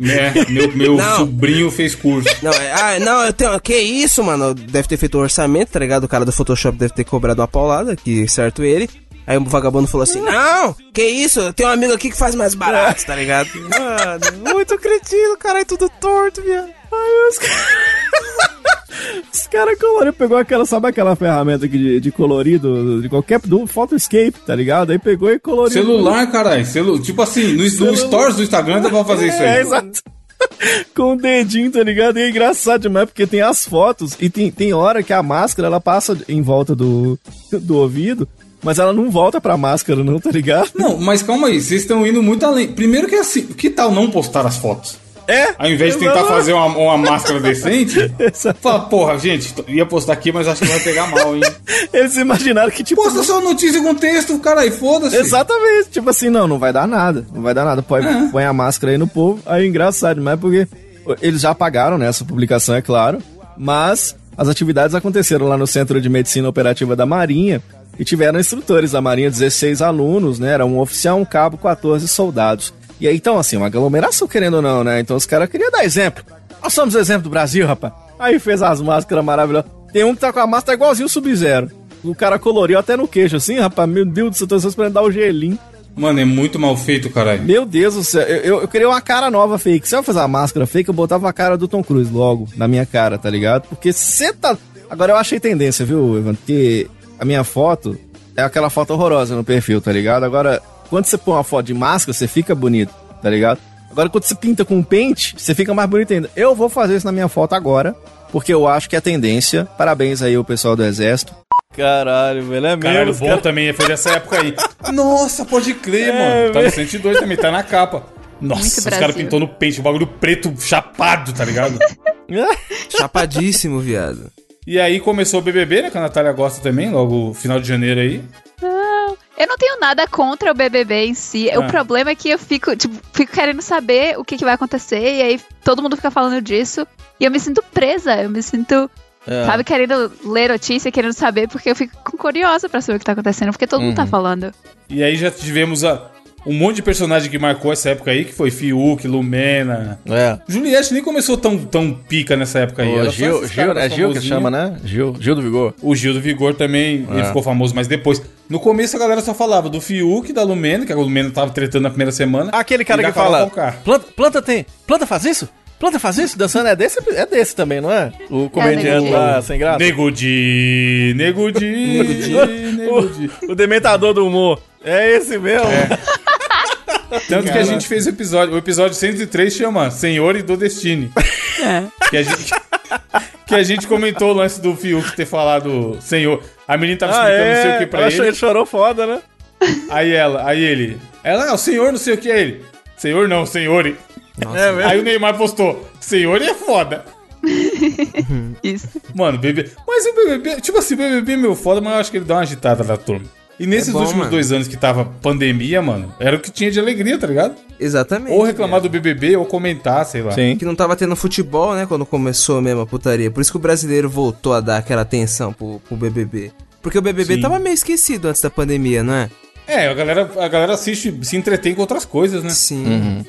[SPEAKER 1] É, meu, meu
[SPEAKER 2] Não.
[SPEAKER 1] sobrinho fez curso.
[SPEAKER 2] Não, é, ah, não, eu tenho. Que isso, mano? Deve ter feito o orçamento, tá ligado? O cara do Photoshop deve ter cobrado uma paulada, que certo ele. Aí o vagabundo falou assim: Não, que isso? Eu tenho um amigo aqui que faz mais barato, tá ligado? Mano, muito cretino, caralho, tudo torto, viado.
[SPEAKER 3] Aí os caras. [LAUGHS] Os caras coloriram, pegou aquela, sabe aquela ferramenta aqui de, de colorido, de qualquer, do Photoscape, tá ligado? Aí pegou e coloriu.
[SPEAKER 1] Celular, caralho. Celu... Tipo assim, no, no stories do Instagram dá pra fazer isso
[SPEAKER 3] É,
[SPEAKER 1] aí.
[SPEAKER 3] exato. [LAUGHS] Com o dedinho, tá ligado? E é engraçado demais, porque tem as fotos e tem, tem hora que a máscara ela passa em volta do, do ouvido, mas ela não volta pra máscara, não, tá ligado?
[SPEAKER 1] Não, mas calma aí, vocês estão indo muito além. Primeiro que assim, que tal não postar as fotos?
[SPEAKER 3] [LAUGHS] É?
[SPEAKER 1] Ao invés de tentar
[SPEAKER 3] Exato.
[SPEAKER 1] fazer uma, uma máscara decente, fala, porra, gente, t- ia postar aqui, mas acho que vai pegar mal, hein?
[SPEAKER 3] Eles imaginaram que, tipo.
[SPEAKER 1] Posta só notícia com texto, caralho, foda-se.
[SPEAKER 3] Exatamente, tipo assim, não, não vai dar nada, não vai dar nada. Põe, põe a máscara aí no povo, aí é engraçado demais, porque eles já apagaram né, essa publicação, é claro, mas as atividades aconteceram lá no Centro de Medicina Operativa da Marinha e tiveram instrutores da Marinha, 16 alunos, né? Era um oficial, um cabo, 14 soldados. E aí, então, assim, uma aglomeração, querendo ou não, né? Então os caras queriam dar exemplo. Nós somos exemplo do Brasil, rapaz. Aí fez as máscaras maravilhosas. Tem um que tá com a máscara igualzinho o Sub-Zero. O cara coloriu até no queixo, assim, rapaz. Meu Deus do céu, tô só esperando dar o gelinho.
[SPEAKER 1] Mano, é muito mal feito, caralho.
[SPEAKER 3] Meu Deus do céu, eu, eu, eu queria uma cara nova fake. Se eu fazer uma máscara fake, eu botava a cara do Tom Cruise logo na minha cara, tá ligado? Porque você tá. Agora eu achei tendência, viu, Evan? Porque a minha foto é aquela foto horrorosa no perfil, tá ligado? Agora, quando você põe uma foto de máscara, você fica bonito, tá ligado? Agora, quando você pinta com pente, você fica mais bonito ainda. Eu vou fazer isso na minha foto agora, porque eu acho que é tendência. Parabéns aí, o pessoal do Exército. Caralho, velho, é
[SPEAKER 1] Caralho, bom também, foi dessa época aí. [LAUGHS] Nossa, pode crer, mano. Tá no 102 também, tá na capa.
[SPEAKER 4] Muito
[SPEAKER 1] Nossa, os
[SPEAKER 4] Brasil.
[SPEAKER 1] caras pintou no pente, o bagulho preto chapado, tá ligado?
[SPEAKER 2] Chapadíssimo, viado.
[SPEAKER 1] E aí começou o BBB, né? Que a Natália gosta também, logo final de janeiro aí.
[SPEAKER 4] Eu não tenho nada contra o BBB em si.
[SPEAKER 1] Ah.
[SPEAKER 4] O problema é que eu fico, tipo, fico querendo saber o que, que vai acontecer e aí todo mundo fica falando disso e eu me sinto presa. Eu me sinto,
[SPEAKER 1] É.
[SPEAKER 4] sabe, querendo ler notícia, querendo
[SPEAKER 1] Uhum.
[SPEAKER 4] saber porque eu fico curiosa pra saber o que tá acontecendo porque todo mundo tá falando.
[SPEAKER 1] E aí já tivemos a. um monte de personagem que marcou essa época aí, que foi Fiuk, Lumena.
[SPEAKER 3] É.
[SPEAKER 1] Juliette nem começou tão, tão pica nessa época aí.
[SPEAKER 3] O
[SPEAKER 1] Era só
[SPEAKER 3] Gil,
[SPEAKER 1] esses
[SPEAKER 3] Gil,
[SPEAKER 1] caras
[SPEAKER 3] é Gil que
[SPEAKER 1] famosinhos.
[SPEAKER 3] chama, né? Gil, Gil do Vigor.
[SPEAKER 1] O Gil do Vigor também, ele
[SPEAKER 3] É.
[SPEAKER 1] ficou famoso, mas depois. No começo a galera só falava do Fiuk, da Lumena, que a Lumena tava tretando na primeira semana.
[SPEAKER 3] Aquele
[SPEAKER 1] e
[SPEAKER 3] cara
[SPEAKER 1] da
[SPEAKER 3] que
[SPEAKER 1] Carol
[SPEAKER 3] fala.
[SPEAKER 1] Conká.
[SPEAKER 3] Planta, planta tem. Planta faz isso? Planta faz isso? Dançando é desse, é desse também, não é? O comediante
[SPEAKER 4] É,
[SPEAKER 3] lá, sem graça.
[SPEAKER 1] Nego de, nego de, nego de.
[SPEAKER 3] O, o dementador do humor. É esse mesmo.
[SPEAKER 5] [LAUGHS]
[SPEAKER 1] Tanto que a gente fez o episódio, o episódio 103 chama Senhores do Destiny.
[SPEAKER 3] É.
[SPEAKER 1] Que a gente que a gente comentou o lance do Fiuk ter falado Senhor. A menina tava
[SPEAKER 3] Ah,
[SPEAKER 1] explicando não sei o
[SPEAKER 3] é.
[SPEAKER 1] que
[SPEAKER 3] Eu
[SPEAKER 1] pra
[SPEAKER 3] acho-
[SPEAKER 1] ele.
[SPEAKER 3] Ele chorou foda, né?
[SPEAKER 1] Aí ela, aí ele, ela, ah, o senhor não sei o que é ele. Senhor não, senhor.
[SPEAKER 3] É mesmo.
[SPEAKER 1] Aí o Neymar postou, senhor é foda.
[SPEAKER 4] Isso.
[SPEAKER 1] Mano, BBB. Mas o BBB, tipo assim, o BBB é meio foda, mas eu acho que ele dá uma agitada na turma. E nesses
[SPEAKER 2] bom,
[SPEAKER 1] últimos
[SPEAKER 2] mano.
[SPEAKER 1] dois anos que tava pandemia, mano, era o que tinha de alegria, tá ligado?
[SPEAKER 2] Exatamente.
[SPEAKER 1] Ou reclamar do BBB ou comentar, sei lá.
[SPEAKER 5] Sim.
[SPEAKER 2] Que não tava tendo futebol, né? Quando começou mesmo a putaria. Por isso que o brasileiro voltou a dar aquela atenção pro, pro BBB. Porque o BBB
[SPEAKER 1] Sim.
[SPEAKER 2] tava meio esquecido antes da pandemia, não é?
[SPEAKER 1] É, a galera, a galera assiste, se entretém com outras coisas, né?
[SPEAKER 2] Sim.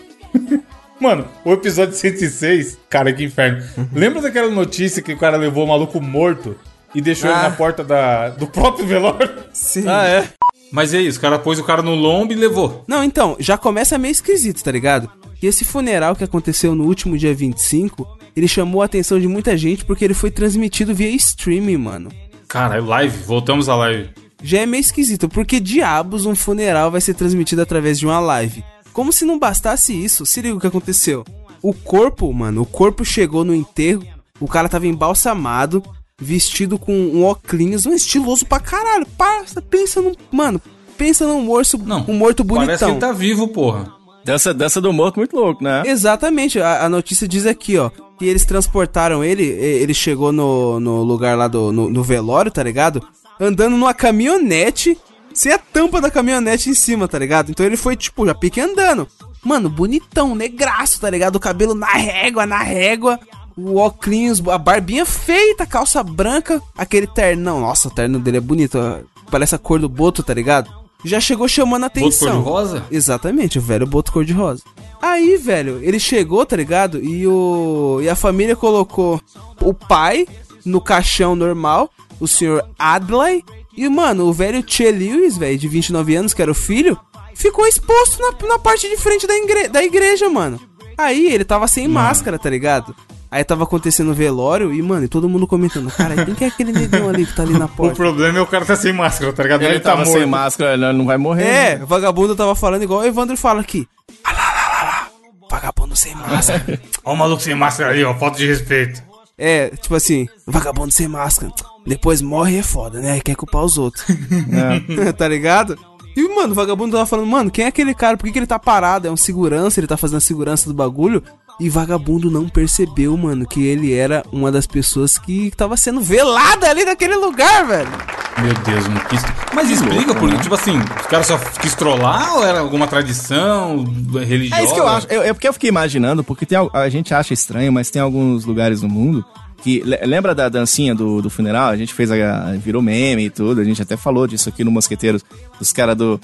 [SPEAKER 1] Mano, o episódio 106, cara, que inferno. Lembra daquela notícia que o cara levou o maluco morto e deixou ele
[SPEAKER 2] Ah.
[SPEAKER 1] na porta da, do próprio velório?
[SPEAKER 2] Sim.
[SPEAKER 1] é? Mas é isso, o cara pôs o cara no lombo e levou.
[SPEAKER 2] Não, então, já começa meio esquisito, tá ligado? E esse funeral que aconteceu no último dia 25, ele chamou a atenção de muita gente porque ele foi transmitido via streaming, mano.
[SPEAKER 1] Cara, é live, voltamos à live.
[SPEAKER 2] Já é meio esquisito, porque diabos um funeral vai ser transmitido através de uma live. Como se não bastasse isso, se liga o que aconteceu. O corpo, mano, o corpo chegou no enterro, o cara tava embalsamado, vestido com um óculos, um estiloso pra caralho. Passa, pensa num. Mano, pensa num urso,
[SPEAKER 1] Não,
[SPEAKER 2] um morto
[SPEAKER 1] Parece que
[SPEAKER 2] bonitão.
[SPEAKER 1] ele tá vivo, porra.
[SPEAKER 5] Dança, dança do morto muito louco, né?
[SPEAKER 3] É.
[SPEAKER 2] Exatamente, a, a notícia diz aqui, ó, que eles transportaram ele, e- ele chegou no, no lugar lá do no, no velório, tá ligado? Andando numa caminhonete, sem a tampa da caminhonete em cima, tá ligado? Então ele foi, tipo, já pique andando. Mano, bonitão, negraço, tá ligado? O cabelo na régua, na régua. O óculos, a barbinha feita, calça branca, aquele ternão. Nossa, o terno dele é bonito, ó, parece a cor do boto, tá ligado? Já chegou chamando a
[SPEAKER 1] Outro
[SPEAKER 2] atenção.
[SPEAKER 1] cor-de-rosa?
[SPEAKER 2] Exatamente, o velho boto cor-de-rosa. Aí, velho, ele chegou, tá ligado? E o. E a família colocou o pai no caixão normal, o senhor Adlai. E, mano, o velho Che Lewis, velho, de 29 anos, que era o filho, ficou exposto na, na parte de frente da, ingre- da igreja, mano. Aí ele tava sem máscara, tá ligado? Aí tava acontecendo o velório e, mano, e todo mundo comentando, cara, quem que é aquele negão ali que tá ali na
[SPEAKER 1] O
[SPEAKER 2] porta?
[SPEAKER 1] problema é o cara tá sem máscara, tá ligado?
[SPEAKER 5] Ele,
[SPEAKER 1] Ele tá
[SPEAKER 5] tava sem
[SPEAKER 1] morto.
[SPEAKER 5] máscara, ele não vai morrer. né?
[SPEAKER 2] É, vagabundo tava falando igual o Evandro fala aqui. Ah, lá, lá, lá, lá. Vagabundo sem máscara.
[SPEAKER 1] Ó o maluco sem máscara ali, ó, falta de respeito.
[SPEAKER 2] É, tipo assim, vagabundo sem máscara. Depois morre é foda, né? Quer culpar os outros. [LAUGHS] tá ligado? E, mano, o vagabundo tava falando, mano, quem é aquele cara? Por que, que ele tá parado? É um segurança, ele tá fazendo a segurança do bagulho. E vagabundo não percebeu, mano, que ele era uma das pessoas que tava sendo velada ali naquele lugar, velho.
[SPEAKER 1] Meu Deus, não quis. Mas explica, por tipo assim, os caras só quis trollar ou era alguma tradição religiosa?
[SPEAKER 5] É isso que eu acho. Eu- é porque eu fiquei imaginando, porque tem, al- a gente acha estranho, mas tem alguns lugares no mundo que. le- Lembra da dancinha do, do funeral? A gente fez a. virou meme e tudo. A gente até falou disso aqui no Mosqueteiros, dos caras do.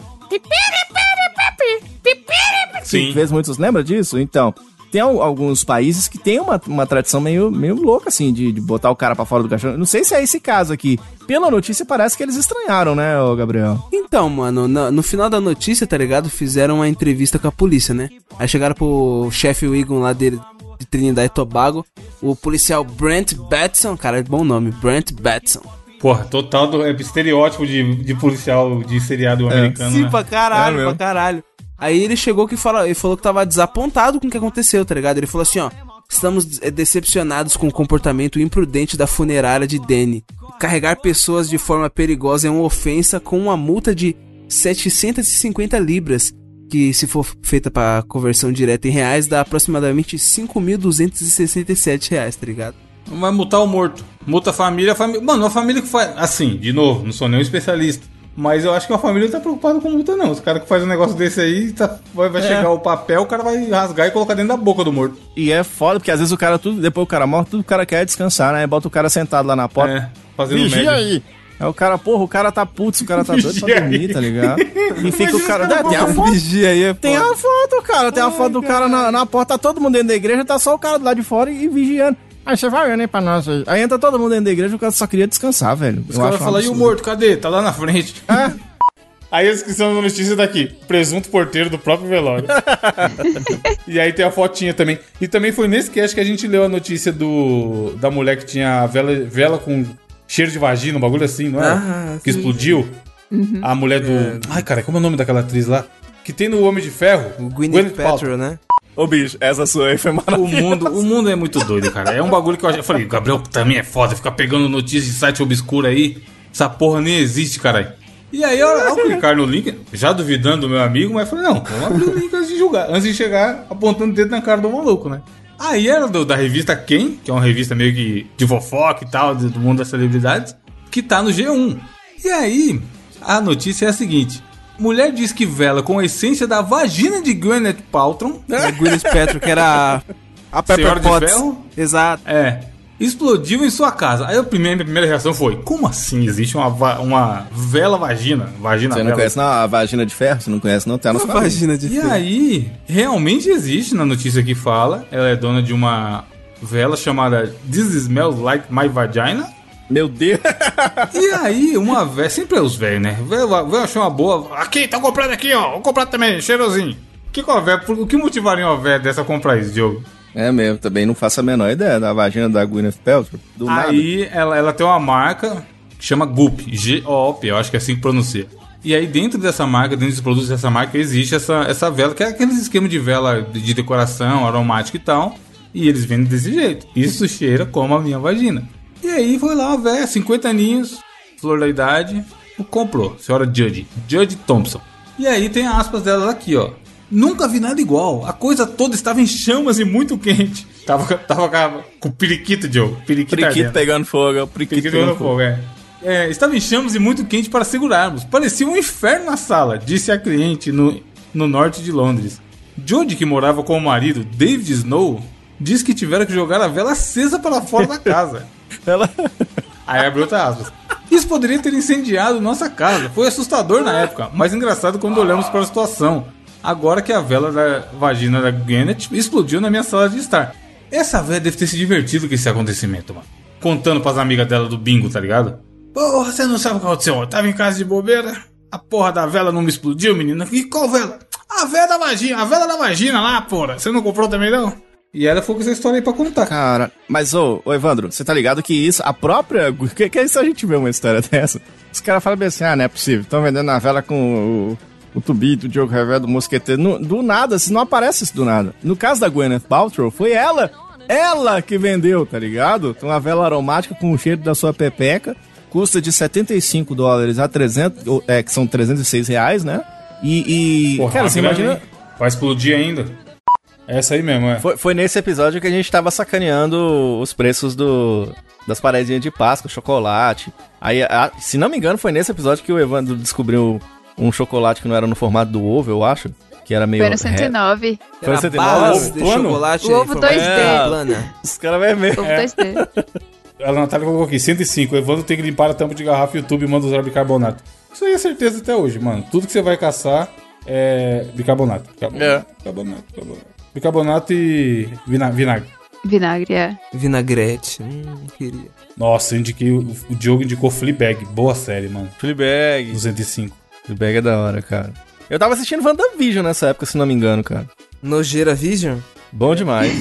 [SPEAKER 1] Sim.
[SPEAKER 5] que Fez muitos. Lembra disso? Então. Tem al- alguns países que tem uma, uma tradição meio, meio louca, assim, de, de botar o cara pra fora do caixão. Não sei se é esse caso aqui. Pela notícia, parece que eles estranharam, né, ô Gabriel?
[SPEAKER 2] Então, mano, na- no final da notícia, tá ligado? Fizeram uma entrevista com a polícia, né? Aí chegaram pro chefe Wigon lá dele, de Trinidad e Tobago, o policial Brent Batson, cara, é bom nome, Brent Batson.
[SPEAKER 1] Porra, total do é, estereótipo de, de policial de seriado americano.
[SPEAKER 2] Sim,
[SPEAKER 1] né?
[SPEAKER 2] pra caralho,
[SPEAKER 5] É
[SPEAKER 2] pra
[SPEAKER 5] mesmo.
[SPEAKER 2] caralho. Aí ele chegou que fala, ele falou que tava desapontado com o que aconteceu, tá ligado? Ele falou assim, ó, estamos eh, decepcionados com o comportamento imprudente da funerária de Danny. Carregar pessoas de forma perigosa é uma ofensa com uma multa de 750 libras, que se for feita pra conversão direta em reais, dá aproximadamente 5.267 reais, tá ligado?
[SPEAKER 1] Não Vai multar o morto. Multa a família, a família. Mano, a família que faz. Assim, de novo, não sou nenhum especialista. Mas eu acho que a família não tá preocupada com multa, não. Os caras que faz um negócio desse aí, tá- vai, vai chegar o papel, o cara vai rasgar e colocar dentro da boca do morto.
[SPEAKER 5] E é foda, porque às vezes o cara, tudo, depois o cara morre, tudo o cara quer é descansar, né? Bota o cara sentado lá na porta.
[SPEAKER 1] É, fazendo
[SPEAKER 8] Vigia
[SPEAKER 1] média.
[SPEAKER 8] aí. Aí o cara, porra, o cara tá putz, o cara tá doido
[SPEAKER 1] [LAUGHS]
[SPEAKER 8] pra
[SPEAKER 1] Vigia
[SPEAKER 8] dormir,
[SPEAKER 1] aí.
[SPEAKER 8] tá ligado? E fica o cara.
[SPEAKER 1] Imagina os
[SPEAKER 8] Tem uma
[SPEAKER 1] caras com
[SPEAKER 8] foto.
[SPEAKER 2] Vigia aí, é pô.
[SPEAKER 8] Tem a foto, cara. Tem a foto do cara na, na porta, tá todo mundo dentro da igreja, tá só o cara do lado de fora e, e vigiando. Aí você vai olhando aí pra nós. aí. Aí entra todo mundo dentro da igreja, o cara só queria descansar, velho. um
[SPEAKER 1] Os caras
[SPEAKER 3] um
[SPEAKER 1] falam, e o morto, cadê? Tá lá na frente. Aí a descrição da notícia tá aqui. Presunto porteiro do próprio [LAUGHS] velório. e aí tem a fotinha também. E também foi nesse cast que a gente leu a notícia do da mulher que tinha a vela, vela com cheiro de vagina, um bagulho assim, não é?
[SPEAKER 2] Ah,
[SPEAKER 1] que
[SPEAKER 2] sim.
[SPEAKER 1] explodiu. A mulher do... Ai, cara, como Uhum. é o nome daquela atriz lá? Que tem no Homem de Ferro.
[SPEAKER 2] O Gwyneth
[SPEAKER 1] Paltrow.
[SPEAKER 2] Paltrow, né?
[SPEAKER 5] Ô, bicho, essa sua aí foi
[SPEAKER 1] O
[SPEAKER 5] maravilhosa.
[SPEAKER 1] mundo, o mundo é muito doido, cara. É um bagulho que eu, eu falei, o Gabriel também é foda, fica pegando notícias de site obscuro aí. Essa porra nem existe, caralho. E aí, ao, ao clicar no link, já duvidando do meu amigo, mas falei, não, vamos abrir o link antes de julgar. Antes de chegar apontando o dedo na cara do maluco, né? Aí era do- da revista Quem, que é uma revista meio que de fofoca e tal, do do mundo das celebridades, que tá no G1. E aí, a notícia é a seguinte. Mulher diz que vela com a essência da vagina de Gwyneth Paltrow
[SPEAKER 2] A Gwyneth Paltrow, que era a, a
[SPEAKER 1] Senhora
[SPEAKER 2] Pepper
[SPEAKER 1] de
[SPEAKER 2] Potts.
[SPEAKER 1] Ferro?
[SPEAKER 2] Exato.
[SPEAKER 1] É. Explodiu em sua casa. Aí a primeira, minha primeira reação foi: como assim existe uma, va- uma vela vagina? Vagina
[SPEAKER 5] Você não
[SPEAKER 1] vela.
[SPEAKER 5] conhece não, a vagina de ferro? Você não conhece
[SPEAKER 8] Tá
[SPEAKER 5] não? Tem a nossa
[SPEAKER 2] Imagina de
[SPEAKER 1] E
[SPEAKER 2] ferro.
[SPEAKER 1] aí, realmente existe na notícia que fala. Ela é dona de uma vela chamada This Smells Like My Vagina.
[SPEAKER 5] Meu Deus.
[SPEAKER 1] E aí, uma vez, sempre é os velhos, né? Velho velho achou uma boa. Aqui, tá comprando aqui, ó. Vou comprar também, cheirosinho. Que que uma véia- por- o que motivaria uma velha dessa a comprar isso, Diogo?
[SPEAKER 5] É mesmo, também não faço a menor ideia da vagina da Gwyneth Paltrow. Do nada.
[SPEAKER 1] Aí ela, ela tem uma marca que chama Goop, G-O-O-P, eu acho que é assim que pronuncia. E aí dentro dessa marca, dentro dos produtos dessa marca, existe essa, essa vela, que é aqueles esquema de vela de, de decoração, aromática e tal. E eles vendem desse jeito. Isso cheira como a minha vagina. E aí foi lá, velho, 50 aninhos, flor da idade, comprou. Senhora Judge, Judge Thompson. E aí tem aspas delas aqui, ó. Nunca vi nada igual. A coisa toda estava em chamas e muito quente. Tava, com- tava com, a- com o periquito, Diogo. Periquito,
[SPEAKER 5] Priquito
[SPEAKER 1] ardendo.
[SPEAKER 5] pegando fogo, é o priquito
[SPEAKER 1] Periquito tá pegando
[SPEAKER 5] pegando fogo.
[SPEAKER 1] fogo, é. É, Estava em chamas e muito quente para segurarmos. Parecia um inferno na sala, disse a cliente no, no norte de Londres. Jodie, que morava com o marido, David Snow, disse que tiveram que jogar a vela acesa para fora da casa.
[SPEAKER 5] Ela...
[SPEAKER 1] Aí abre outra aspas. Isso poderia ter incendiado nossa casa. Foi assustador na época, mas engraçado quando olhamos para a situação. Agora que a vela da vagina da Gwyneth explodiu na minha sala de estar. Essa velha deve ter se divertido com esse acontecimento, mano. Contando pras amigas dela do bingo, tá ligado? Porra, você não sabe o que aconteceu. Eu tava em casa de bobeira. A porra da vela não me explodiu, menina. E qual vela? A vela da vagina. A vela da vagina lá, porra. Você não comprou também, não? E ela foi com essa história aí pra contar.
[SPEAKER 5] Cara, mas ô, ô Evandro, você tá ligado que isso, a própria. Que, que é isso a gente vê uma história [LAUGHS] dessa? Os caras falam bem assim: ah, não é possível, estão vendendo a vela com o, o tubinho do Diogo Revel do Mosqueteiro. No- do nada, assim, não aparece isso do nada. No caso da Gwyneth Paltrow, foi ela, ela que vendeu, tá ligado? Então, uma vela aromática com o cheiro da sua pepeca, custa de 75 dólares a 300, ou, é, que são 306 reais, né? E, e
[SPEAKER 1] Porra,
[SPEAKER 5] cara, você
[SPEAKER 1] uma
[SPEAKER 5] imagina.
[SPEAKER 1] grana, hein? Vai explodir ainda. Essa aí mesmo, é.
[SPEAKER 3] Foi, foi nesse episódio que a gente tava sacaneando os preços do, das paradinhas de Páscoa, chocolate. Aí, a- se não me engano, foi nesse episódio que o Evandro descobriu um chocolate que não era no formato do ovo, eu acho. Que era meio.
[SPEAKER 4] Foi no
[SPEAKER 3] re-
[SPEAKER 4] 109.
[SPEAKER 3] Foi no
[SPEAKER 2] Era
[SPEAKER 3] 109.
[SPEAKER 2] barras
[SPEAKER 1] ovo
[SPEAKER 2] de
[SPEAKER 1] plano?
[SPEAKER 2] chocolate.
[SPEAKER 4] O ovo
[SPEAKER 2] em formato
[SPEAKER 4] 2D.
[SPEAKER 2] de plana.
[SPEAKER 3] Os caras é vai ver.
[SPEAKER 1] É.
[SPEAKER 4] Ovo 2D.
[SPEAKER 1] A Natália colocou aqui, 105. O Evandro tem que limpar a tampa de garrafa e o YouTube manda usar bicarbonato. Isso aí é certeza até hoje, mano. Tudo que você vai caçar é bicarbonato. Bicarbonato,
[SPEAKER 3] É.
[SPEAKER 1] bicarbonato, bicarbonato. Bicarbonato e vina- vinagre.
[SPEAKER 4] Vinagre, é.
[SPEAKER 2] Vinagrete. Hum, queria.
[SPEAKER 1] Nossa, eu indiquei, o o Diogo indicou Fleabag. Boa série, mano.
[SPEAKER 3] Fleabag.
[SPEAKER 1] 205.
[SPEAKER 3] Fleabag é da hora, cara. Eu tava assistindo WandaVision nessa época, se não me engano, cara.
[SPEAKER 2] Nojeira Vision?
[SPEAKER 3] Bom demais.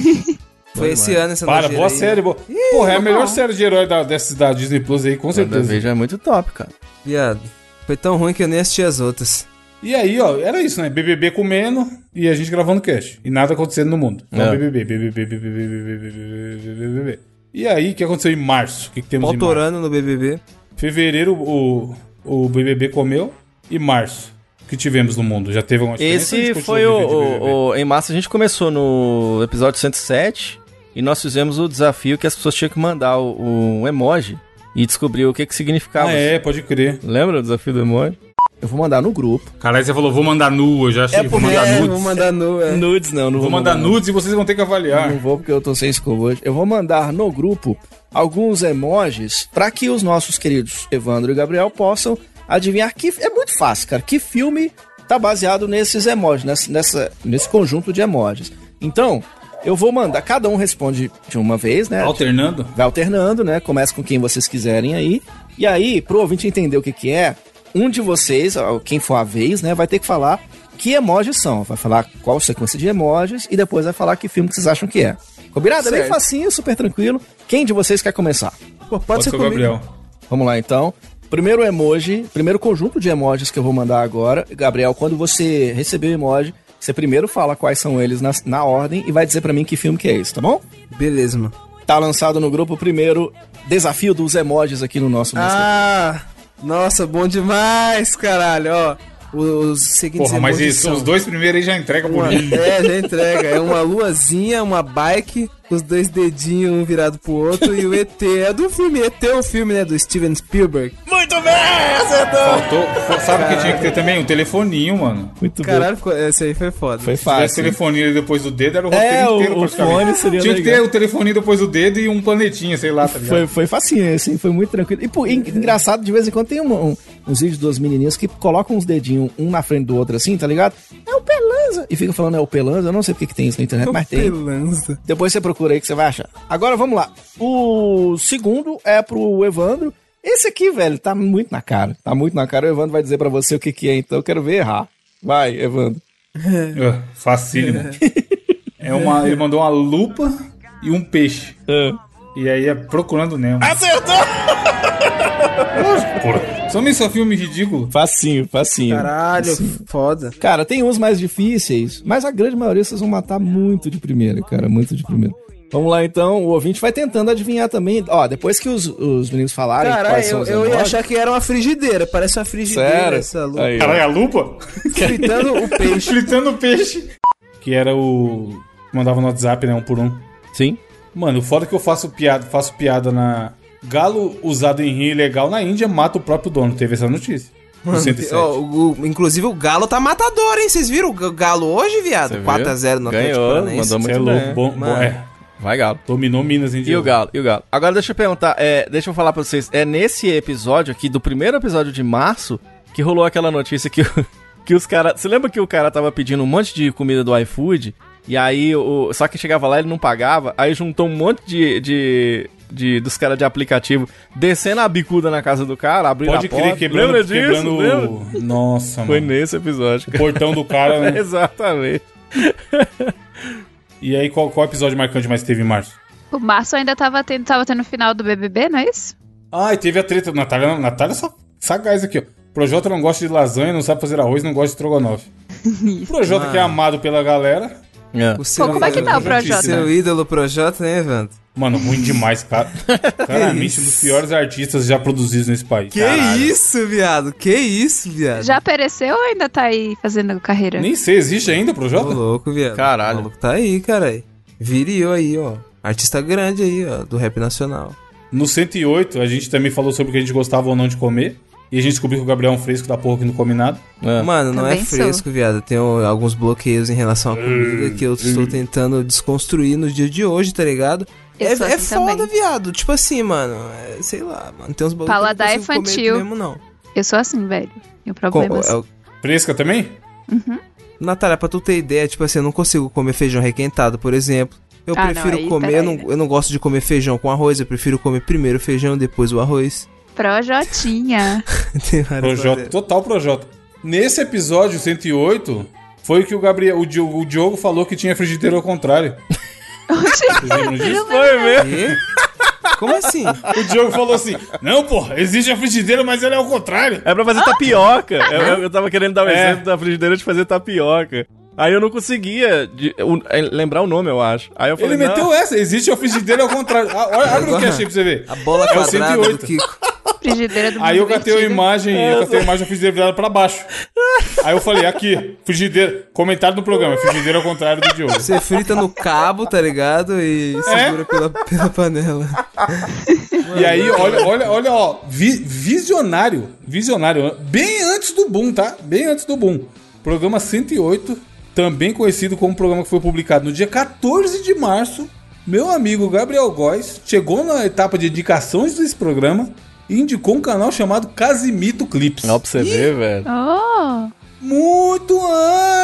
[SPEAKER 2] Foi esse ano essa
[SPEAKER 1] Para,
[SPEAKER 2] nojeira
[SPEAKER 1] boa
[SPEAKER 2] aí.
[SPEAKER 1] série. Boa. Porra, é a melhor série de herói da, dessa, da Disney Plus aí, com certeza.
[SPEAKER 3] WandaVision é muito top, cara.
[SPEAKER 2] Viado. Foi tão ruim que eu nem assisti as outras.
[SPEAKER 1] E aí, ó, era isso, né? BBB comendo e a gente gravando cast. E nada acontecendo no mundo. Então,
[SPEAKER 3] É.
[SPEAKER 1] BBB, BBB, BBB, BBB, BBB. E aí, o que aconteceu em março? O que, que temos em março?
[SPEAKER 2] Autorando no BBB.
[SPEAKER 1] Fevereiro, o, o BBB comeu. E março, o que tivemos no mundo? Já teve alguma diferença? A
[SPEAKER 3] Esse
[SPEAKER 1] gente continua
[SPEAKER 3] foi o,
[SPEAKER 1] vivendo BBB.
[SPEAKER 3] o- o- Em março a gente começou no episódio 107 e nós fizemos o desafio que as pessoas tinham que mandar o, um emoji e descobrir o que que significava.
[SPEAKER 1] Ah, é, pode crer.
[SPEAKER 3] Lembra o desafio do emoji? Eu vou mandar no grupo.
[SPEAKER 1] Caralho, você falou, vou mandar nu, eu já achei. vou mandar
[SPEAKER 3] É,
[SPEAKER 1] nudes.
[SPEAKER 3] vou mandar nu, é.
[SPEAKER 9] Nudes não, não
[SPEAKER 1] Vou mandar nudes e vocês vão ter que
[SPEAKER 3] Eu Não
[SPEAKER 1] avaliar.
[SPEAKER 3] vou porque eu tô sem escova hoje. Eu vou mandar no grupo alguns emojis pra que os nossos queridos Evandro e Gabriel possam adivinhar que é muito fácil, cara. Que filme tá baseado nesses emojis, nessa, nessa- nesse conjunto de emojis. Então, eu vou mandar, cada um responde de uma vez, né?
[SPEAKER 1] Alternando?
[SPEAKER 3] Vai alternando, né? Começa com quem vocês quiserem aí. E aí, pro ouvinte entender o que que é, um de vocês, ó, quem for a vez, né, vai ter que falar que emojis são. Vai falar qual sequência de emojis e depois vai falar que filme que vocês acham que é. Combinado? É bem
[SPEAKER 2] Certo.
[SPEAKER 3] facinho, super tranquilo. Quem de vocês quer começar?
[SPEAKER 2] Pô, pode,
[SPEAKER 1] Pode
[SPEAKER 2] ser
[SPEAKER 1] ser o
[SPEAKER 2] comigo.
[SPEAKER 1] Gabriel.
[SPEAKER 3] Vamos lá, então. Primeiro emoji, primeiro conjunto de emojis que eu vou mandar agora. Gabriel, quando você receber o emoji, você primeiro fala quais são eles na, na ordem e vai dizer pra mim que filme que é esse, tá bom?
[SPEAKER 2] Beleza, mano.
[SPEAKER 3] Tá lançado no grupo o primeiro desafio dos emojis aqui no nosso Insta.
[SPEAKER 2] Ah, nossa, bom demais, caralho, ó. Os seguintes
[SPEAKER 1] Porra, mas
[SPEAKER 2] emojis
[SPEAKER 1] isso,
[SPEAKER 2] são-
[SPEAKER 1] os dois primeiros aí já entrega por
[SPEAKER 2] Uma-
[SPEAKER 1] mim.
[SPEAKER 2] é, já entrega. É uma luazinha, uma bike, os dois dedinhos um virado pro outro e o ET. É do filme, ET é o filme, né? Do Steven Spielberg.
[SPEAKER 1] Faltou. Sabe o que tinha que ter também? Um telefoninho, mano.
[SPEAKER 3] Muito
[SPEAKER 2] Caralho, ficou- esse aí foi foda.
[SPEAKER 3] Foi
[SPEAKER 1] Se tivesse
[SPEAKER 3] fácil.
[SPEAKER 1] telefoninho depois do dedo, era o roteiro
[SPEAKER 3] É,
[SPEAKER 1] inteiro
[SPEAKER 3] o, o
[SPEAKER 1] praticamente.
[SPEAKER 3] fone seria
[SPEAKER 1] Tinha que ter
[SPEAKER 3] legal.
[SPEAKER 1] o telefoninho depois do dedo e um planetinha, sei lá, tá ligado?
[SPEAKER 3] Foi, foi facinho, assim, foi muito tranquilo. E pô, en- engraçado, de vez em quando tem um, um- uns vídeos dos menininhos que colocam uns dedinhos um na frente do outro, assim, tá ligado? É o Pelanza! E fica falando, é o Pelanza, eu não sei porque que tem isso na internet, mas tem.
[SPEAKER 2] É Pelanza.
[SPEAKER 3] Depois você procura aí que você vai achar. Agora vamos lá. O segundo é pro Evandro. Esse aqui, velho, tá muito na cara. Tá muito na cara. O Evandro vai dizer pra você o que que é, então eu quero ver errar. Vai, Evandro.
[SPEAKER 1] Ah,
[SPEAKER 3] [LAUGHS]
[SPEAKER 1] Facílimo. É uma, ele mandou uma lupa e um peixe. E aí é procurando Nemo.
[SPEAKER 3] Ah. Acertou!
[SPEAKER 1] Porra. Some só filme ridículo.
[SPEAKER 3] Facinho, facinho.
[SPEAKER 2] Caralho, foda.
[SPEAKER 3] Cara, tem uns mais difíceis, mas a grande maioria vocês vão matar muito de primeira, cara, muito de primeira. Vamos lá então, o ouvinte vai tentando adivinhar também. Ó, depois que os, os meninos falarem
[SPEAKER 2] Caralho, eu,
[SPEAKER 3] os
[SPEAKER 2] eu ia
[SPEAKER 3] emojis-
[SPEAKER 2] achar que era uma frigideira. Parece uma frigideira
[SPEAKER 3] Sério?
[SPEAKER 2] essa lua.
[SPEAKER 3] Aí, ó.
[SPEAKER 1] Caralho, é a lupa?
[SPEAKER 2] [LAUGHS] Fritando o peixe.
[SPEAKER 1] Fritando o peixe. Que era o. Mandava no WhatsApp, né? Um por um.
[SPEAKER 9] Sim.
[SPEAKER 1] Mano, o foda é que eu faço piada, faço piada na. Galo usado em rim ilegal na Índia mata o próprio dono. Teve essa notícia. No
[SPEAKER 2] Mano,
[SPEAKER 1] 107.
[SPEAKER 2] ó, o- o- inclusive o Galo tá matador, hein? Vocês viram o G- Galo hoje, viado? 4x0 no Atlético
[SPEAKER 9] Ganhou,
[SPEAKER 2] Paranaense.
[SPEAKER 9] mandou
[SPEAKER 1] Você
[SPEAKER 9] muito
[SPEAKER 1] é louco.
[SPEAKER 9] bem.
[SPEAKER 1] Bom, bom-
[SPEAKER 2] Mano.
[SPEAKER 1] é,
[SPEAKER 9] Vai, Galo.
[SPEAKER 1] dominou Minas, hein,
[SPEAKER 9] E o
[SPEAKER 1] Diego?
[SPEAKER 9] Galo, e o Galo. Agora deixa eu perguntar, é, deixa eu falar pra vocês, é nesse episódio aqui, do primeiro episódio de março, que rolou aquela notícia que, o- [LAUGHS] que os caras... Você lembra que o cara tava pedindo um monte de comida do iFood? E aí, o, só que chegava lá ele não pagava, aí juntou um monte de... de de- dos caras de aplicativo descendo a bicuda na casa do cara, abrindo
[SPEAKER 1] Pode
[SPEAKER 9] a porta.
[SPEAKER 1] crer, quebrando.
[SPEAKER 9] Lembra disso?
[SPEAKER 1] quebrando...
[SPEAKER 9] Lembra?
[SPEAKER 1] Nossa,
[SPEAKER 9] Foi
[SPEAKER 1] mano.
[SPEAKER 9] nesse episódio, [LAUGHS]
[SPEAKER 1] O
[SPEAKER 9] cara.
[SPEAKER 1] portão do
[SPEAKER 9] [LAUGHS]
[SPEAKER 1] cara, né?
[SPEAKER 9] Exatamente.
[SPEAKER 1] E aí, qual, qual episódio marcante mais teve em março?
[SPEAKER 4] O Março ainda tava tendo, tava tendo o final do BBB, não é isso?
[SPEAKER 1] Ah, e teve a treta. Natália, Natália é sa- sagaz aqui, ó. Projota não gosta de lasanha, não sabe fazer arroz, não gosta de estrogonofe. Projota que é amado pela galera.
[SPEAKER 9] É.
[SPEAKER 2] O seu
[SPEAKER 4] Pô, como é que
[SPEAKER 2] ídolo-
[SPEAKER 4] tá o Projota?
[SPEAKER 2] Seu ídolo Projota, né, Evandro?
[SPEAKER 1] Mano, ruim demais,
[SPEAKER 2] [LAUGHS]
[SPEAKER 1] cara. Claramente, um dos piores artistas já produzidos nesse país.
[SPEAKER 2] Que isso, viado? Que isso, viado?
[SPEAKER 4] Já apareceu ou ainda tá aí fazendo carreira?
[SPEAKER 1] É. Nem sei, existe ainda,
[SPEAKER 2] Ô,
[SPEAKER 1] Projota?
[SPEAKER 2] louco, viado.
[SPEAKER 9] Caralho.
[SPEAKER 2] O maluco tá aí, caralho. Viriou aí, ó. Artista grande aí, ó, do rap nacional.
[SPEAKER 1] No 108, a gente também falou sobre o que a gente gostava ou não de comer. E a gente descobriu que o Gabriel é um fresco da porra que não come nada.
[SPEAKER 9] É.
[SPEAKER 2] Mano, não é
[SPEAKER 4] Também sou.
[SPEAKER 2] fresco, viado. Eu Tenho alguns bloqueios em relação
[SPEAKER 9] É.
[SPEAKER 2] à comida que eu
[SPEAKER 9] Uhum.
[SPEAKER 2] estou tentando desconstruir nos dias de hoje, tá ligado?
[SPEAKER 4] Eu
[SPEAKER 2] é
[SPEAKER 4] sou
[SPEAKER 2] é
[SPEAKER 4] assim
[SPEAKER 2] foda,
[SPEAKER 4] também.
[SPEAKER 2] viado. Tipo assim, mano. é, sei lá, mano. Tem uns bloqueios.
[SPEAKER 4] Paladar
[SPEAKER 2] que eu não consigo comer
[SPEAKER 4] infantil.
[SPEAKER 2] Mesmo, não.
[SPEAKER 4] Eu sou assim, velho. Tenho
[SPEAKER 2] Com,
[SPEAKER 4] problemas.
[SPEAKER 2] é,
[SPEAKER 1] Fresca também?
[SPEAKER 2] Natália, pra tu ter ideia, tipo assim, eu não consigo comer feijão requentado, por exemplo. Eu
[SPEAKER 4] Ah, não,
[SPEAKER 2] prefiro
[SPEAKER 4] aí,
[SPEAKER 2] comer, eu
[SPEAKER 4] peraí,
[SPEAKER 2] não,
[SPEAKER 4] né?
[SPEAKER 2] eu não gosto de comer feijão com arroz, eu prefiro comer primeiro o feijão, depois o arroz. [LAUGHS]
[SPEAKER 1] [LAUGHS]
[SPEAKER 4] Projotinha.
[SPEAKER 2] Tem várias
[SPEAKER 1] Projota,
[SPEAKER 2] maneiras.
[SPEAKER 1] total Projota. Nesse episódio 108, foi o que o Gabriel, o Diogo, o Diogo falou que tinha frigideira ao contrário. Vocês lembram disso?
[SPEAKER 9] Foi mesmo.
[SPEAKER 2] Quê? Como assim?
[SPEAKER 1] O Diogo falou assim: Não, porra, existe a frigideira, mas ela é ao contrário.
[SPEAKER 9] É pra fazer tapioca.
[SPEAKER 1] Ah,
[SPEAKER 9] Eu,
[SPEAKER 1] é?
[SPEAKER 9] eu- eu tava querendo dar
[SPEAKER 3] um
[SPEAKER 9] o exemplo da frigideira de fazer tapioca. Aí eu não conseguia de- o- é, lembrar o nome, eu acho. Aí eu falei,
[SPEAKER 1] Ele é meteu essa, existe a frigideira ao contrário. Ah, olha, abre o que achei pra você ver.
[SPEAKER 2] A bola
[SPEAKER 1] É o
[SPEAKER 2] quadrada do
[SPEAKER 1] 108.
[SPEAKER 2] Kiko.
[SPEAKER 4] frigideira do
[SPEAKER 1] Aí
[SPEAKER 4] mundo
[SPEAKER 1] eu catei a
[SPEAKER 4] invertido.
[SPEAKER 1] imagem, eu catei a imagem da frigideira virada pra baixo. Aí eu falei, aqui, frigideira. Comentário do programa, frigideira é ao contrário do Diogo.
[SPEAKER 2] Você frita no cabo, tá ligado?
[SPEAKER 1] É?
[SPEAKER 2] E segura pela, pela panela.
[SPEAKER 1] E aí, olha, olha, olha, ó, vi- visionário, visionário, bem antes do boom, tá? Bem antes do boom. Programa 108, também conhecido como programa que foi publicado no dia 14 de março. Meu amigo Gabriel Góes chegou na etapa de indicações desse programa e indicou um canal chamado Casimito Clips.
[SPEAKER 3] Não, pra você ver, velho.
[SPEAKER 4] Oh,
[SPEAKER 1] Muito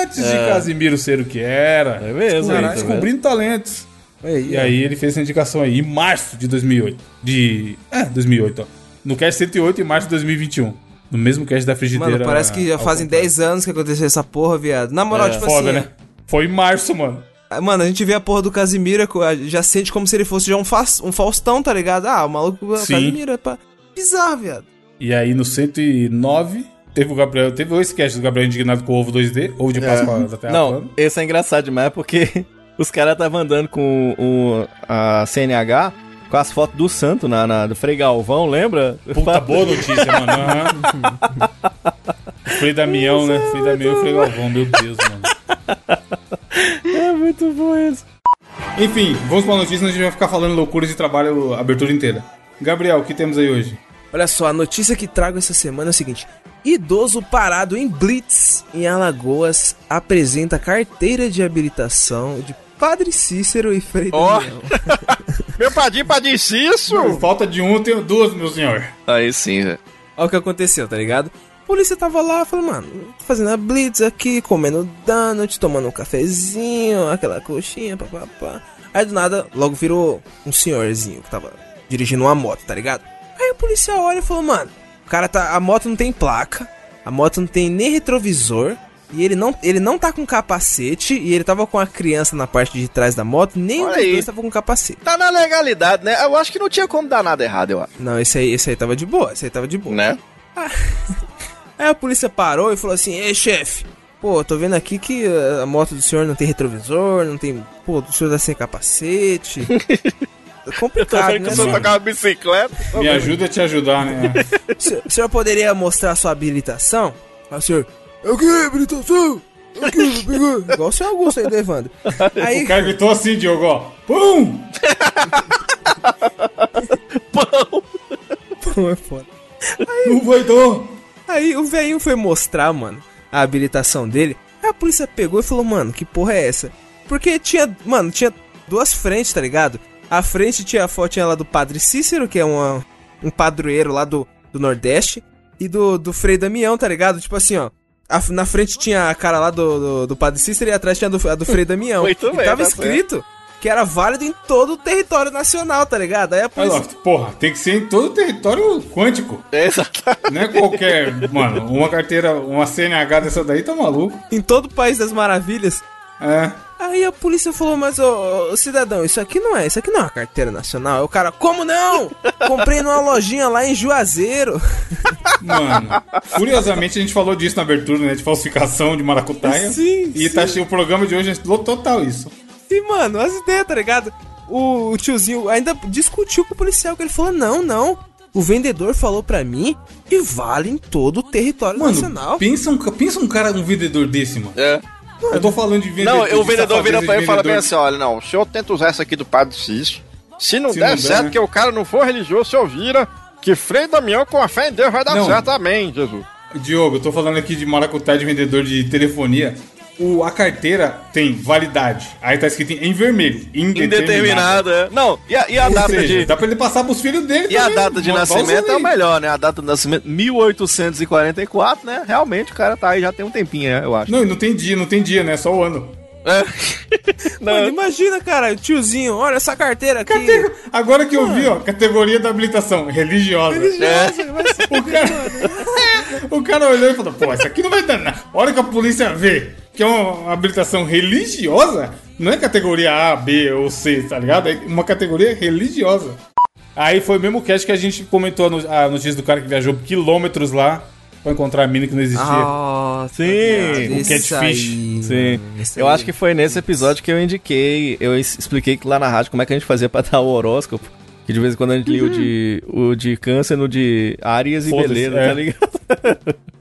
[SPEAKER 1] antes de Casimiro ser o que era.
[SPEAKER 3] É
[SPEAKER 1] Caralho,
[SPEAKER 3] mesmo, aí, tá vendo?
[SPEAKER 1] descobrindo talentos. E aí ele fez essa indicação aí em março de 2008. De. É, 2008, ó. No cast 108 e março de 2021. No mesmo cast da frigideira.
[SPEAKER 2] Mano, parece que já
[SPEAKER 1] ao
[SPEAKER 2] fazem
[SPEAKER 1] contrário.
[SPEAKER 2] 10 anos que aconteceu essa porra, viado. Na moral, tipo
[SPEAKER 1] Foda,
[SPEAKER 2] assim.
[SPEAKER 1] né? Foi em março, mano.
[SPEAKER 2] Mano, a gente vê a porra do Casimiro, é já sente como se ele fosse já um, fa- um Faustão, tá ligado? Ah, o maluco o
[SPEAKER 1] Sim.
[SPEAKER 2] Casimiro é pra... bizarro, viado.
[SPEAKER 1] E aí no 109 teve o Gabriel. Teve o sketch do Gabriel indignado com o ovo 2D. Ovo de Páscoa da Terra.
[SPEAKER 3] Não,
[SPEAKER 1] plana.
[SPEAKER 3] esse é engraçado demais porque [LAUGHS] os caras estavam andando com o, a CNH com as fotos do santo na, na- do Frei Galvão, lembra?
[SPEAKER 1] Puta boa notícia, [LAUGHS] mano. Uhum. Frei Damião, né? Frei Damião e Frei Galvão, meu Deus, mano.
[SPEAKER 3] É muito bom isso.
[SPEAKER 1] Enfim, vamos pra notícia, senão a gente vai ficar falando loucuras de trabalho a abertura inteira. Gabriel, o que temos aí hoje?
[SPEAKER 2] Olha só, a notícia que trago essa semana é o seguinte: idoso parado em Blitz em Alagoas apresenta carteira de habilitação de Padre Cícero e Frei
[SPEAKER 3] Ó.
[SPEAKER 2] Daniel.
[SPEAKER 3] Meu padinho, padinho Cício!
[SPEAKER 1] Por falta de um, eu tenho duas, meu senhor.
[SPEAKER 3] Aí sim, velho.
[SPEAKER 2] Olha o que aconteceu, tá ligado? A polícia tava lá, falou, mano, fazendo a blitz aqui, comendo donut, tomando um cafezinho, aquela coxinha, papapá. Aí do nada, logo virou um senhorzinho que tava dirigindo uma moto, tá ligado? Aí o policial olha e falou, mano, o cara tá. A moto não tem placa, a moto não tem nem retrovisor, e ele não, ele não tá com capacete, e ele tava com a criança na parte de trás da moto, nem os
[SPEAKER 3] Olha aí.
[SPEAKER 2] dois tava com capacete.
[SPEAKER 3] Tá na legalidade, né? Eu acho que não tinha como dar nada errado, eu acho.
[SPEAKER 2] Não, esse aí, esse aí tava de boa, esse aí tava de boa.
[SPEAKER 3] Né?
[SPEAKER 2] Aí a polícia parou e falou assim: Ei, chefe, pô, tô vendo aqui que eh, a moto do senhor não tem retrovisor, não tem. Pô, o senhor tá sem capacete. É complicado, né?
[SPEAKER 1] senhor
[SPEAKER 2] senhor?
[SPEAKER 1] tá
[SPEAKER 3] uma bicicleta.
[SPEAKER 1] Me ajuda a te ajudar, né?
[SPEAKER 2] O senhor- o senhor poderia mostrar sua habilitação? Aí o senhor: Eu que habilitação? Eu que, eu que. Igual o senhor Augusto aí, do Evandro. Aí,
[SPEAKER 1] O cara gritou assim, Diogo, ó. Pum!
[SPEAKER 2] [LAUGHS] pô, é foda.
[SPEAKER 1] Não vai dar.
[SPEAKER 2] Aí o velhinho foi mostrar, mano, a habilitação dele. Aí a polícia pegou e falou, mano, que porra é essa? Porque tinha, mano, tinha duas frentes, tá ligado? A frente tinha a fotinha lá do Padre Cícero, que é uma, um padroeiro lá do, do Nordeste, e do, do Frei Damião, tá ligado? Tipo assim, ó. a- na frente tinha a cara lá do, do, do Padre Cícero e atrás tinha a do, a do
[SPEAKER 3] [LAUGHS]
[SPEAKER 2] Frei Damião.
[SPEAKER 3] Muito
[SPEAKER 2] e
[SPEAKER 3] bem,
[SPEAKER 2] tava
[SPEAKER 3] tá
[SPEAKER 2] escrito que era válido em todo o território nacional, tá ligado? Aí a
[SPEAKER 1] Aí,
[SPEAKER 2] polícia.
[SPEAKER 1] ó, porra, tem que ser em todo o território quântico.
[SPEAKER 3] Exatamente.
[SPEAKER 1] Não é qualquer. Mano, uma carteira, uma CNH dessa daí tá maluco.
[SPEAKER 2] Em todo o País das Maravilhas,
[SPEAKER 1] É.
[SPEAKER 2] Aí a polícia falou, mas ô, ô, cidadão, isso aqui não é, isso aqui não é uma carteira nacional. Aí o cara, como não? Comprei numa lojinha lá em Juazeiro. [LAUGHS]
[SPEAKER 1] Mano, curiosamente a gente falou disso na abertura, né? De falsificação de maracutaia.
[SPEAKER 2] Sim,
[SPEAKER 1] E tá, o programa de hoje é total isso.
[SPEAKER 2] E, mano, as ideias, tá ligado? O, o tiozinho ainda discutiu com o policial, que ele falou, não, não. O vendedor falou pra mim que vale em todo o território nacional.
[SPEAKER 1] Mano, pensa um, ca- pensa um cara, um vendedor desse, mano.
[SPEAKER 10] É.
[SPEAKER 1] Eu tô falando de vendedor.
[SPEAKER 10] Não, o
[SPEAKER 1] de
[SPEAKER 10] vendedor vira pra
[SPEAKER 1] safadeza de
[SPEAKER 10] ele e fala bem
[SPEAKER 1] vendedor.
[SPEAKER 10] assim: olha, não, o senhor tenta usar essa aqui do Padre Cício. Se não
[SPEAKER 1] Se
[SPEAKER 10] der
[SPEAKER 1] não der,
[SPEAKER 10] certo,
[SPEAKER 1] né?
[SPEAKER 10] que o cara não for religioso, o senhor vira que Frei Damião com a fé em Deus vai dar
[SPEAKER 1] Não.
[SPEAKER 10] certo. Amém, Jesus.
[SPEAKER 1] Diogo, eu tô falando aqui de maracutaia de vendedor de telefonia. O, a carteira tem validade. Aí tá escrito em vermelho. Indeterminado.
[SPEAKER 3] Indeterminada. Não, e a, e a
[SPEAKER 1] Ou
[SPEAKER 3] data
[SPEAKER 1] seja,
[SPEAKER 3] de.
[SPEAKER 1] dá pra ele passar pros filhos dele
[SPEAKER 3] E a
[SPEAKER 1] também.
[SPEAKER 3] data de
[SPEAKER 1] Uma
[SPEAKER 3] nascimento
[SPEAKER 1] pausa
[SPEAKER 3] é o
[SPEAKER 1] ali.
[SPEAKER 3] melhor, né? A data de nascimento, 1844, né? Realmente o cara tá aí já tem um tempinho, né? Eu acho.
[SPEAKER 1] Não, e não tem dia, não tem dia, né? Só o ano.
[SPEAKER 3] É.
[SPEAKER 2] Mano, imagina, cara, o tiozinho, olha essa carteira aqui.
[SPEAKER 1] Cate- Agora que eu vi, ó, categoria da habilitação, religiosa. É. O cara, [LAUGHS] o cara olhou e falou, pô, isso aqui não vai dar nada. A hora que a polícia vê que é uma habilitação religiosa, não é categoria A, B ou C, tá ligado? É uma categoria religiosa. Aí foi o mesmo cast que a gente comentou a no- a notícia do cara que viajou quilômetros lá pra encontrar a mina que não existia.
[SPEAKER 2] Ah,
[SPEAKER 3] Sim,
[SPEAKER 1] o catfish.
[SPEAKER 3] Sim. Eu acho [LAUGHS] que foi nesse episódio que eu indiquei, eu es- expliquei lá na rádio como é que a gente fazia pra dar o horóscopo. Que de vez em quando a gente lia o de, o de câncer, no de áreas e
[SPEAKER 1] Uhum. Foda-se,
[SPEAKER 3] beleza,
[SPEAKER 1] é.
[SPEAKER 3] tá ligado? [LAUGHS]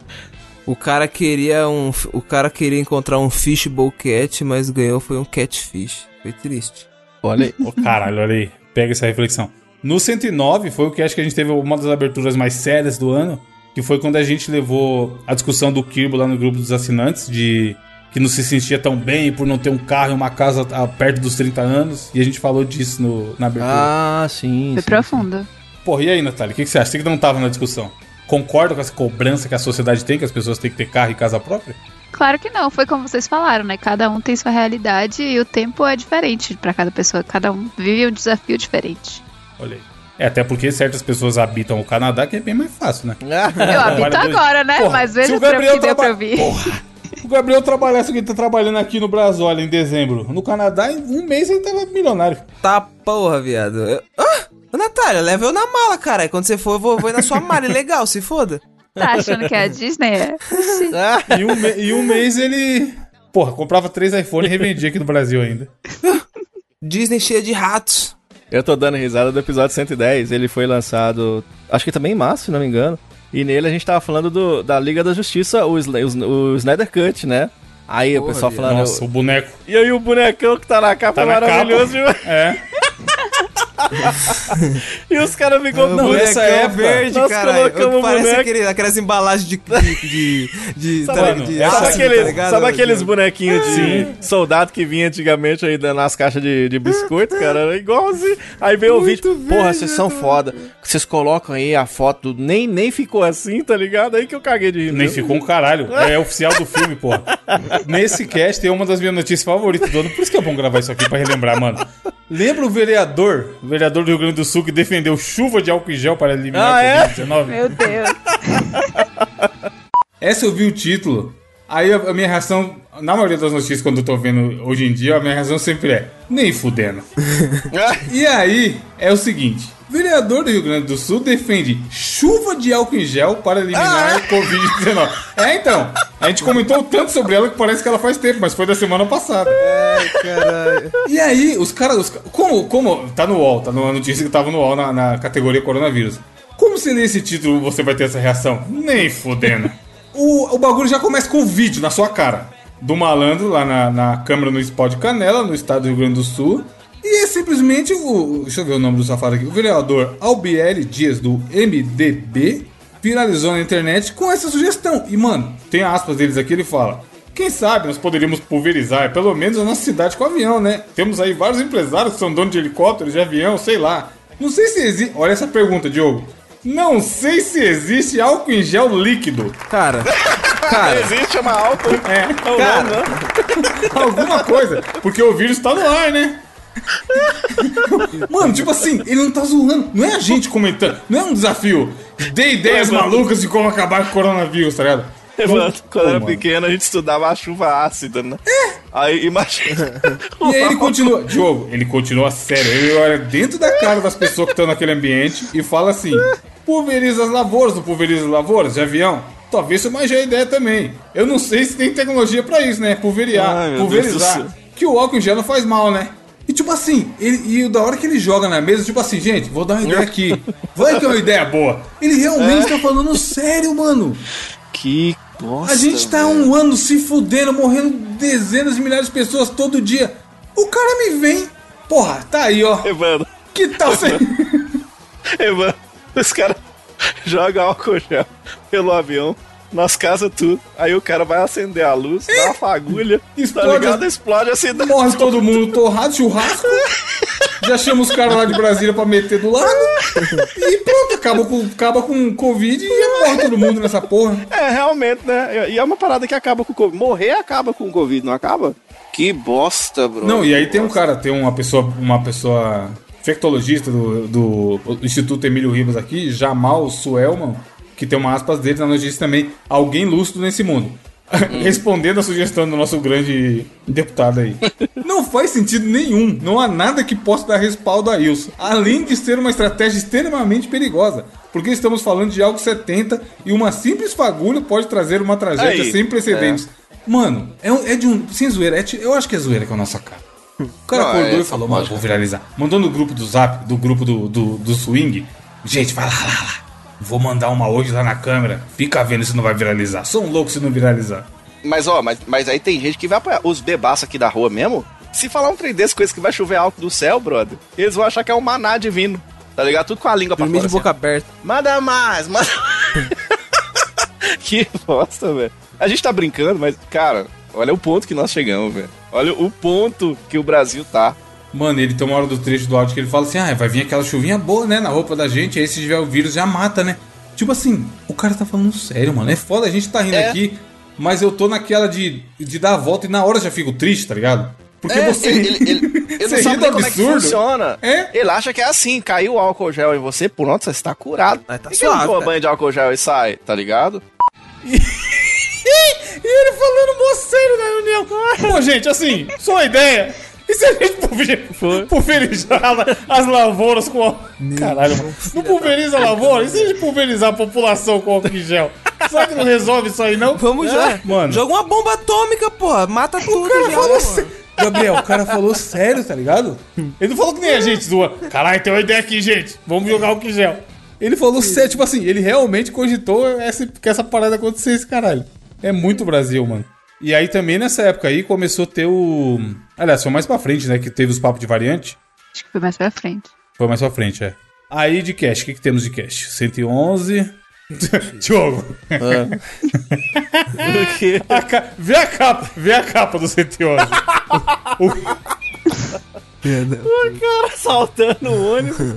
[SPEAKER 2] O cara queria um. O cara queria encontrar um fishbowl cat, mas ganhou foi um catfish. Foi triste.
[SPEAKER 3] Olha aí.
[SPEAKER 1] Ô, caralho, olha aí. Pega essa reflexão. No 109 foi o que acho que a gente teve uma das aberturas mais sérias do ano, que foi quando a gente levou a discussão do Kirbo lá no grupo dos assinantes, de que não se sentia tão bem por não ter um carro e uma casa a- perto dos 30 anos, e a gente falou disso no- na abertura.
[SPEAKER 3] Ah, sim.
[SPEAKER 4] Foi
[SPEAKER 3] sim,
[SPEAKER 4] profundo.
[SPEAKER 1] Porra, e aí, Natália, o que, que você acha? Você que não tava na discussão. Concorda com essa cobrança que a sociedade tem, que as pessoas têm que ter carro e casa própria?
[SPEAKER 4] Claro que não, foi como vocês falaram, né? Cada um tem sua realidade e o tempo é diferente pra cada pessoa. Cada um vive um desafio diferente.
[SPEAKER 1] Olha aí. É, até porque certas pessoas habitam o Canadá, que é bem mais fácil, né? [LAUGHS]
[SPEAKER 4] Eu habito
[SPEAKER 1] Trabalhadores-
[SPEAKER 4] agora, né?
[SPEAKER 1] Porra,
[SPEAKER 4] Mas
[SPEAKER 1] se
[SPEAKER 4] veja
[SPEAKER 1] o
[SPEAKER 4] o trampo
[SPEAKER 1] Gabriel
[SPEAKER 4] que deu pra
[SPEAKER 1] traba-
[SPEAKER 4] eu vir.
[SPEAKER 1] O Gabriel trabalhasse o que ele tá trabalhando aqui no Brasil, olha, em dezembro. No Canadá, em um mês ele tava milionário.
[SPEAKER 2] Tá porra, viado. Eu- Ah! Ô, Natália, leva eu na mala, cara. Quando você for, eu vou, vou ir na sua mala. Legal, se foda.
[SPEAKER 4] Tá achando que é a Disney? É.
[SPEAKER 1] E um, me- e um mês ele. Porra, comprava três iPhone e revendia aqui no Brasil ainda.
[SPEAKER 2] Disney cheia de ratos.
[SPEAKER 3] Eu tô dando risada do episódio 110. Ele foi lançado, acho que também em março, se não me engano. E nele a gente tava falando do- da Liga da Justiça, o, Sla- o, o Snyder Cut, né? Aí o
[SPEAKER 2] Porra,
[SPEAKER 3] pessoal
[SPEAKER 2] viado.
[SPEAKER 3] falando.
[SPEAKER 1] Nossa, o boneco.
[SPEAKER 3] E aí o bonecão que tá na
[SPEAKER 1] Tá
[SPEAKER 3] capa é
[SPEAKER 1] na
[SPEAKER 3] maravilhoso,
[SPEAKER 1] capa.
[SPEAKER 3] viu?
[SPEAKER 1] É.
[SPEAKER 3] [LAUGHS] E os caras ficam
[SPEAKER 2] O
[SPEAKER 1] Não,
[SPEAKER 2] bonecão
[SPEAKER 1] essa é época,
[SPEAKER 2] é verde,
[SPEAKER 3] nós
[SPEAKER 2] cara.
[SPEAKER 3] colocamos o
[SPEAKER 2] Parece
[SPEAKER 3] boneco-
[SPEAKER 2] aquele- aquelas embalagens de. de. de. de,
[SPEAKER 1] Sabe,
[SPEAKER 2] tá-
[SPEAKER 1] mano,
[SPEAKER 2] de
[SPEAKER 1] essa-
[SPEAKER 3] Sabe é
[SPEAKER 2] ácido,
[SPEAKER 3] aqueles,
[SPEAKER 2] tá ligado?
[SPEAKER 3] sabe aqueles bonequinhos de soldado que vinha antigamente aí nas caixas de, de biscoito, cara? Era igualzinho. Aí veio o vídeo, porra, vocês são foda. Vocês colocam aí a foto, do- nem, nem ficou assim, tá ligado? Aí que eu caguei de rir.
[SPEAKER 1] Nem
[SPEAKER 3] viu?
[SPEAKER 1] ficou um caralho. É, oficial do filme, porra. Nesse cast é uma das minhas notícias favoritas do ano. Por isso que é bom gravar isso aqui pra relembrar, mano. Lembra o vereador, o vereador do Rio Grande do Sul, que defendeu chuva de álcool em gel para eliminar
[SPEAKER 3] Ah, é?
[SPEAKER 1] o Covid-19?
[SPEAKER 4] Meu Deus.
[SPEAKER 1] Essa eu vi o título. Aí a, a minha reação, na maioria das notícias, quando eu tô vendo hoje em dia, a minha reação sempre é: nem fudendo. e aí é o seguinte: vereador do Rio Grande do Sul defende chuva de álcool em gel para eliminar o Covid-19. É então, a gente comentou tanto sobre ela que parece que ela faz tempo, mas foi da semana passada. E aí, os caras. os ca- como, como. Tá no UOL, tá numa notícia que tava no UOL na, na categoria coronavírus. Como se lê esse título você vai ter essa reação? Nem fodendo. o, o bagulho já começa com o vídeo na sua cara. Do malandro lá na, na câmera no Spot Canela, no estado do Rio Grande do Sul. E é simplesmente o. Deixa eu ver o nome do safado aqui. O vereador Albieri Dias, do MDB, viralizou na internet com essa sugestão. E, mano, tem aspas deles aqui, ele fala. Quem sabe nós poderíamos pulverizar pelo menos a nossa cidade com avião, né? Temos aí vários empresários que são donos de helicópteros, de avião, sei lá. Não sei se existe. Olha essa pergunta, Diogo. Não sei se existe álcool em gel líquido.
[SPEAKER 2] Cara. Cara.
[SPEAKER 3] Existe uma alta.
[SPEAKER 1] É, [LAUGHS] alguma coisa. Porque o vírus tá no ar, né? Mano, tipo assim, ele não tá zoando. Não é a gente comentando. Não é um desafio. Dê ideias malucas de como acabar com o coronavírus, tá ligado?
[SPEAKER 3] Quando, quando
[SPEAKER 1] Pô,
[SPEAKER 3] era
[SPEAKER 1] mano.
[SPEAKER 3] pequeno, a gente estudava a chuva ácida, né? Aí imagina.
[SPEAKER 1] E aí ele continua, [LAUGHS] Diogo, ele continua sério. Ele olha dentro da cara das pessoas que estão naquele ambiente e fala assim: pulveriza as lavouras, não pulveriza as lavouras de avião? Talvez isso mais é a ideia também. Eu não sei se tem tecnologia pra isso, né? Pulveriar,
[SPEAKER 3] Ai, meu
[SPEAKER 1] pulverizar.
[SPEAKER 3] Deus do céu.
[SPEAKER 1] Que o álcool em gel não faz mal, né? E tipo assim, ele, e da hora que ele joga na mesa, tipo assim, gente, vou dar uma ideia aqui. Vai que é uma ideia boa. Ele
[SPEAKER 3] É.
[SPEAKER 1] realmente tá falando sério, mano.
[SPEAKER 3] Que bosta.
[SPEAKER 1] A gente tá há um ano se fudendo, morrendo dezenas de milhares de pessoas todo dia. O cara me vem. Porra, tá aí, ó.
[SPEAKER 3] Evandro,
[SPEAKER 1] Que tal você.
[SPEAKER 3] Evandro, os [LAUGHS] caras jogam álcool gel pelo avião. Nós casa tudo. Aí o cara vai acender a luz, dá uma fagulha,
[SPEAKER 1] Explode
[SPEAKER 3] tá ligado?
[SPEAKER 1] a-
[SPEAKER 3] Explode a cidade.
[SPEAKER 1] Morre todo mundo torrado, churrasco. Já chama os caras lá de Brasília pra meter do lado. E pronto, acaba com, acaba com Covid e morre todo mundo nessa porra.
[SPEAKER 3] É, realmente, né? E é uma parada que acaba com o Covid. Morrer acaba com o Covid, não acaba?
[SPEAKER 7] Que bosta, bro.
[SPEAKER 1] Não, e aí tem um cara, tem uma pessoa, uma pessoa infectologista do, do Instituto Emílio Ribas aqui, Jamal Suelman, que tem uma aspas dele na notícia também, alguém lúcido nesse mundo. [LAUGHS] Respondendo a sugestão do nosso grande deputado aí. não faz sentido nenhum. Não há nada que possa dar respaldo a isso. Além de ser uma estratégia extremamente perigosa. Porque estamos falando de algo 70 e uma simples fagulha pode trazer uma tragédia
[SPEAKER 3] Aí,
[SPEAKER 1] sem precedentes. Mano, é, um- é de um. Sem zoeira, é ti- eu acho que é zoeira com a nossa cara. O cara
[SPEAKER 7] Não,
[SPEAKER 1] acordou
[SPEAKER 7] é
[SPEAKER 1] e falou, mano, vou viralizar. Mandou no grupo do Zap, do grupo do, do, do Swing. Gente, vai lá, lá, lá. Vou mandar uma hoje lá na câmera. Fica vendo se não vai viralizar. Sou um louco se não viralizar.
[SPEAKER 7] Mas, ó, mas, mas aí tem gente que vai apoiar. Os bebaços aqui da rua mesmo, se falar um trem desse, coisa que vai chover alto do céu, brother, eles vão achar que é um maná divino. Tá ligado? Tudo com a língua pra
[SPEAKER 2] Dormir
[SPEAKER 7] fora.
[SPEAKER 2] de
[SPEAKER 7] assim, ó.
[SPEAKER 2] boca aberta.
[SPEAKER 7] Manda mais, [LAUGHS] manda Que bosta, velho. A gente tá brincando, mas, cara, olha o ponto que nós chegamos, velho. Olha o ponto que o Brasil tá.
[SPEAKER 1] Mano, ele tem uma hora do trecho do áudio que ele fala assim: ah, vai vir aquela chuvinha boa, né, na roupa da gente, aí se tiver o vírus já mata, né? Tipo assim, o cara tá falando sério, mano. É foda, a gente tá rindo
[SPEAKER 7] É.
[SPEAKER 1] aqui, mas eu tô naquela de, de dar a volta e na hora já fico triste, tá ligado? Porque você.
[SPEAKER 7] É, ele, ele,
[SPEAKER 1] [LAUGHS]
[SPEAKER 7] ele,
[SPEAKER 1] Você
[SPEAKER 7] ele não
[SPEAKER 1] ri
[SPEAKER 7] sabe
[SPEAKER 1] do
[SPEAKER 7] nem como é que
[SPEAKER 1] absurdo?
[SPEAKER 7] funciona.
[SPEAKER 1] É?
[SPEAKER 7] Ele acha que é assim, caiu o álcool gel em você, pronto, você está curado.
[SPEAKER 2] Ah, tá
[SPEAKER 7] Ninguém não
[SPEAKER 2] suave,
[SPEAKER 7] toma
[SPEAKER 2] né?
[SPEAKER 7] banho de álcool gel e sai, tá ligado?
[SPEAKER 1] E ele falando mó sério na reunião. Pô, gente, assim, só uma ideia. E se a gente pulver- pulverizar as lavouras com. a- Caralho, mano. Não pulveriza a lavoura? E se a gente é pulverizar a população com álcool em gel? Será que não resolve isso aí, não? É.
[SPEAKER 2] Vamos já.
[SPEAKER 1] Mano.
[SPEAKER 2] Joga uma bomba atômica, porra. Mata tudo já, mano.
[SPEAKER 1] Gabriel, o cara falou sério, tá ligado? Ele não falou que nem a gente zoa. Caralho, tem uma ideia aqui, gente. Vamos jogar o que gel. Ele falou sério, tipo assim, ele realmente cogitou essa, que essa parada acontecesse, caralho. É muito Brasil, mano. E aí também nessa época aí começou a ter o. Aliás, foi mais pra frente, né? Que teve os papos de variante.
[SPEAKER 4] Acho que foi mais pra frente.
[SPEAKER 1] Foi mais pra frente, é. Aí de cash, o que, que temos de cash? 111. [LAUGHS] Diogo. [LAUGHS] A ca- Vê a capa, vê a capa do 111.
[SPEAKER 3] Saltando o ônibus,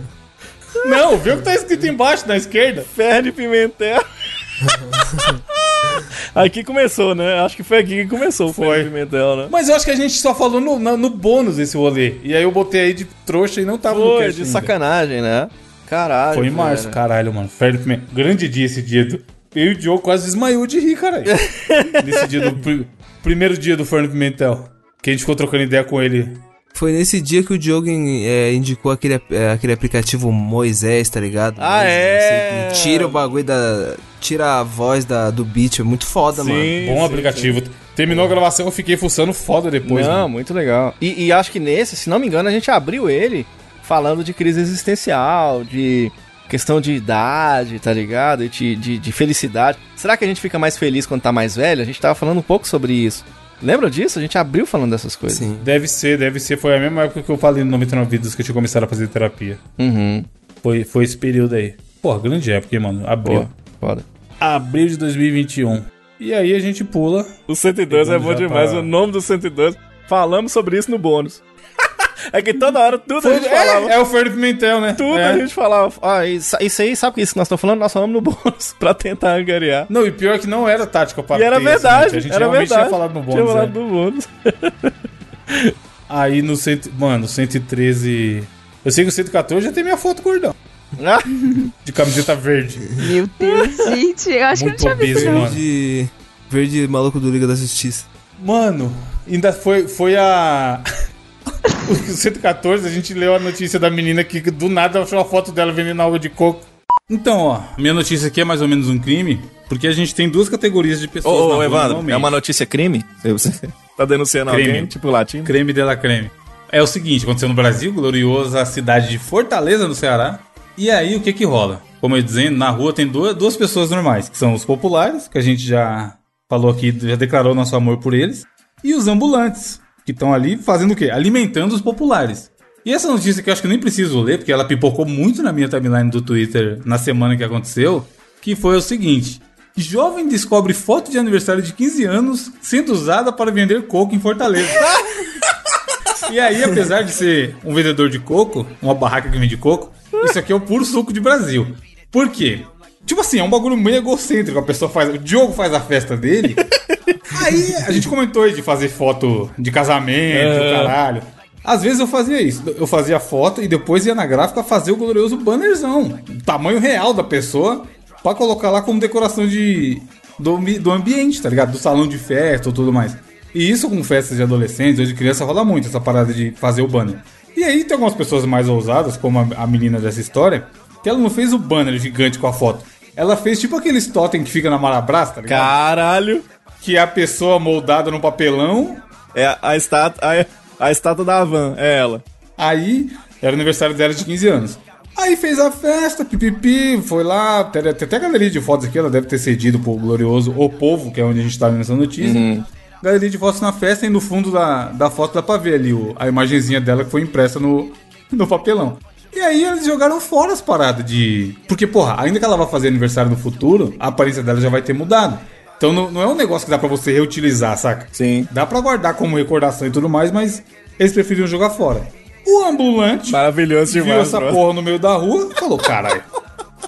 [SPEAKER 1] Não, vê o que tá escrito embaixo na esquerda.
[SPEAKER 3] Ferre Pimentel. [LAUGHS] aqui começou, né? Acho que foi aqui que começou o Ferre Pimentel, né?
[SPEAKER 1] Mas eu acho que a gente só falou no, na- no bônus esse rolê. E aí eu botei aí de trouxa e não tava no
[SPEAKER 3] Foi,
[SPEAKER 1] cast
[SPEAKER 3] de
[SPEAKER 1] ainda.
[SPEAKER 3] sacanagem, né? Caralho.
[SPEAKER 1] Foi em março,
[SPEAKER 3] velho. caralho.
[SPEAKER 1] caralho, mano. Ferro de Pimenta. Grande dia esse dia. Do... Eu e o Diogo quase desmaiou de rir,
[SPEAKER 3] [LAUGHS]
[SPEAKER 1] caralho. Nesse dia do pri- primeiro dia do Fernando Pimentel. Que a gente ficou trocando ideia com ele.
[SPEAKER 2] Foi nesse dia que o Diogo in- é, indicou aquele, ap- é, aquele aplicativo Moisés, tá ligado?
[SPEAKER 3] Ah,
[SPEAKER 2] Moisés, não
[SPEAKER 3] é.
[SPEAKER 2] sei o quê. Tira o bagulho da. Tira a voz da, do beat, é muito foda, mano.
[SPEAKER 3] Sim,
[SPEAKER 1] Bom
[SPEAKER 3] sim,
[SPEAKER 1] aplicativo. Terminou a gravação, eu fiquei fuçando foda depois.
[SPEAKER 3] não,
[SPEAKER 1] mano.
[SPEAKER 3] muito legal. E, e acho que nesse, se não me engano, a gente abriu ele falando de crise existencial, de questão de idade, tá ligado? E De, de, de felicidade. Será que a gente fica mais feliz quando tá mais velho? A gente tava falando um pouco sobre isso. Lembra disso? A gente abriu falando dessas coisas.
[SPEAKER 2] Sim.
[SPEAKER 1] Deve ser, deve ser. Foi a mesma época que eu falei no 99 Vídeos que eu tinha começado a fazer terapia.
[SPEAKER 3] Uhum.
[SPEAKER 1] Foi, foi esse período aí. Porra, grande época, hein, mano. Abril.
[SPEAKER 3] Boa. Foda.
[SPEAKER 1] Abril de 2021. E aí a gente pula.
[SPEAKER 3] O 102 é
[SPEAKER 1] Pegando
[SPEAKER 3] bom
[SPEAKER 1] já
[SPEAKER 3] demais,
[SPEAKER 1] pra-
[SPEAKER 3] o nome do 102. Falamos sobre isso no bônus. [LAUGHS] é que toda hora tudo a gente falava.
[SPEAKER 1] É, é o Fernando Pimentel, né?
[SPEAKER 3] Tudo
[SPEAKER 1] É.
[SPEAKER 3] a gente falava. Ah, isso, isso aí, sabe o que isso que nós estamos falando? Nós falamos no bônus [LAUGHS] pra tentar angariar.
[SPEAKER 1] Não, e pior que não era tática para
[SPEAKER 3] E era verdade,
[SPEAKER 1] né? A gente
[SPEAKER 3] era
[SPEAKER 1] realmente
[SPEAKER 3] verdade.
[SPEAKER 1] tinha falado no bônus.
[SPEAKER 3] Tinha falado
[SPEAKER 1] né?
[SPEAKER 3] no bônus.
[SPEAKER 1] Aí no cento... Mano, 113. Eu sei que o 114 já tem minha foto gordão.
[SPEAKER 3] Ah.
[SPEAKER 1] De camiseta
[SPEAKER 4] [LAUGHS]
[SPEAKER 1] verde.
[SPEAKER 4] Meu Deus, gente, eu acho
[SPEAKER 1] Muito
[SPEAKER 4] que eu não tinha visto,
[SPEAKER 1] obeso,
[SPEAKER 4] não.
[SPEAKER 1] mano.
[SPEAKER 2] Verde. Verde maluco do Liga da Justiça.
[SPEAKER 1] Mano, ainda foi, foi a. [LAUGHS] o 114, a gente leu a notícia da menina que do nada achou a foto dela vendendo água de coco. Então, ó, minha notícia aqui é mais ou menos um crime, porque a gente tem duas categorias de pessoas. na rua
[SPEAKER 11] é
[SPEAKER 2] é
[SPEAKER 1] normalmente.
[SPEAKER 3] notícia crime? Você tá denunciando
[SPEAKER 1] Crime.
[SPEAKER 3] tipo latino?
[SPEAKER 1] Creme de la creme. É o seguinte, aconteceu no Brasil, gloriosa cidade de Fortaleza, no Ceará. E aí, o que que rola? Como eu ia dizendo, na rua tem duas, duas pessoas normais, que são os populares, que a gente já falou aqui, já declarou nosso amor por eles, e os ambulantes, que estão ali fazendo o quê? Alimentando os populares. E essa notícia que eu acho que eu nem preciso ler, porque ela pipocou muito na minha timeline do Twitter na semana que aconteceu, que foi o seguinte: Jovem descobre foto de aniversário de 15 anos sendo usada para vender coco em Fortaleza. E aí, apesar de ser um vendedor de coco, uma barraca que vende coco, isso aqui é o puro suco de Brasil. Por quê? Tipo assim, é um bagulho meio egocêntrico. A pessoa faz. O Diogo faz a festa dele. Aí a gente comentou aí de fazer foto de casamento, caralho. Às vezes eu fazia isso. Eu fazia foto e depois ia na gráfica fazer o glorioso bannerzão. O tamanho real da pessoa. Pra colocar lá como decoração de. Do, ambi- do ambiente, tá ligado? Do salão de festa ou tudo mais. E isso com festas de adolescentes ou de criança rola muito, essa parada de fazer o banner. E aí tem algumas pessoas mais ousadas, como a, a menina dessa história, que ela não fez o banner gigante com a foto. Ela fez tipo aqueles totem que fica na Marabras, tá ligado?
[SPEAKER 3] Caralho!
[SPEAKER 1] que é a pessoa moldada no papelão.
[SPEAKER 3] É a estátua. A,
[SPEAKER 11] A estátua da Havan, é ela.
[SPEAKER 1] Aí era o aniversário dela de 15 anos. Aí fez a festa, pipipi, foi lá. Tem tem até galeria de fotos aqui, ela deve ter cedido pro glorioso O Povo, que é onde a gente tá vendo essa notícia. Galeria de fotos na festa e no fundo da, da foto dá pra ver ali o- a imagenzinha dela que foi impressa no, no papelão. E aí eles jogaram fora as paradas de. Porque, porra, ainda que ela vá fazer aniversário no futuro, a aparência dela já vai ter mudado. Então não, não é um negócio que dá pra você reutilizar, saca?
[SPEAKER 11] Sim.
[SPEAKER 1] Dá pra guardar como recordação e tudo mais, mas eles preferiram jogar fora. O ambulante
[SPEAKER 11] Maravilhoso
[SPEAKER 1] viu
[SPEAKER 11] demais,
[SPEAKER 1] essa
[SPEAKER 11] bro.
[SPEAKER 1] porra no meio da rua e falou, caralho.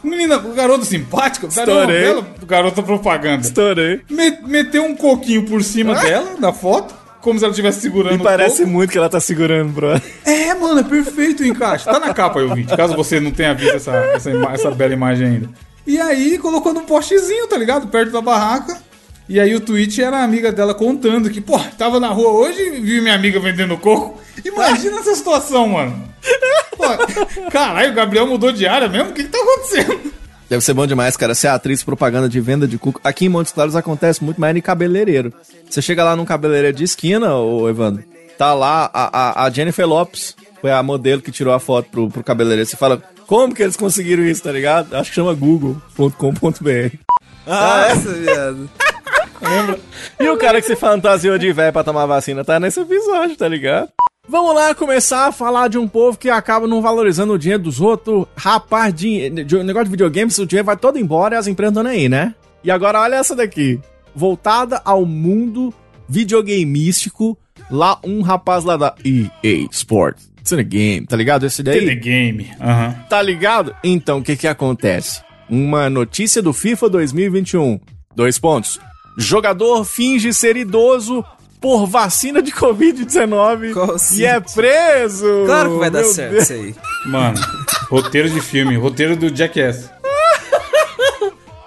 [SPEAKER 1] Menina, o garoto simpático,
[SPEAKER 11] Estourei.
[SPEAKER 1] o garoto propaganda.
[SPEAKER 11] Estourei.
[SPEAKER 1] Me- meteu um coquinho por cima dela, na foto, como se ela estivesse segurando
[SPEAKER 11] Ah. E parece
[SPEAKER 1] coco.
[SPEAKER 11] muito que ela tá segurando, bro.
[SPEAKER 1] É, mano, é perfeito o encaixe. Tá na capa aí, ouvinte, caso você não tenha visto essa, essa, ima- essa bela imagem ainda. E aí, colocou num postezinho, tá ligado? Perto da barraca. E aí o tweet era a amiga dela contando que, pô, tava na rua hoje, vi minha amiga vendendo coco. Imagina essa situação, mano. Pô, caralho, o Gabriel mudou de área mesmo? O que que tá acontecendo?
[SPEAKER 4] Deve ser bom demais, cara. Ser atriz, propaganda de venda de cuco. Aqui em Montes Claros acontece muito mais em cabeleireiro. Você chega lá num cabeleireiro de esquina, ô Evandro, tá lá a, a- a Jennifer Lopes, foi a modelo que tirou a foto pro, pro cabeleireiro. Você fala, como que eles conseguiram isso, tá ligado? Acho que chama google.com.br.
[SPEAKER 2] Nossa, viado.
[SPEAKER 4] Ah. [LAUGHS] E o cara que se fantasiou de velho pra tomar vacina tá nesse episódio, tá ligado?
[SPEAKER 3] Vamos lá começar a falar de um povo que acaba não valorizando o dinheiro dos outros. Rapaz, dinhe- de um negócio de videogames, o dinheiro vai todo embora e as empresas dando aí, né?
[SPEAKER 11] E agora olha essa daqui.
[SPEAKER 3] Voltada ao mundo videogameístico, lá um rapaz lá da EA Sports. It's in a game, tá ligado? Esse daí?
[SPEAKER 1] The game. Aham.
[SPEAKER 3] Tá ligado? Então, o que que acontece? Uma notícia do FIFA 2021. Dois pontos. Jogador finge ser idoso por vacina de
[SPEAKER 2] [LAUGHS]
[SPEAKER 3] Covid-19
[SPEAKER 2] Qual
[SPEAKER 3] e é
[SPEAKER 2] sentido?
[SPEAKER 3] preso.
[SPEAKER 2] Claro que vai dar
[SPEAKER 3] Meu
[SPEAKER 2] certo [LAUGHS] isso aí.
[SPEAKER 1] Mano, roteiro de filme, roteiro do Jackass.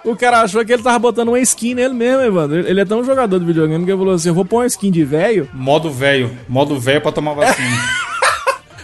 [SPEAKER 3] O cara achou que ele tava botando uma skin nele mesmo, Evandro. Ele é tão jogador de videogame que ele falou assim: eu vou pôr uma skin de velho,
[SPEAKER 1] Modo velho. Modo velho pra tomar vacina.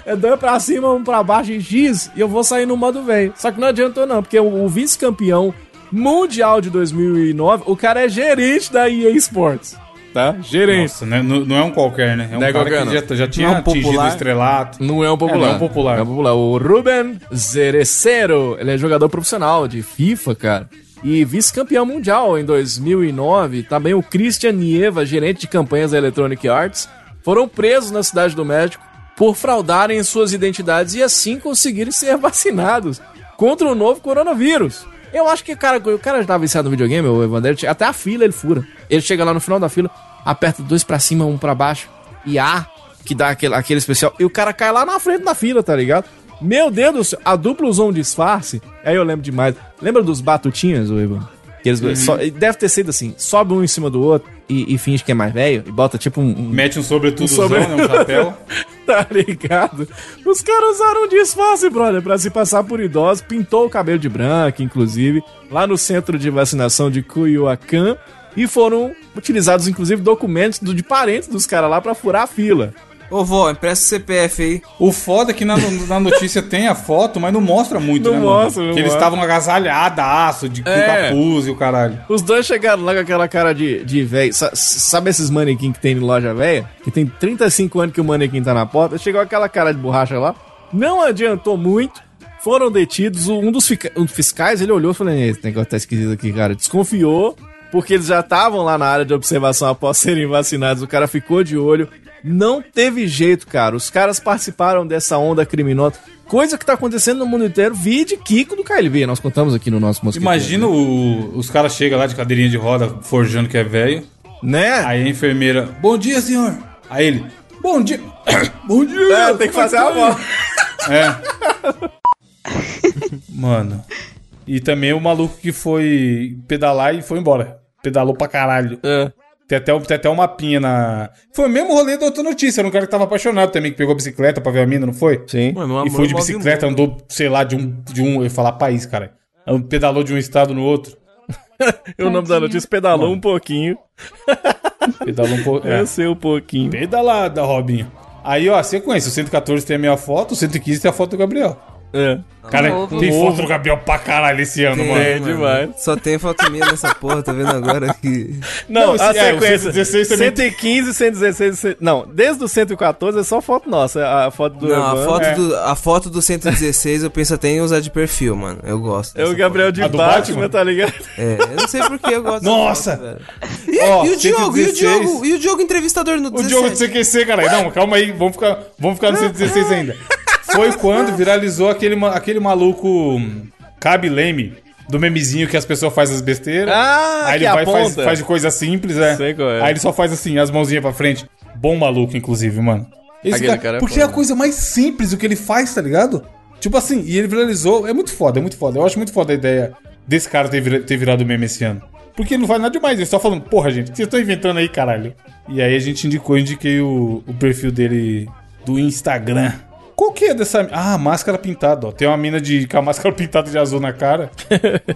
[SPEAKER 3] é dois pra cima, um pra baixo e X, e eu vou sair no modo velho. Só que não adiantou não, porque o, o vice-campeão mundial de 2009, o cara é gerente da EA Sports, tá? Gerente.
[SPEAKER 1] Nossa, né? não, não é um qualquer, né? É um
[SPEAKER 3] Não é
[SPEAKER 1] cara
[SPEAKER 3] qualquer,
[SPEAKER 1] que já, já tinha
[SPEAKER 3] Não é um
[SPEAKER 1] atingido
[SPEAKER 3] popular.
[SPEAKER 1] o estrelato.
[SPEAKER 3] Não é um popular.
[SPEAKER 1] É, não é um popular.
[SPEAKER 3] Não é um popular. O Ruben Zerecero, ele é jogador profissional de FIFA, cara. E vice-campeão mundial em 2009. Também Tá o Christian Nieva, gerente de campanhas da Electronic Arts, foram presos na cidade do México por fraudarem suas identidades e assim conseguirem ser vacinados contra o novo coronavírus. Eu acho que cara, o cara já tava viciado no videogame, o Evander, até a fila ele fura. Ele chega lá no final da fila, aperta dois pra cima, um pra baixo e A que dá aquele, aquele especial. E o cara cai lá na frente da fila, tá ligado? Meu Deus do céu, a dupla usou um disfarce. Aí eu lembro demais. Lembra dos batutinhas, ô Ivan? Que eles só- deve ter sido assim: sobe um em cima do outro e, e finge que é mais velho e bota tipo um. um-
[SPEAKER 1] Mete um sobretudozão,
[SPEAKER 3] Um sobretudo.
[SPEAKER 1] né? Um chapéu.
[SPEAKER 3] [LAUGHS] tá ligado? Os caras usaram um disfarce, brother, pra se passar por idosos. Pintou o cabelo de branco, inclusive, lá no centro de vacinação de Cuyoacan. E foram utilizados, inclusive, documentos do- de parentes dos caras lá pra furar a fila.
[SPEAKER 2] Ô, vó, empresta o CPF aí.
[SPEAKER 1] O foda é que na, na notícia tem a foto, mas não mostra muito,
[SPEAKER 3] Não
[SPEAKER 1] né?
[SPEAKER 3] mostra, não
[SPEAKER 1] Que eles
[SPEAKER 3] mostra.
[SPEAKER 1] estavam agasalhados, aço, de, com
[SPEAKER 3] É.
[SPEAKER 1] capuz e o caralho.
[SPEAKER 3] Os dois chegaram lá com aquela cara de, de velho. Sa- Sabe esses manequim que tem em loja velha? Que tem 35 anos que o manequim tá na porta. Chegou aquela cara de borracha lá. Não adiantou muito. Foram detidos. Um dos, fica- um dos fiscais, ele olhou e falou: Esse negócio tá esquisito aqui, cara. Desconfiou, porque eles já estavam lá na área de observação após [LAUGHS] serem vacinados. O cara ficou de olho. Não teve jeito, cara. Os caras participaram dessa onda criminosa. Coisa que tá acontecendo no mundo inteiro. Vide Kiko do KLB. Nós contamos aqui no nosso Mosquito.
[SPEAKER 1] Imagina o- os caras chegam lá de cadeirinha de roda, forjando que é velho.
[SPEAKER 3] Né?
[SPEAKER 1] Aí a enfermeira, bom dia, senhor. Aí ele, bom dia. [COUGHS] bom dia.
[SPEAKER 3] É, tem que fazer a voz.
[SPEAKER 1] É. Mano. E também o maluco que foi pedalar e foi embora. Pedalou pra caralho.
[SPEAKER 3] É.
[SPEAKER 1] Tem até, um- tem até um mapinha na. Foi o mesmo rolê da outra notícia. Era um cara que tava apaixonado também, que pegou a bicicleta pra ver a mina, não foi?
[SPEAKER 4] Sim.
[SPEAKER 2] Ué, meu
[SPEAKER 1] e
[SPEAKER 2] amor,
[SPEAKER 1] foi de
[SPEAKER 2] move
[SPEAKER 1] bicicleta, andou, sei lá, de um. De um eu ia falar país, cara. Um Pedalou de um estado no outro.
[SPEAKER 4] o nome da notícia pedalou um pouquinho.
[SPEAKER 1] Pedalou um pouco. é.
[SPEAKER 4] Eu sei um pouquinho.
[SPEAKER 1] Pedalada, Robinho. Aí, ó, a sequência. O 114 tem a minha foto, o 115 tem a foto do Gabriel.
[SPEAKER 2] o-
[SPEAKER 3] É.
[SPEAKER 1] Cara,
[SPEAKER 4] Ovo.
[SPEAKER 1] tem foto do Gabriel pra caralho esse ano,
[SPEAKER 2] Tem,
[SPEAKER 1] mano.
[SPEAKER 3] É, demais.
[SPEAKER 2] Só tem foto minha nessa porra, tá vendo agora que.
[SPEAKER 3] Não,
[SPEAKER 1] Não,
[SPEAKER 3] a
[SPEAKER 1] se- é, o
[SPEAKER 3] sequência.
[SPEAKER 1] 116 também-
[SPEAKER 3] 115, 116, cento- Não, desde o 114 é só foto nossa. A foto do
[SPEAKER 2] Não, a
[SPEAKER 3] Evandro.
[SPEAKER 2] foto,
[SPEAKER 1] é.
[SPEAKER 2] do, a foto do 116 eu penso até em usar de perfil, mano. Eu gosto.
[SPEAKER 3] É o
[SPEAKER 2] dessa
[SPEAKER 3] Gabriel de
[SPEAKER 1] A do
[SPEAKER 3] Batman,
[SPEAKER 1] Batman?
[SPEAKER 3] tá ligado?
[SPEAKER 2] porra. É, eu não sei por que eu gosto. dessa
[SPEAKER 1] Nossa!
[SPEAKER 2] foto, velho. e,
[SPEAKER 1] Ó,
[SPEAKER 2] e o Diogo, e o
[SPEAKER 1] 116?
[SPEAKER 2] Diogo, e o Diogo entrevistador no
[SPEAKER 1] O
[SPEAKER 2] 16?
[SPEAKER 1] Diogo do CQC, cara. Não, calma aí, vamos ficar, vamos ficar no 116 ainda. Foi quando viralizou aquele, ma- aquele maluco hum, Cabe Leme, do memezinho que as pessoas fazem as besteiras.
[SPEAKER 3] Ah,
[SPEAKER 1] aí
[SPEAKER 3] que
[SPEAKER 1] ele vai e faz,
[SPEAKER 3] aponta.
[SPEAKER 1] faz de coisa simples, é.
[SPEAKER 3] Sei qual é.
[SPEAKER 1] Aí ele só faz assim, as mãozinhas pra frente. Bom maluco, inclusive, mano. Esse
[SPEAKER 3] Aquele
[SPEAKER 1] cara,
[SPEAKER 3] cara é
[SPEAKER 1] porque
[SPEAKER 3] foda.
[SPEAKER 1] é a coisa mais simples o que ele faz, tá ligado? Tipo assim, e ele viralizou. É muito foda, é muito foda. Eu acho muito foda a ideia desse cara ter, vira- ter virado meme esse ano. Porque ele não faz nada demais, ele só falando, porra, gente, o que vocês estão inventando aí, caralho? E aí a gente indicou, eu indiquei o, o perfil dele do Instagram. Qual que é dessa. Ah, máscara pintada, ó. Tem uma mina de, com a máscara [LAUGHS] pintada de azul na
[SPEAKER 2] [LAUGHS]
[SPEAKER 1] cara.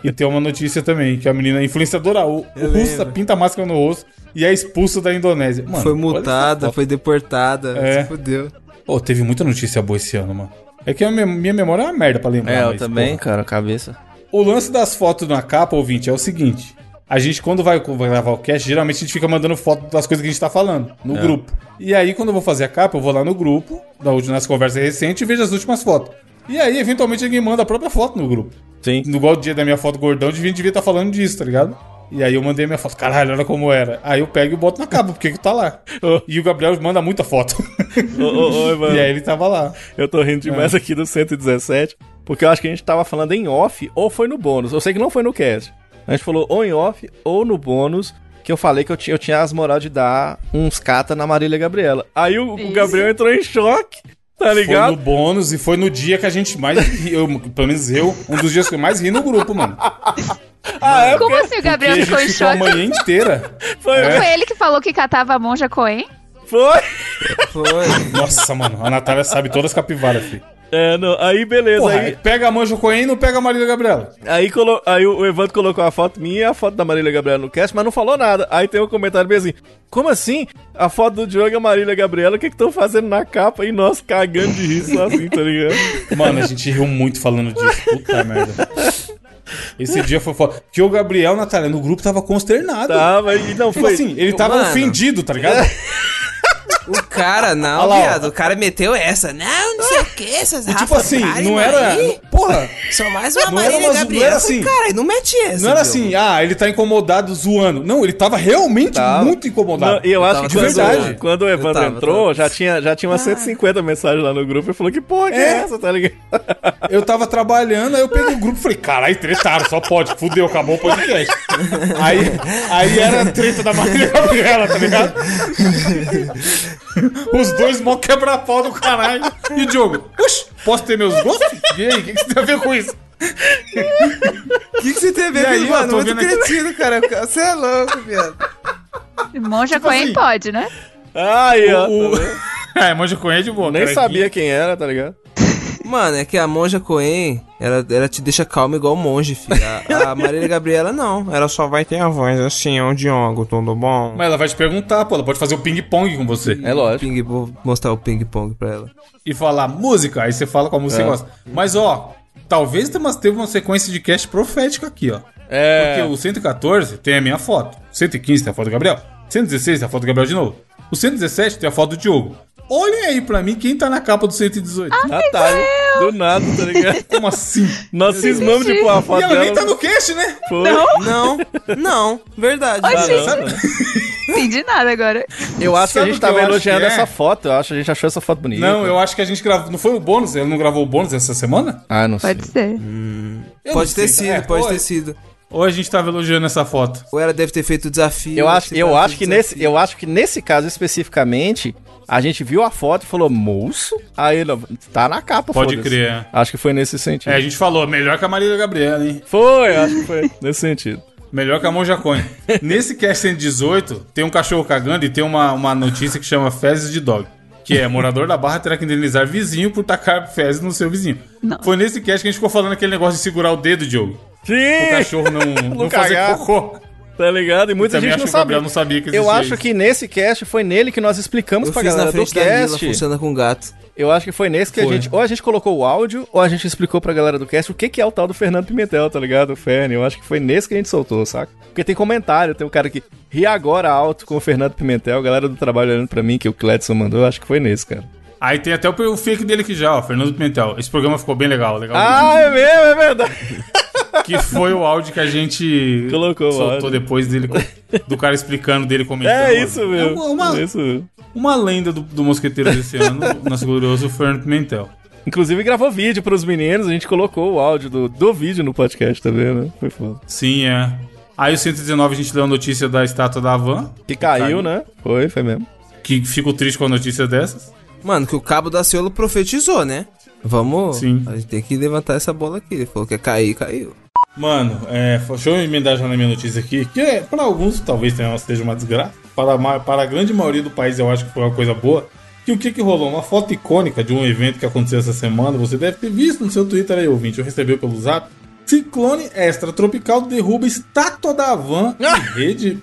[SPEAKER 1] e tem uma notícia também, que a menina é influenciadora u-
[SPEAKER 2] Eu
[SPEAKER 1] russa
[SPEAKER 2] lembro.
[SPEAKER 1] pinta a máscara no rosto e é expulsa da Indonésia. Mano,
[SPEAKER 2] Foi
[SPEAKER 1] olha
[SPEAKER 2] multada, foi deportada.
[SPEAKER 1] É.
[SPEAKER 2] Se fudeu.
[SPEAKER 1] Pô, teve muita notícia boa esse ano, mano. É que a me- minha memória é uma merda pra lembrar.
[SPEAKER 3] É, eu
[SPEAKER 1] mas,
[SPEAKER 3] também,
[SPEAKER 1] porra.
[SPEAKER 3] cara, cabeça.
[SPEAKER 1] O lance das fotos na capa, ouvinte, é o seguinte. A gente, quando vai, vai gravar o cast, geralmente a gente fica mandando foto das coisas que a gente tá falando no
[SPEAKER 3] É.
[SPEAKER 1] grupo. E aí, quando eu vou fazer a capa, eu vou lá no grupo, da última- nas conversas recentes, e vejo as últimas fotos. E aí, eventualmente, alguém manda a própria foto no grupo.
[SPEAKER 3] Sim.
[SPEAKER 1] No igual o dia da minha foto gordão, devia devia estar falando disso, tá ligado? E aí eu mandei a minha foto, caralho, olha como era. Aí eu pego e boto na capa, porque que tá
[SPEAKER 3] [LAUGHS]
[SPEAKER 1] lá. E o Gabriel manda muita foto. [LAUGHS]
[SPEAKER 3] Ô, ô, ô, Evandro,
[SPEAKER 1] E aí ele tava lá.
[SPEAKER 3] eu tô rindo demais aqui do 117, porque eu acho que a gente tava falando em off ou foi no bônus. Eu sei que não foi no cast. A gente falou ou em off ou no bônus, que eu falei que eu, tinha- eu tinha as moral de dar uns cata na Marília Gabriela. Aí o, o
[SPEAKER 4] Isso.
[SPEAKER 3] Gabriel entrou em choque, tá
[SPEAKER 1] Foi
[SPEAKER 3] ligado?
[SPEAKER 1] no bônus e foi no dia que a gente mais riu, pelo menos eu, um dos dias que eu mais ri no grupo, [LAUGHS] mano.
[SPEAKER 3] Ah, é
[SPEAKER 4] Como
[SPEAKER 3] porque
[SPEAKER 4] assim o
[SPEAKER 1] E né? a
[SPEAKER 4] Gabriel
[SPEAKER 1] gente
[SPEAKER 4] ficou em
[SPEAKER 1] ficou a
[SPEAKER 4] choque?
[SPEAKER 1] manhã inteira.
[SPEAKER 3] foi,
[SPEAKER 4] Não foi ele que falou que catava a monja Coen?
[SPEAKER 3] foi.
[SPEAKER 2] Foi.
[SPEAKER 1] Nossa, mano, a Natália sabe todas as capivaras, filho.
[SPEAKER 3] É, não, aí beleza,
[SPEAKER 1] Porra,
[SPEAKER 3] aí,
[SPEAKER 1] pega a Manjo Coen e não pega a Marília Gabriela.
[SPEAKER 3] aí, colo- aí o Evandro colocou a foto minha e a foto da Marília Gabriela no cast, mas não falou nada. Aí tem um comentário bem assim, como assim? A foto do Diogo e a Marília Gabriela, o que que estão fazendo na capa? E nós cagando de rir só assim,
[SPEAKER 1] [LAUGHS]
[SPEAKER 3] tá ligado?
[SPEAKER 1] Mano, a gente riu muito falando disso.
[SPEAKER 3] [LAUGHS]
[SPEAKER 1] Puta merda. Esse dia foi foda. Que o Gabriel, Natália, no grupo tava consternado.
[SPEAKER 3] tá, mas e não
[SPEAKER 1] Tipo
[SPEAKER 3] foi...
[SPEAKER 1] assim, ele tava
[SPEAKER 2] Mano.
[SPEAKER 1] ofendido, tá
[SPEAKER 3] [LAUGHS]
[SPEAKER 1] ligado?
[SPEAKER 2] O cara, não,
[SPEAKER 1] [LAUGHS] Olha lá, ó. É.
[SPEAKER 2] viado. O cara meteu essa. Não, não sei o que, essas
[SPEAKER 1] E,
[SPEAKER 2] Rafa
[SPEAKER 1] tipo assim,
[SPEAKER 2] Kalimann
[SPEAKER 1] não era.
[SPEAKER 2] aí,
[SPEAKER 1] Porra,
[SPEAKER 2] São mais uma
[SPEAKER 1] não era
[SPEAKER 2] Marília
[SPEAKER 1] umas- não
[SPEAKER 2] Gabriela.
[SPEAKER 1] era
[SPEAKER 2] Eu falei,
[SPEAKER 1] assim.
[SPEAKER 2] Cara, não mete essa.
[SPEAKER 1] não era
[SPEAKER 2] Diogo.
[SPEAKER 1] assim, ah, ele tá incomodado zoando. Não, ele tava realmente
[SPEAKER 3] Tava.
[SPEAKER 1] muito incomodado.
[SPEAKER 3] Não, e eu,
[SPEAKER 2] Eu
[SPEAKER 3] acho
[SPEAKER 2] tava
[SPEAKER 3] que quando,
[SPEAKER 1] zoando.
[SPEAKER 3] quando o
[SPEAKER 2] Eu
[SPEAKER 3] Evandro
[SPEAKER 2] tava,
[SPEAKER 3] entrou,
[SPEAKER 2] tava.
[SPEAKER 3] Já, tinha, já tinha umas 150 mensagens lá no grupo e falou que porra que é,
[SPEAKER 1] É.
[SPEAKER 3] essa, tá ligado?
[SPEAKER 1] Eu tava trabalhando, aí eu peguei o grupo e falei, caralho, tretaram, só pode, fudeu, acabou o
[SPEAKER 3] [LAUGHS]
[SPEAKER 1] podcast. Aí, aí era a treta da Maria Gabriela, tá ligado? Os dois mó quebra-pau do caralho. E o Diogo, oxe, posso ter meus gostos? E aí, o que, que você tem a ver com isso?
[SPEAKER 2] O que, que você teve
[SPEAKER 1] E aí,
[SPEAKER 2] aí,
[SPEAKER 1] eu
[SPEAKER 2] mano?
[SPEAKER 1] tô
[SPEAKER 2] Muito
[SPEAKER 1] vendo aqui.
[SPEAKER 2] cretino, cara. Você é louco, viado.
[SPEAKER 4] Monja Coen
[SPEAKER 1] assim,
[SPEAKER 4] pode, né?
[SPEAKER 3] Aí, ó,
[SPEAKER 1] O-
[SPEAKER 3] tá vendo?
[SPEAKER 1] [LAUGHS] É, manja com ele de boa,
[SPEAKER 3] nem
[SPEAKER 1] cara.
[SPEAKER 3] sabia quem era, tá ligado?
[SPEAKER 2] Mano, é que a monja Coen, ela, ela te deixa calmo igual monge, filho.
[SPEAKER 1] [LAUGHS]
[SPEAKER 2] A, a Marília Gabriela não. Ela só vai ter a voz assim, ó, Diogo, tudo bom?
[SPEAKER 1] Mas ela vai te perguntar, pô, ela pode fazer o ping-pong com você.
[SPEAKER 3] É lógico.
[SPEAKER 2] Ping, vou mostrar o ping-pong pra ela.
[SPEAKER 1] e falar música, aí você fala com a
[SPEAKER 2] É.
[SPEAKER 1] música que você gosta. Mas ó, talvez tenha- teve uma sequência de cast profético aqui, ó.
[SPEAKER 3] É.
[SPEAKER 1] Porque o 114 tem a minha foto, 115 tem a foto do Gabriel, 116 tem a foto do Gabriel de novo, o 117 tem a foto do Diogo. Olhem aí pra mim quem tá na capa do 118.
[SPEAKER 3] Natália, do nada, tá
[SPEAKER 1] [LAUGHS]
[SPEAKER 3] ligado?
[SPEAKER 1] Como
[SPEAKER 2] [LAUGHS]
[SPEAKER 1] assim?
[SPEAKER 3] Nós cismamos de pôr a foto
[SPEAKER 1] e ela nem
[SPEAKER 3] dela.
[SPEAKER 1] tá no cast, né?
[SPEAKER 3] Pô,
[SPEAKER 2] Não, não, verdade.
[SPEAKER 4] Oxi.
[SPEAKER 3] caramba.
[SPEAKER 4] Entendi nada agora.
[SPEAKER 3] Eu acho que a
[SPEAKER 1] Sabe
[SPEAKER 3] gente
[SPEAKER 1] o que eu
[SPEAKER 3] tava
[SPEAKER 1] acho
[SPEAKER 3] elogiando
[SPEAKER 1] que é?
[SPEAKER 3] essa foto. Eu acho, a gente achou essa foto bonita.
[SPEAKER 1] Não, eu acho que a gente gravou. Não foi o bônus? Ele não gravou o bônus essa semana?
[SPEAKER 3] Ah, não sei.
[SPEAKER 4] Pode ser.
[SPEAKER 1] Hum. Eu
[SPEAKER 2] Pode
[SPEAKER 1] não
[SPEAKER 2] ter
[SPEAKER 1] sei,
[SPEAKER 2] sido,
[SPEAKER 1] é,
[SPEAKER 2] pode
[SPEAKER 1] ou-
[SPEAKER 2] ter sido.
[SPEAKER 1] Ou a gente tava elogiando essa foto.
[SPEAKER 2] Ou ela deve ter feito o desafio.
[SPEAKER 3] Eu acho,
[SPEAKER 2] deve ter
[SPEAKER 3] eu acho que
[SPEAKER 2] feito o
[SPEAKER 3] nesse,
[SPEAKER 2] desafio.
[SPEAKER 3] eu acho que nesse caso especificamente, a gente viu a foto e falou, moço? Aí ele, tá na capa,
[SPEAKER 1] Pode
[SPEAKER 3] foda-se.
[SPEAKER 1] crer, é.
[SPEAKER 3] Acho que foi nesse sentido.
[SPEAKER 1] É, a gente falou, melhor que a Marília Gabriela, hein?
[SPEAKER 3] Foi, acho que foi [LAUGHS] nesse sentido.
[SPEAKER 1] Melhor que a Monja
[SPEAKER 3] [LAUGHS]
[SPEAKER 1] Coin. Nesse cast 118, tem um cachorro cagando e tem uma, uma notícia que chama Fezes de Dog. Que é, morador da barra terá que indenizar vizinho por tacar fezes no seu vizinho.
[SPEAKER 4] Não.
[SPEAKER 1] Foi nesse cast que a gente ficou falando aquele negócio de segurar o dedo, Diogo. O
[SPEAKER 3] [LAUGHS] Sim!
[SPEAKER 1] cachorro não, não
[SPEAKER 3] cagar.
[SPEAKER 1] fazer cocô.
[SPEAKER 8] Tá ligado? E muita
[SPEAKER 1] Também
[SPEAKER 8] gente
[SPEAKER 1] acho
[SPEAKER 8] não
[SPEAKER 1] que o Gabriel
[SPEAKER 8] sabe.
[SPEAKER 1] não sabia que existia
[SPEAKER 3] Eu acho
[SPEAKER 1] isso.
[SPEAKER 3] que nesse cast foi nele que nós explicamos
[SPEAKER 2] Eu
[SPEAKER 3] pra
[SPEAKER 2] fiz
[SPEAKER 3] galera
[SPEAKER 2] na frente
[SPEAKER 3] do
[SPEAKER 2] da Mila,
[SPEAKER 3] cast.
[SPEAKER 2] funciona com gato.
[SPEAKER 3] Eu acho que foi nesse que a
[SPEAKER 1] Foi.
[SPEAKER 3] gente. Ou a gente colocou o áudio, ou a gente explicou pra galera do cast o que, que é o tal do Fernando Pimentel, tá ligado? O Fern. Eu acho que foi nesse que a gente soltou, saca? Porque tem comentário, tem um cara que ri agora alto com o Fernando Pimentel, a galera do trabalho olhando pra mim, que o Cledson mandou, eu acho que foi nesse, cara.
[SPEAKER 1] Aí tem até o fake dele aqui já, ó, Fernando Pimentel. Esse programa ficou bem legal, legal.
[SPEAKER 3] Ah, é mesmo, é verdade.
[SPEAKER 1] Que foi o áudio que a gente
[SPEAKER 3] [LAUGHS] Colocou,
[SPEAKER 1] soltou
[SPEAKER 3] mano.
[SPEAKER 1] depois dele, do cara explicando dele comentando.
[SPEAKER 3] [LAUGHS] É isso, meu.
[SPEAKER 1] É uma- uma-
[SPEAKER 3] É isso. meu.
[SPEAKER 1] Uma lenda do, do Mosqueteiro desse ano, nosso glorioso Fernando Pimentel.
[SPEAKER 3] Inclusive gravou vídeo pros meninos, a gente colocou o áudio do, do vídeo no podcast também, né? Foi foda.
[SPEAKER 1] Sim, é. Aí o 119 a gente deu a notícia da estátua da Havan,
[SPEAKER 3] Que caiu, né? Foi, foi mesmo.
[SPEAKER 1] que fico triste com a notícia dessas.
[SPEAKER 2] Mano, que o Cabo da Ciolo profetizou, né? Vamos.
[SPEAKER 1] Sim.
[SPEAKER 2] A gente tem que levantar essa bola aqui. Ele falou que ia cair, caiu.
[SPEAKER 1] Mano, é, deixa eu emendar já na minha notícia aqui, que é, para alguns talvez tenha- seja uma desgraça, para, a ma- para a grande maioria do país eu acho que foi uma coisa boa, que o que que rolou? Uma foto icônica de um evento que aconteceu essa semana, você deve ter visto no seu Twitter aí, ouvinte, eu recebi pelo zap, ciclone extratropical derruba estátua da Havan e rede,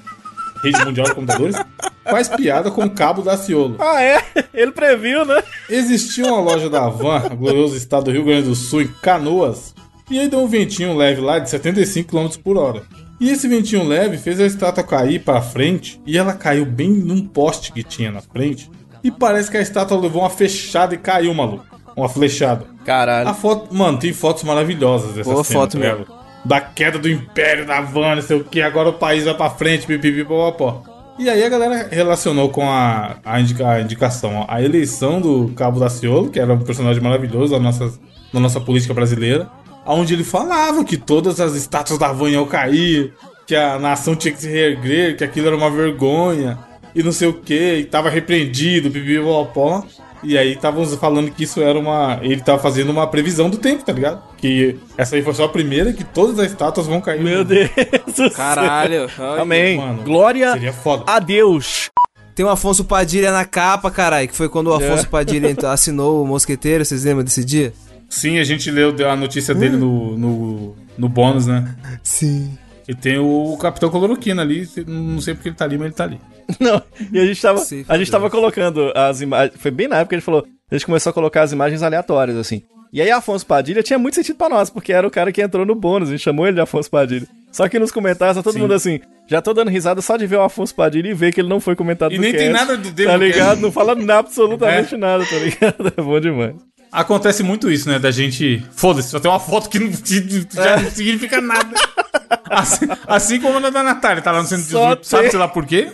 [SPEAKER 1] rede mundial de computadores, faz piada com o cabo da Ciolo.
[SPEAKER 3] Ah, é? [LAUGHS] Ele previu, né?
[SPEAKER 1] Existia uma loja da Havan, glorioso estado do Rio Grande do Sul, em Canoas, e aí deu um ventinho leve lá de 75 km por hora. E esse ventinho leve fez a estátua cair pra frente, e ela caiu bem num poste que tinha na frente, e parece que a estátua levou uma fechada e caiu, maluco. Uma flechada.
[SPEAKER 3] Caralho.
[SPEAKER 1] A
[SPEAKER 2] Ah,
[SPEAKER 1] foto, mano, tem fotos maravilhosas dessa
[SPEAKER 2] Boa
[SPEAKER 1] cena,
[SPEAKER 2] foto
[SPEAKER 1] tá
[SPEAKER 2] mesmo.
[SPEAKER 1] ligado? Da queda do império da Havana, não sei o que, agora o país vai pra frente, pipipi, popopó. E aí a galera relacionou com a, a, indica- a indicação, ó, a eleição do Cabo Daciolo, que era um personagem maravilhoso da nossa, da nossa política brasileira, onde ele falava que todas as estátuas da Havana iam cair, que a nação tinha que se reerguer, que aquilo era uma vergonha, e não sei o que, e tava repreendido, pipipi, popopó. E aí estavam falando que isso era uma. Ele tava fazendo uma previsão do tempo, tá ligado? Que essa aí foi só a primeira que todas as estátuas vão cair.
[SPEAKER 3] Meu Deus. do céu.
[SPEAKER 2] Caralho.
[SPEAKER 3] Amém.
[SPEAKER 1] Mano,
[SPEAKER 3] Glória
[SPEAKER 1] Seria foda.
[SPEAKER 3] a Deus.
[SPEAKER 2] Tem o Afonso Padilha na capa, caralho. Que foi quando o
[SPEAKER 1] É.
[SPEAKER 2] Afonso Padilha entrou- assinou o Mosqueteiro. Vocês lembram desse dia?
[SPEAKER 1] Sim, a gente leu deu a notícia dele no, no, no bônus, né?
[SPEAKER 2] Sim.
[SPEAKER 1] E tem o Capitão Coloroquina ali. Não sei porque ele tá ali, mas ele tá ali.
[SPEAKER 3] [LAUGHS] Não, e a gente tava,
[SPEAKER 2] Sim,
[SPEAKER 3] a gente tava colocando as imagens. Foi bem na época que a gente falou. A gente começou a colocar as imagens aleatórias, assim. E aí, Afonso Padilha tinha muito sentido pra nós, porque era o cara que entrou no bônus, a gente chamou ele de Afonso Padilha. Só que nos comentários tá todo mundo assim, já tô dando risada só de ver o Afonso Padilha e ver que ele não foi comentado
[SPEAKER 1] E
[SPEAKER 3] no
[SPEAKER 1] nem tem
[SPEAKER 3] cast,
[SPEAKER 1] nada do dele
[SPEAKER 3] Tá
[SPEAKER 1] no
[SPEAKER 3] ligado?
[SPEAKER 1] cast. [LAUGHS]
[SPEAKER 3] Não fala na- absolutamente nada, tá ligado? [LAUGHS] É bom demais.
[SPEAKER 1] Acontece muito isso, né? Da gente. Foda-se, só tem uma foto que não, [LAUGHS] que já não significa nada.
[SPEAKER 3] [LAUGHS]
[SPEAKER 1] Assim, assim como a da Natália, tá lá no centro de
[SPEAKER 3] Só
[SPEAKER 1] sabe
[SPEAKER 3] tem-
[SPEAKER 1] sei lá por quê?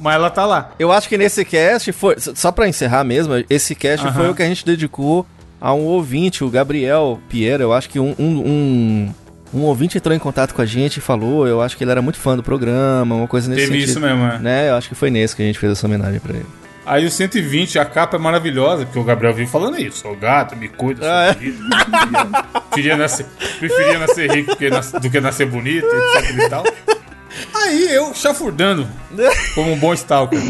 [SPEAKER 1] Mas ela tá lá.
[SPEAKER 3] Eu acho que nesse cast foi. s- Só pra encerrar mesmo, esse cast
[SPEAKER 1] Aham.
[SPEAKER 3] foi o que a gente dedicou a um ouvinte, o Gabriel Pierre. Eu acho que um, um, um, um ouvinte entrou em contato com a gente e falou. Eu acho que ele era muito fã do programa, uma coisa nesse
[SPEAKER 1] Teve
[SPEAKER 3] sentido.
[SPEAKER 1] isso mesmo, é.
[SPEAKER 3] Né? Eu acho que foi nesse que a gente fez essa homenagem pra ele.
[SPEAKER 1] Aí o 120, a capa é maravilhosa, porque o Gabriel vive falando isso. Sou gato, me cuida, sou
[SPEAKER 3] Ah, é?
[SPEAKER 1] bonito. Preferia nascer, preferia nascer rico do que nas- do que nascer bonito, etc e tal. Aí eu chafurdando, como um bom stalker,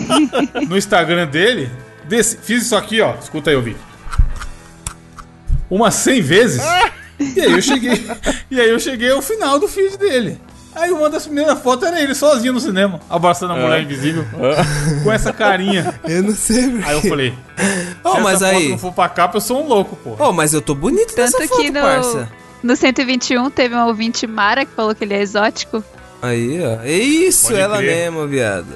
[SPEAKER 1] no Instagram dele, desci- fiz isso aqui, ó. Escuta aí, ouvinte. Umas 100 vezes. E aí eu cheguei. E aí eu cheguei ao final do feed dele. Aí uma das primeiras fotos era ele sozinho no cinema, abraçando a mulher invisível, com essa carinha.
[SPEAKER 2] Eu não sei, bro.
[SPEAKER 1] Aí eu
[SPEAKER 2] [LAUGHS]
[SPEAKER 1] falei,
[SPEAKER 2] Ô,
[SPEAKER 1] se
[SPEAKER 2] mas
[SPEAKER 1] essa foto
[SPEAKER 2] aí.
[SPEAKER 1] não for pra capa, eu sou um louco, pô.
[SPEAKER 2] Ô, mas eu tô bonito
[SPEAKER 4] Tanto
[SPEAKER 2] nessa é foto,
[SPEAKER 4] que no,
[SPEAKER 2] parça.
[SPEAKER 4] no 121 teve uma ouvinte Mara que falou que ele é exótico.
[SPEAKER 1] Hum.
[SPEAKER 2] Aí, ó. É isso,
[SPEAKER 1] Pode
[SPEAKER 2] ela
[SPEAKER 1] crer.
[SPEAKER 2] mesma, viado.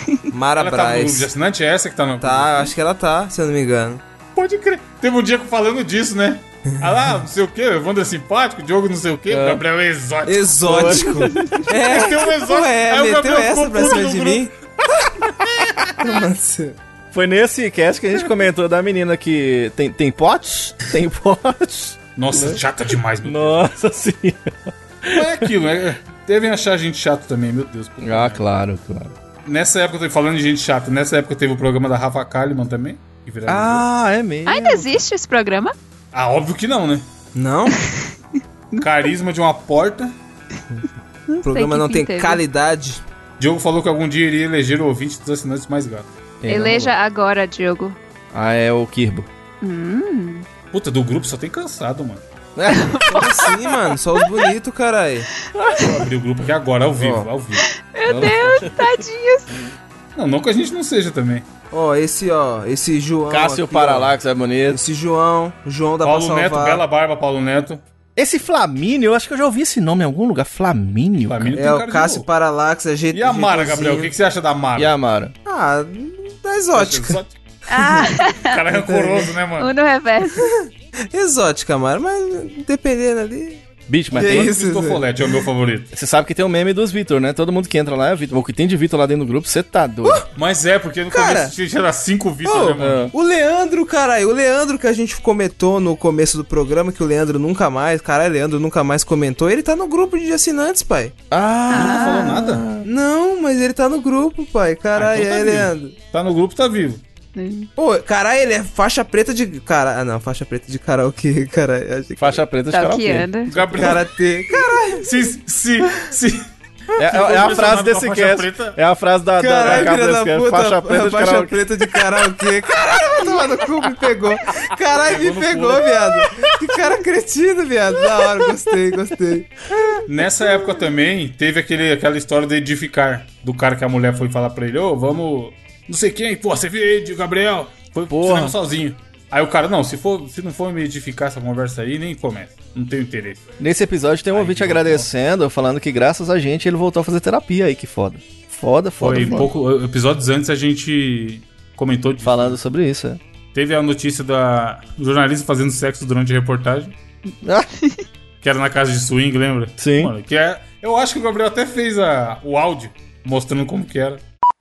[SPEAKER 1] [LAUGHS]
[SPEAKER 2] Mara
[SPEAKER 1] Ela tá no grupo
[SPEAKER 2] Braz.
[SPEAKER 1] de assinante, é essa que tá no...
[SPEAKER 2] Tá, acho que ela tá, se eu não me engano.
[SPEAKER 1] Pode crer. Teve um dia falando disso,
[SPEAKER 2] [LAUGHS]
[SPEAKER 1] né? Ah lá, não sei o quê, o Evandro é simpático, o Diogo não sei o quê, o Gabriel é exótico. [LAUGHS]
[SPEAKER 2] Exótico. É, [LAUGHS]
[SPEAKER 1] Meteu um exótico.
[SPEAKER 2] Ué,
[SPEAKER 1] Aí o
[SPEAKER 2] meteu
[SPEAKER 1] Gabriel
[SPEAKER 2] essa
[SPEAKER 1] ficou
[SPEAKER 2] pra
[SPEAKER 1] puto
[SPEAKER 2] cima
[SPEAKER 1] no
[SPEAKER 2] de
[SPEAKER 1] grupo.
[SPEAKER 2] mim? Nossa.
[SPEAKER 3] Foi nesse cast que a gente comentou da menina que. Tem, tem potes? Tem [LAUGHS] potes?
[SPEAKER 1] Nossa, chata demais, meu
[SPEAKER 3] Nossa senhora.
[SPEAKER 1] Deus. Mas é aquilo, né? Devem achar a gente chato também, meu
[SPEAKER 2] [LAUGHS]
[SPEAKER 1] Deus. pô.
[SPEAKER 3] Ah, claro, claro.
[SPEAKER 1] Nessa época, eu tô falando de gente chata, nessa época teve o programa da Rafa Kalimann também. que viralizou.
[SPEAKER 3] Ah, é mesmo.
[SPEAKER 4] Ainda existe esse programa?
[SPEAKER 1] ah, óbvio que não,
[SPEAKER 2] [LAUGHS]
[SPEAKER 1] né?
[SPEAKER 2] Não,
[SPEAKER 1] Carisma de uma porta.
[SPEAKER 2] o programa
[SPEAKER 4] que
[SPEAKER 2] não
[SPEAKER 4] fim
[SPEAKER 2] tem
[SPEAKER 4] teve.
[SPEAKER 2] qualidade.
[SPEAKER 1] Diogo falou que algum dia iria eleger o ouvinte dos né? assinantes mais gato.
[SPEAKER 3] É,
[SPEAKER 4] Eleja agora, Diogo.
[SPEAKER 3] Ah, é o Kirbo.
[SPEAKER 4] Hum,
[SPEAKER 1] Puta, do grupo só tem cansado, mano.
[SPEAKER 2] Né? Como assim, mano? Só os bonitos, caralho.
[SPEAKER 1] Deixa eu abrir o grupo aqui agora, ao vivo, ao vivo.
[SPEAKER 4] Meu Deus,
[SPEAKER 1] [LAUGHS]
[SPEAKER 4] tadinhos.
[SPEAKER 1] Não, não que a gente não seja também.
[SPEAKER 2] Ó, esse, ó, esse João.
[SPEAKER 3] Cássio
[SPEAKER 2] aqui,
[SPEAKER 3] Paralax é
[SPEAKER 2] ó.
[SPEAKER 3] bonito.
[SPEAKER 2] Esse João, João da
[SPEAKER 1] Paulo
[SPEAKER 2] pra
[SPEAKER 1] Neto,
[SPEAKER 2] salvar.
[SPEAKER 1] bela barba, Paulo Neto.
[SPEAKER 3] Esse Flamínio, eu acho que eu já ouvi esse nome em algum lugar. Flamínio?
[SPEAKER 1] Flamínio tem
[SPEAKER 2] É,
[SPEAKER 1] cara
[SPEAKER 2] o
[SPEAKER 1] de
[SPEAKER 2] Cássio
[SPEAKER 1] louco.
[SPEAKER 2] Paralax, é jeito
[SPEAKER 1] E a Mara, Gabriel? O que, que você acha da Mara?
[SPEAKER 3] E a Amara?
[SPEAKER 2] Ah, tá exótica.
[SPEAKER 1] Só-
[SPEAKER 4] Ah,
[SPEAKER 1] O cara é rancoroso, né, mano?
[SPEAKER 4] um no reverso.
[SPEAKER 2] Exótica, mano, mas dependendo ali.
[SPEAKER 3] Bicho, mas
[SPEAKER 2] E
[SPEAKER 3] tem... um-
[SPEAKER 2] aí? isso,
[SPEAKER 1] Cristofolete é o meu favorito.
[SPEAKER 3] Você sabe que tem o meme dos Vitor, né? Todo mundo que entra lá é Vitor. Mas O que tem de Vitor lá dentro do grupo, você tá doido.
[SPEAKER 1] Mas é, porque no
[SPEAKER 2] Cara.
[SPEAKER 1] começo tinha era cinco Vitor,
[SPEAKER 2] Ô,
[SPEAKER 1] né, mano?
[SPEAKER 2] O Leandro, caralho, o Leandro que a gente comentou no começo do programa, que o Leandro nunca mais, caralho, o Leandro nunca mais comentou, ele tá no grupo de assinantes, pai.
[SPEAKER 3] Ah,
[SPEAKER 1] Não falou nada?
[SPEAKER 2] Não, mas ele tá no grupo, pai, caralho,
[SPEAKER 1] Ah, então tá
[SPEAKER 2] aí,
[SPEAKER 1] vivo.
[SPEAKER 2] Leandro.
[SPEAKER 1] Tá no grupo, tá vivo.
[SPEAKER 2] Ô, caralho, ele é faixa preta de. Cara... Ah, não, faixa preta de karaokê, [LAUGHS] caralho. Achei que...
[SPEAKER 3] faixa preta de
[SPEAKER 1] um
[SPEAKER 4] Tá o que
[SPEAKER 3] karaokê.
[SPEAKER 4] anda.
[SPEAKER 1] Gabriel, [LAUGHS]
[SPEAKER 3] [LAUGHS]
[SPEAKER 2] Karatê. Caralho,
[SPEAKER 1] se, se, se,
[SPEAKER 3] É, é- é a frase desse
[SPEAKER 1] Com a faixa
[SPEAKER 3] cast.
[SPEAKER 1] preta.
[SPEAKER 3] É a frase da, da, da
[SPEAKER 2] caralho,
[SPEAKER 3] capa
[SPEAKER 2] filha
[SPEAKER 3] desse
[SPEAKER 2] da
[SPEAKER 3] cast.
[SPEAKER 2] puta.
[SPEAKER 3] Faixa preta de
[SPEAKER 2] faixa
[SPEAKER 3] karaokê.
[SPEAKER 2] preta de karaokê. Caralho, vai tomar no cu, me pegou. Caralho, me pegou, viado. Que cara cretino, viado. Da hora, gostei, gostei.
[SPEAKER 1] Nessa época também teve aquele, aquela história de edificar. Do cara que a mulher foi falar pra ele, ô, vamos. Não sei quem, pô, você viu aí, Gabriel. Foi pro
[SPEAKER 3] Porra.
[SPEAKER 1] cinema sozinho. Aí o cara, não, se, for, se não for me edificar essa conversa aí, nem começa. Não tenho interesse.
[SPEAKER 3] Nesse episódio tem um ouvinte agradecendo, falando que graças a gente ele voltou a fazer terapia aí, que foda. Foda, foda,
[SPEAKER 1] Foi
[SPEAKER 3] foda.
[SPEAKER 1] pouco. Episódios antes a gente comentou de
[SPEAKER 3] Falando sobre isso, é.
[SPEAKER 1] Teve a notícia da jornalista fazendo sexo durante a
[SPEAKER 3] [LAUGHS]
[SPEAKER 1] reportagem.
[SPEAKER 3] Ah.
[SPEAKER 1] que era na casa de swing, lembra?
[SPEAKER 3] Sim.
[SPEAKER 1] Mano, que é, eu acho que o Gabriel até fez a, o áudio mostrando como que era.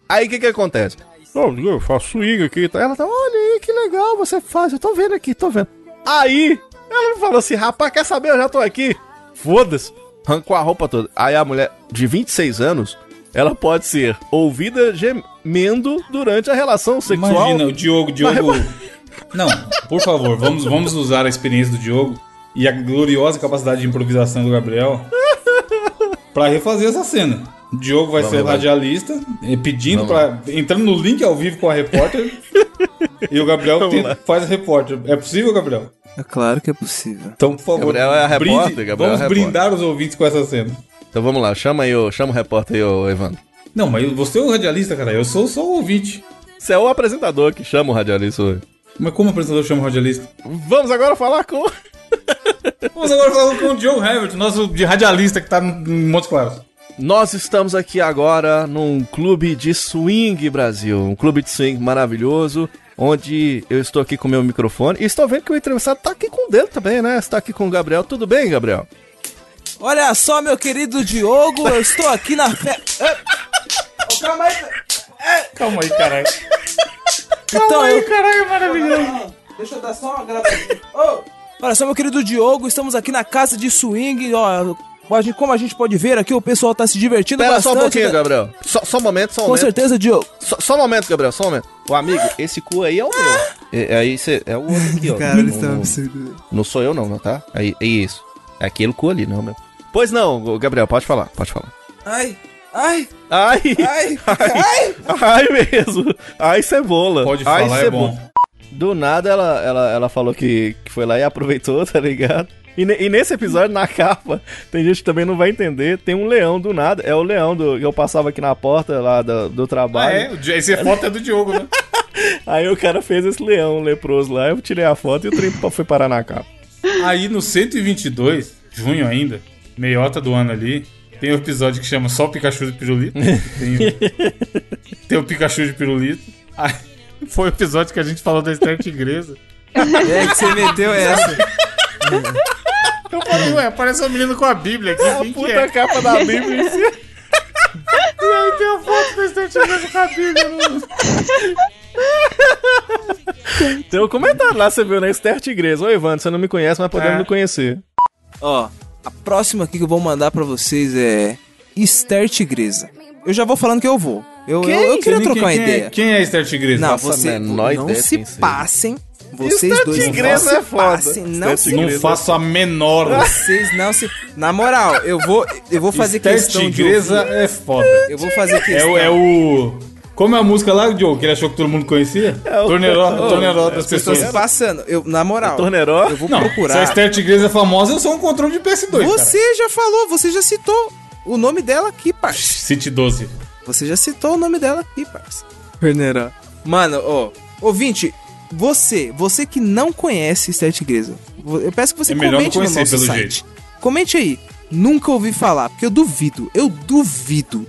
[SPEAKER 3] Aí o que que acontece?
[SPEAKER 10] Não, eu faço swing aqui e tal.
[SPEAKER 3] Ela tá, olha aí, que legal você faz, eu tô vendo aqui, tô vendo. Aí, ela falou assim, rapaz, quer saber, eu já tô aqui. Foda-se. Arrancou a roupa toda. Aí a mulher de 26 anos, ela pode ser ouvida gemendo durante a relação sexual.
[SPEAKER 1] Imagina, o Diogo, Diogo. Não, por favor, vamos, vamos usar a experiência do Diogo e a gloriosa capacidade de improvisação do Gabriel pra refazer essa cena. O Diogo vai ser o radialista, eh, pedindo para entrando no link ao vivo com a repórter. e o Gabriel tenta- faz a repórter. É possível, Gabriel?
[SPEAKER 2] É claro que é possível.
[SPEAKER 1] Então, por favor,
[SPEAKER 3] Gabriel é a repórter, Gabriel
[SPEAKER 1] vamos
[SPEAKER 3] é a repórter.
[SPEAKER 1] brindar os ouvintes com essa cena.
[SPEAKER 3] Então vamos lá, chama aí, o, chama o repórter aí, ô, Evandro.
[SPEAKER 1] Não, mas você é o radialista, cara. Eu sou só o ouvinte.
[SPEAKER 3] Você é o apresentador que chama o radialista hoje.
[SPEAKER 1] Mas como o apresentador chama o radialista?
[SPEAKER 3] Vamos agora falar com...
[SPEAKER 1] Vamos agora falar com o Diogo Herbert, nosso de radialista que tá em Montes Claros.
[SPEAKER 3] Nós estamos aqui agora num clube de swing Brasil, um clube de swing maravilhoso, onde eu estou aqui com o meu microfone e estou vendo que o entrevistado tá aqui com o dele também, né? Está aqui com o Gabriel. Tudo bem, Gabriel?
[SPEAKER 2] Olha só, meu querido Diogo, eu estou aqui na festa. Calma aí, É.
[SPEAKER 1] Calma aí, caralho.
[SPEAKER 2] então, eu...
[SPEAKER 1] Caralho, é maravilhoso.
[SPEAKER 2] Deixa eu dar só uma gravadinha. Ô! Olha só, meu querido Diogo, estamos aqui na casa de swing, ó. a gente- Como a gente pode ver aqui, o pessoal tá se divertindo
[SPEAKER 3] Espera só
[SPEAKER 2] bastante.
[SPEAKER 3] um pouquinho,
[SPEAKER 2] né?
[SPEAKER 3] Gabriel. Só, só um momento, só um
[SPEAKER 2] Com
[SPEAKER 3] momento.
[SPEAKER 2] certeza, Diogo.
[SPEAKER 3] Só, só um momento, Gabriel, só um momento. Ô, amigo, esse cu aí é o meu. É, aí você é o outro
[SPEAKER 2] [LAUGHS]
[SPEAKER 3] aqui, ó. Não- não-
[SPEAKER 2] absurdo.
[SPEAKER 3] Não sou eu não, não, tá? Aí, é isso. É aquele cu ali, não, meu. Pois não, ô, Gabriel, pode falar, pode falar.
[SPEAKER 2] Ai, ai,
[SPEAKER 3] Ai,
[SPEAKER 2] ai, ai.
[SPEAKER 3] [LAUGHS] ai mesmo. Ai, cebola.
[SPEAKER 1] Pode
[SPEAKER 3] ai,
[SPEAKER 1] falar, é
[SPEAKER 3] cebola.
[SPEAKER 1] bom.
[SPEAKER 3] Do nada ela, ela, ela falou que, que foi lá e aproveitou, [LAUGHS] tá ligado? E, ne- e nesse episódio, na [LAUGHS] capa, tem gente que também não vai entender, tem um leão do nada. É o leão do, que eu passava aqui na porta lá do, do
[SPEAKER 1] Ah,
[SPEAKER 3] trabalho.
[SPEAKER 1] é? O Di- Essa foto é do Diogo, né?
[SPEAKER 3] Aí o cara fez esse leão leproso lá, eu tirei a foto e o trem foi parar na capa.
[SPEAKER 1] [LAUGHS] Aí no 122, junho ainda, meiota do ano ali, tem um episódio que chama Só Pikachu de [LAUGHS] Pirulito. Tem o, tem o Pikachu de Pirulito. Aí, foi o episódio que a gente falou da Esther Tigresa.
[SPEAKER 2] É que você meteu essa.
[SPEAKER 1] Eu falei, ué, parece uma menina com a Bíblia. Que, quem que
[SPEAKER 3] Puta
[SPEAKER 1] é?
[SPEAKER 3] capa da Bíblia em cima.
[SPEAKER 1] E aí tem a foto da Esther Tigresa com a Bíblia. né? no-
[SPEAKER 3] Tem um comentário lá, você viu, né? Esther Tigresa. Ô, Evandro, você não me conhece, mas podemos
[SPEAKER 1] É.
[SPEAKER 3] me conhecer.
[SPEAKER 2] Ó, a próxima aqui que eu vou mandar pra vocês é Esther Tigresa. Eu já vou falando que eu vou. Eu, eu, eu queria
[SPEAKER 1] Quem-
[SPEAKER 2] trocar uma
[SPEAKER 1] quem é-
[SPEAKER 2] ideia.
[SPEAKER 1] Quem é a Esther Tigresa?
[SPEAKER 2] Não,
[SPEAKER 3] Nossa, né,
[SPEAKER 2] você
[SPEAKER 3] menor
[SPEAKER 2] não
[SPEAKER 3] ideia
[SPEAKER 2] se
[SPEAKER 3] quem seja.
[SPEAKER 2] passem. Vocês
[SPEAKER 3] Esther
[SPEAKER 2] dois não
[SPEAKER 3] Tigresa
[SPEAKER 2] se
[SPEAKER 3] é foda.
[SPEAKER 2] passem, não
[SPEAKER 3] Esther
[SPEAKER 2] se
[SPEAKER 1] não
[SPEAKER 3] Tigresa.
[SPEAKER 1] faço a menor.
[SPEAKER 2] Vocês não se. Na moral, eu vou, eu vou fazer
[SPEAKER 1] Esther
[SPEAKER 2] questão de.
[SPEAKER 1] Tigresa
[SPEAKER 2] ouvir.
[SPEAKER 1] é foda.
[SPEAKER 2] Eu vou fazer
[SPEAKER 1] É
[SPEAKER 2] questão.
[SPEAKER 1] o, é o. Como é a música lá, Diogo, que ele achou que todo mundo conhecia? É, torneró, torneró das pessoas.
[SPEAKER 2] Tô passando. Eu, na moral,
[SPEAKER 3] Torneró.
[SPEAKER 2] eu vou
[SPEAKER 1] Não, se a
[SPEAKER 2] procurar.
[SPEAKER 1] Esther Tigresa é famosa, eu sou um controle de PS2, cara.
[SPEAKER 2] Você já falou, você já citou o nome dela aqui, parça.
[SPEAKER 1] City 12.
[SPEAKER 2] Você já citou o nome dela aqui, parça. Perneira. Mano, ó. Ouvinte, você, você que não conhece Sete Igreja, vo- eu peço que você
[SPEAKER 1] É melhor não
[SPEAKER 2] comente no
[SPEAKER 1] conhecer,
[SPEAKER 2] nosso
[SPEAKER 1] pelo
[SPEAKER 2] site. Comente aí. Nunca ouvi falar, porque eu duvido, eu duvido,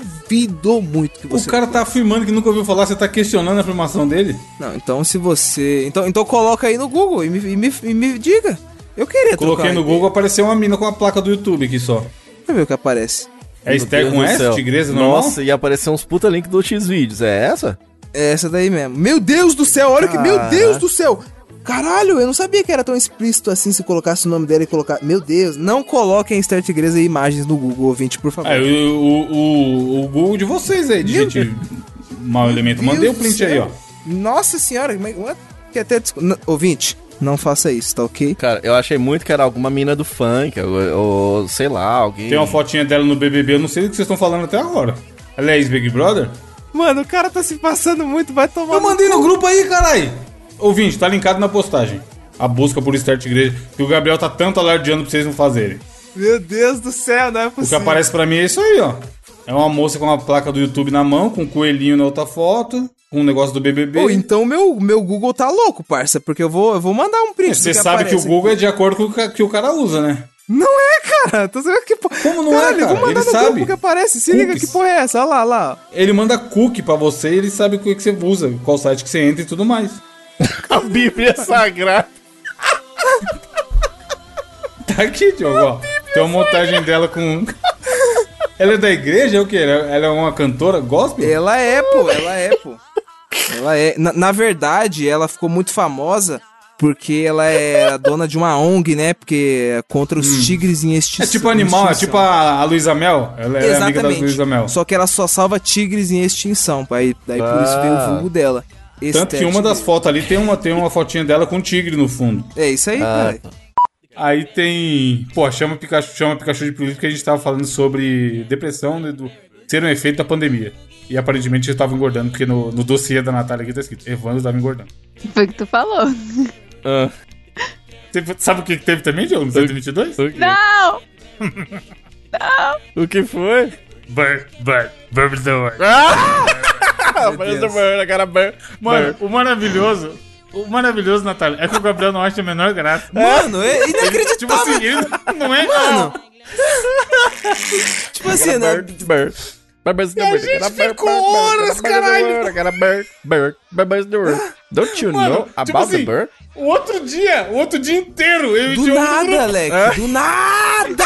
[SPEAKER 2] duvido muito que
[SPEAKER 1] O
[SPEAKER 2] você.
[SPEAKER 1] cara tá afirmando que nunca ouviu falar, você tá questionando a afirmação dele?
[SPEAKER 2] Não, então se você. Então, então coloca aí no Google e me, e me- e me diga. Eu queria
[SPEAKER 1] Coloquei
[SPEAKER 2] trocar
[SPEAKER 1] no
[SPEAKER 2] uma
[SPEAKER 1] Google, apareceu uma mina com a placa do YouTube aqui só.
[SPEAKER 2] ideia. Deixa eu ver o que aparece.
[SPEAKER 1] É Esther
[SPEAKER 3] Deus
[SPEAKER 1] com
[SPEAKER 3] do
[SPEAKER 1] S,
[SPEAKER 3] céu.
[SPEAKER 1] Tigresa, normal?
[SPEAKER 3] Nossa, e apareceu uns puta link do X-Videos. É essa?
[SPEAKER 2] É essa daí mesmo. Meu Deus do céu, olha que. Meu Deus do céu! Caralho, eu não sabia que era tão explícito assim se colocasse o nome dela e colocar. Meu Deus, não coloquem Esther Tigresa e imagens no Google, ouvinte, por favor.
[SPEAKER 1] Ah, o, o, o, o Google de vocês aí, digite mau elemento.
[SPEAKER 2] Meu
[SPEAKER 1] Mandei o
[SPEAKER 2] Deus
[SPEAKER 1] print
[SPEAKER 2] do
[SPEAKER 1] aí, ó.
[SPEAKER 2] céu. Nossa senhora, mas. what? Que até. discu- N- Ouvinte, não faça isso, tá ok?
[SPEAKER 3] Cara, eu achei muito que era alguma mina do funk, ou, ou sei lá, alguém.
[SPEAKER 1] Tem uma fotinha dela no BBB, eu não sei do que vocês estão falando até agora. Ela é ex-Big Brother?
[SPEAKER 2] Mano, o cara tá se passando muito, vai tomar.
[SPEAKER 1] Eu mandei no grupo aí, carai! Ouvinte, tá linkado na postagem. A busca por Esther Tigresa, que o Gabriel tá tanto alardeando pra vocês não fazerem.
[SPEAKER 2] Meu Deus do céu, não é
[SPEAKER 1] O que
[SPEAKER 2] possível.
[SPEAKER 1] aparece pra mim é isso aí, ó. É uma moça com uma placa do YouTube na mão, com um coelhinho na outra foto, com um negócio do BBB.
[SPEAKER 2] Pô, então meu, meu Google tá louco, parça, porque eu vou, eu vou mandar um print. do
[SPEAKER 1] Você sabe que o
[SPEAKER 2] aparece.
[SPEAKER 1] Google é de acordo com o ca- que o cara usa, né?
[SPEAKER 2] Não é, cara. Tô sabendo que porra.
[SPEAKER 1] Como não é,
[SPEAKER 2] Caralho, eu
[SPEAKER 1] cara?
[SPEAKER 2] Vou mandar
[SPEAKER 1] Ele
[SPEAKER 2] no
[SPEAKER 1] sabe.
[SPEAKER 2] grupo que aparece. Se
[SPEAKER 1] Cookies.
[SPEAKER 2] liga que porra é essa. Olha lá, olha lá.
[SPEAKER 1] Ele manda cookie pra você e ele sabe o que que você usa, qual site que você entra e tudo mais.
[SPEAKER 3] [LAUGHS] a Bíblia Sagrada.
[SPEAKER 1] Tá aqui, Diogo, ó. Tem uma montagem dela com. um- [LAUGHS] Ela é da igreja? É o quê? Ela ela é uma cantora gospel?
[SPEAKER 2] Ela é, pô. Ela é, pô. Ela é. Na, na verdade, ela ficou muito famosa porque ela é a dona de uma ONG, né? Porque é contra os
[SPEAKER 3] Hum.
[SPEAKER 2] tigres em
[SPEAKER 1] É
[SPEAKER 2] extinção.
[SPEAKER 1] tipo animal, é
[SPEAKER 2] extinção.
[SPEAKER 1] tipo a, a Luísa Mel. Ela é amiga da Luísa Mel.
[SPEAKER 2] Exatamente. Só que ela só salva tigres em extinção. Aí, daí por isso
[SPEAKER 3] Ah.
[SPEAKER 2] veio o vulgo dela. é tipo
[SPEAKER 1] Tanto que uma das fotos ali tem uma, tem uma fotinha dela com um tigre no fundo.
[SPEAKER 2] É isso aí,
[SPEAKER 3] Ah,
[SPEAKER 2] cara.
[SPEAKER 1] Aí tem. Pô, chama Pikachu, chama Pikachu de político que a gente tava falando sobre depressão né, do ser um efeito da pandemia. E aparentemente eu tava engordando, porque no, no dossiê da Natália aqui tá escrito: Evandro tava engordando.
[SPEAKER 4] Foi o que tu falou.
[SPEAKER 3] Ah,
[SPEAKER 1] Você sabe o que que teve também, Diogo, no 122?
[SPEAKER 4] Não!
[SPEAKER 3] O que foi?
[SPEAKER 1] Burn, burn, burn the world. Ah!
[SPEAKER 2] Deus.
[SPEAKER 3] cara,
[SPEAKER 1] Mano, o maravilhoso. O maravilhoso, Natália, é que o Gabriel não acha a menor graça.
[SPEAKER 2] Mano, é [LAUGHS]
[SPEAKER 1] Tipo
[SPEAKER 2] inacreditável.
[SPEAKER 1] assim, ele não é.
[SPEAKER 2] Mano. tipo assim, né?
[SPEAKER 3] ficou horas, caralho. Don't you know
[SPEAKER 1] tipo
[SPEAKER 3] about
[SPEAKER 1] assim,
[SPEAKER 3] the bird?
[SPEAKER 1] O outro dia, o outro dia inteiro, eu e o
[SPEAKER 2] Do
[SPEAKER 1] Diogo no grupo.
[SPEAKER 2] nada, Leque.
[SPEAKER 1] É.
[SPEAKER 2] Do nada!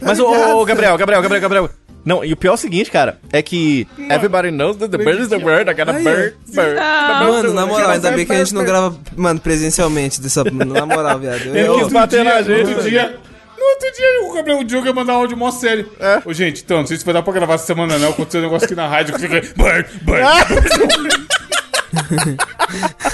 [SPEAKER 3] Mas, ô, ô, ô, Gabriel, Gabriel, Gabriel, Gabriel. Não, e o pior é o seguinte, cara, é que everybody knows that the bird is the bird, I got a
[SPEAKER 2] Aí,
[SPEAKER 3] bird, bird.
[SPEAKER 2] Mano, na moral, ainda bem que a gente não grava, mano, presencialmente dessa. Na moral, viado. Eu-
[SPEAKER 3] Ele
[SPEAKER 2] eu-
[SPEAKER 3] quis bater na
[SPEAKER 1] No
[SPEAKER 3] gente.
[SPEAKER 1] outro dia. No outro dia o Gabriel o Diogo ia mandar um áudio mó sério.
[SPEAKER 2] É.
[SPEAKER 1] Ô, gente, então, não sei se vai dar pra gravar essa semana, não. Aconteceu um negócio aqui na rádio que fica. Burn, burn.
[SPEAKER 2] [LAUGHS]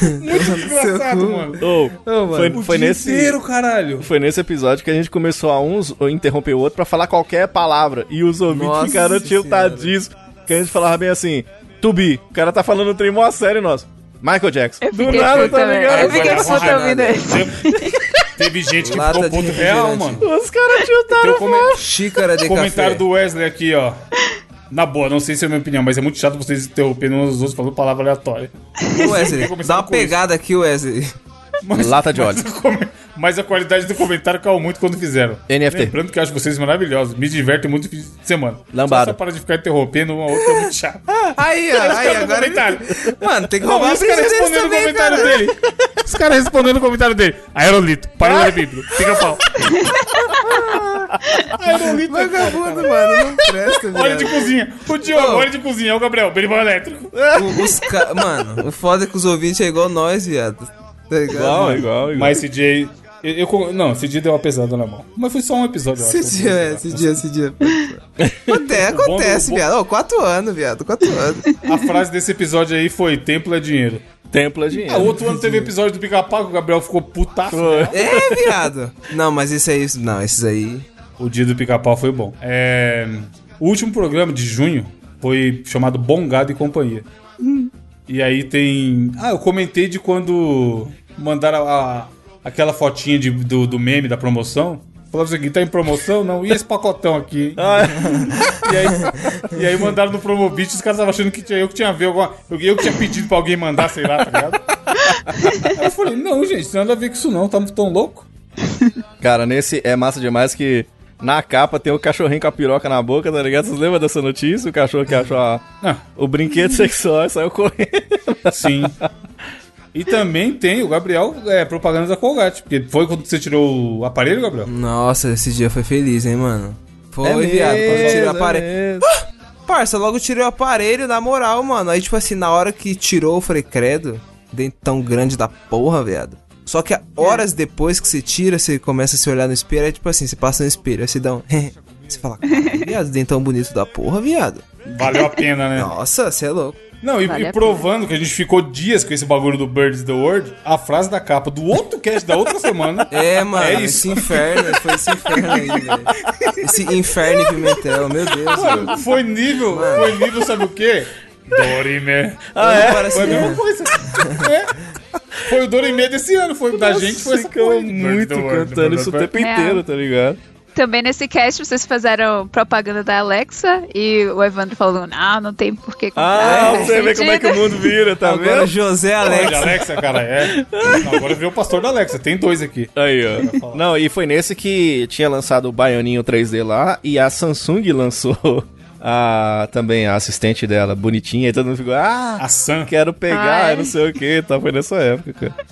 [SPEAKER 1] Muito engraçado, mano.
[SPEAKER 3] Ô, foi, foi nesse...
[SPEAKER 1] caralho.
[SPEAKER 3] Foi nesse episódio que a gente começou a uns ou interromper o outro pra falar qualquer palavra. E os ouvintes
[SPEAKER 2] Nossa
[SPEAKER 3] ficaram tiltadíssimos. Que a gente falava bem assim, Tubi, o cara tá falando um trem mó sério nosso. Michael Jackson.
[SPEAKER 4] Eu fiquei
[SPEAKER 3] tá
[SPEAKER 4] puta, velho. Eu fiquei
[SPEAKER 1] Agora,
[SPEAKER 4] puta ouvindo isso.
[SPEAKER 1] Teve gente que
[SPEAKER 2] Lata
[SPEAKER 1] ficou
[SPEAKER 2] de
[SPEAKER 1] puto real,
[SPEAKER 2] refrigerante.
[SPEAKER 1] mano.
[SPEAKER 3] Os caras tiltaram.
[SPEAKER 1] Tem um come-
[SPEAKER 2] Xícara de
[SPEAKER 1] comentário
[SPEAKER 2] café.
[SPEAKER 1] do Wesley aqui, ó. Na boa, não sei se é a minha opinião, mas é muito chato vocês interrompendo uns aos outros falando palavra aleatória.
[SPEAKER 2] Wesley, dá uma pegada aqui, Wesley.
[SPEAKER 3] Lata de óleo.
[SPEAKER 1] Come- Mas a qualidade do comentário caiu muito quando fizeram.
[SPEAKER 3] NFT.
[SPEAKER 1] Lembrando que eu acho vocês maravilhosos. Me divertem muito fim de semana.
[SPEAKER 3] Lambada.
[SPEAKER 1] Só essa para de ficar interrompendo uma outra é muito chato.
[SPEAKER 2] Aí, ó, aí,
[SPEAKER 1] Cara,
[SPEAKER 2] agora.
[SPEAKER 1] comentário.
[SPEAKER 2] Mano, tem que
[SPEAKER 1] Não,
[SPEAKER 2] roubar
[SPEAKER 1] e
[SPEAKER 2] a
[SPEAKER 1] os caras
[SPEAKER 2] brisa deles
[SPEAKER 1] respondendo o
[SPEAKER 2] também,
[SPEAKER 1] comentário
[SPEAKER 2] cara.
[SPEAKER 1] dele. Os caras respondendo o comentário dele. Aerolito, paralelepípedo, fica pau. Aerolito, é foda.
[SPEAKER 2] Vagabundo, mano, não presta,
[SPEAKER 1] Olha de
[SPEAKER 2] velho.
[SPEAKER 1] cozinha. O Diogo, olha de cozinha. É o Gabriel, beribão elétrico.
[SPEAKER 2] Os ca- Mano, o foda é que os ouvintes é igual nós, viado. Tá ligado?
[SPEAKER 3] Igual, igual, igual.
[SPEAKER 1] Mas esse dia... Eu, eu con- não, esse dia deu uma pesada na mão. Mas foi só um episódio. eu acho.
[SPEAKER 2] Esse dia, é, esse dia, esse dia. Até acontece,
[SPEAKER 1] bom-
[SPEAKER 2] viado. Ó, quatro anos, viado. Quatro anos.
[SPEAKER 1] A frase desse episódio aí foi, templo é dinheiro.
[SPEAKER 3] Templo é
[SPEAKER 1] Ah,
[SPEAKER 3] dinheiro.
[SPEAKER 1] outro ano teve episódio do pica-pau que o Gabriel ficou putaço. né?
[SPEAKER 2] É, viado. Não, mas esse aí. Não, esses aí.
[SPEAKER 1] O dia do pica-pau foi bom. É, O último programa de junho Foi chamado Bom Gado e Companhia. E aí tem. Ah, eu comentei de quando mandaram a- aquela fotinha de- do, do meme da promoção. Falava o seguinte: tá em promoção? Não. E esse pacotão aqui? hein? E aí, e aí mandaram no Promobit, os caras estavam achando que tinha eu que tinha a ver alguma. Eu, eu que tinha pedido pra alguém mandar, sei lá, tá ligado? Aí eu falei, não, gente, nada a ver com isso não, tá tão louco.
[SPEAKER 3] Cara, nesse é massa demais que na capa tem o cachorrinho com a piroca na boca, tá ligado? Vocês lembram dessa notícia? O cachorro que achou a-
[SPEAKER 1] Ah.
[SPEAKER 3] o [LAUGHS] brinquedo sexual e saiu correndo.
[SPEAKER 1] Sim. E também tem o Gabriel é, propaganda da Colgate, porque foi quando você tirou o aparelho, Gabriel?
[SPEAKER 2] Nossa, esse dia foi feliz, hein, mano? Foi,
[SPEAKER 3] É
[SPEAKER 2] viado, quando
[SPEAKER 3] mesmo,
[SPEAKER 2] tirou o
[SPEAKER 3] é
[SPEAKER 2] aparelho.
[SPEAKER 3] mesmo.
[SPEAKER 2] Parça, logo tirei o aparelho, na moral, mano. Aí, tipo assim, na hora que tirou, eu falei, credo, dentão grande da porra, viado. Só que horas depois que você tira, você começa a se olhar no espelho, aí, tipo assim, você passa no espelho, aí você dá um... [LAUGHS] você fala, "Caralho, viado, dentão bonito da porra, viado.
[SPEAKER 1] Valeu a pena, né?
[SPEAKER 2] Nossa, você é louco.
[SPEAKER 1] Não, e,
[SPEAKER 4] Vale
[SPEAKER 1] e
[SPEAKER 4] a
[SPEAKER 1] provando que a gente ficou dias com esse bagulho do Birds the World, a frase da capa do outro cast da outra semana.
[SPEAKER 2] É, mano,
[SPEAKER 1] É
[SPEAKER 2] esse
[SPEAKER 1] isso.
[SPEAKER 2] inferno, foi esse inferno aí, velho. Esse inferno em Pimentel, meu Deus. Mano.
[SPEAKER 1] Mano, foi nível, foi nível, sabe o quê? Dorime.
[SPEAKER 2] Ah, é? Parece
[SPEAKER 1] Foi a
[SPEAKER 2] que-
[SPEAKER 1] mesma coisa. É. Foi o Dorime desse ano, foi da gente, foi essa
[SPEAKER 3] Ficamos
[SPEAKER 1] coisa. Birds
[SPEAKER 3] muito
[SPEAKER 1] the World,
[SPEAKER 3] cantando isso o tempo
[SPEAKER 4] É.
[SPEAKER 3] inteiro, tá ligado?
[SPEAKER 4] [LAUGHS] Também nesse cast vocês fizeram propaganda da Alexa e o Evandro falou: Não, não tem por que comprar.
[SPEAKER 3] Ah, pra
[SPEAKER 4] não faz
[SPEAKER 3] você ver como é que o
[SPEAKER 4] sentido."
[SPEAKER 3] mundo vira, tá
[SPEAKER 2] Agora
[SPEAKER 3] vendo?
[SPEAKER 2] José
[SPEAKER 1] Olha,
[SPEAKER 2] Alex.
[SPEAKER 1] Alexa, cara, é. Não, agora virou o pastor da Alexa, tem dois aqui.
[SPEAKER 3] Aí, ó. Não, e foi nesse que tinha lançado o Baianinho 3D lá e a Samsung [LAUGHS] lançou a, também a assistente dela, bonitinha, e todo mundo ficou, ah,
[SPEAKER 1] A Sam.
[SPEAKER 3] quero pegar,
[SPEAKER 4] Ai.
[SPEAKER 3] não sei o que, tá? Foi nessa época, cara.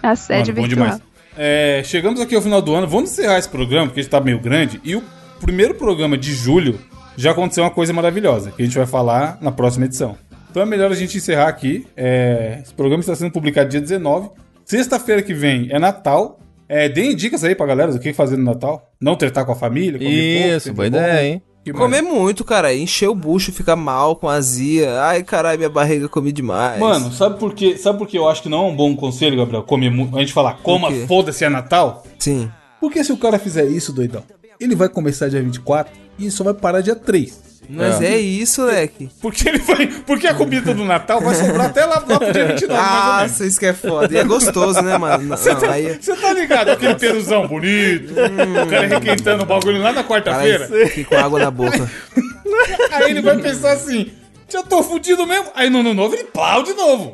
[SPEAKER 4] A sede
[SPEAKER 1] Mano, bom
[SPEAKER 4] virtual.
[SPEAKER 1] demais. É, chegamos aqui ao final do ano, vamos encerrar esse programa, porque a gente tá meio grande. E o primeiro programa de julho já aconteceu uma coisa maravilhosa, que a gente vai falar na próxima edição. Então é melhor a gente encerrar aqui. É, esse programa está sendo publicado dia 19. Sexta-feira que vem é Natal. É, deem dicas aí pra galera do que fazer no Natal. Não tretar com a família, comer pouco,
[SPEAKER 3] Isso,
[SPEAKER 1] sempre
[SPEAKER 3] boa
[SPEAKER 1] bom.
[SPEAKER 3] ideia, hein?
[SPEAKER 1] Que mais?
[SPEAKER 2] Comer muito, cara, encher o bucho, ficar mal com azia. Ai, caralho, minha barriga comi demais.
[SPEAKER 1] Mano, sabe por quê? Sabe por que eu acho que não é um bom conselho, Gabriel? Comer mu- a gente falar, coma,
[SPEAKER 2] quê?
[SPEAKER 1] foda-se, é Natal?
[SPEAKER 2] Sim.
[SPEAKER 1] Porque se o cara fizer isso, doidão, ele vai começar dia 24 e só vai parar dia 3.
[SPEAKER 2] Mas é, isso, leque.
[SPEAKER 1] Porque ele vai. Porque a comida do Natal vai sobrar até lá, lá pro dia 29, mais ou
[SPEAKER 2] Ah,
[SPEAKER 1] menos.
[SPEAKER 2] isso que é foda. E é gostoso, né, mano?
[SPEAKER 1] [LAUGHS]
[SPEAKER 2] Não, não, aí é-
[SPEAKER 1] Você tá ligado? Aquele peruzão bonito, o cara requentando o bagulho lá na quarta-feira.
[SPEAKER 2] Caralho, fica com água na boca.
[SPEAKER 1] Aí ele vai pensar assim: já tô fudido mesmo. Aí no ano novo ele plau de novo.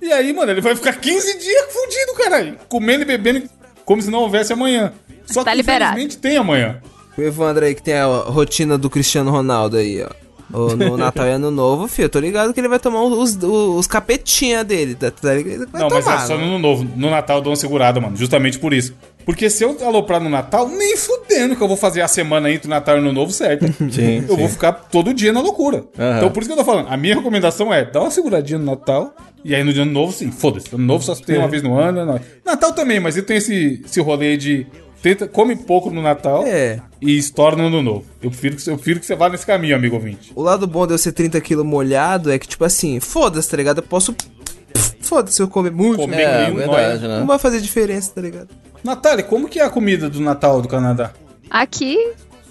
[SPEAKER 1] E aí, mano, ele vai ficar 15 dias fudido, caralho. Comendo e bebendo como se não houvesse amanhã. Só
[SPEAKER 4] Tá
[SPEAKER 1] que
[SPEAKER 4] liberado.
[SPEAKER 1] infelizmente tem amanhã.
[SPEAKER 2] O Evandro aí que tem a rotina do Cristiano Ronaldo aí, ó. O- No Natal e Ano Novo, filho, eu tô ligado que ele vai tomar os, os, os capetinha dele, tá, tá ligado? Ele Vai
[SPEAKER 1] não,
[SPEAKER 2] tomar, né?
[SPEAKER 1] mas é só no
[SPEAKER 2] mano.
[SPEAKER 1] ano novo. No Natal eu dou uma segurada, mano. Justamente por isso. Porque se eu aloprar no Natal, nem fudendo que eu vou fazer a semana entre o Natal e o Ano Novo certo.
[SPEAKER 3] Sim,
[SPEAKER 1] Eu
[SPEAKER 3] sim.
[SPEAKER 1] vou ficar todo dia na loucura. Então por isso que eu tô falando. A minha recomendação é dar uma seguradinha no Natal. E aí no dia Ano novo, sim, foda-se. Ano novo só tem uma vez no ano. é nóis. Natal também, mas eu tenho esse, esse rolê de. Tenta, come pouco no Natal
[SPEAKER 2] É.
[SPEAKER 1] e estoura no ano novo. Eu prefiro, que, eu prefiro que você vá nesse caminho, amigo ouvinte.
[SPEAKER 2] O lado bom de eu ser 30kg molhado é que, tipo assim, foda-se, tá ligado? Eu posso. Foda-se, eu comer muito.
[SPEAKER 1] Comer
[SPEAKER 2] né?
[SPEAKER 1] é, nóis.
[SPEAKER 3] né?
[SPEAKER 2] Não vai fazer diferença, tá ligado?
[SPEAKER 1] Natália, como que é a comida do Natal do Canadá?
[SPEAKER 4] Aqui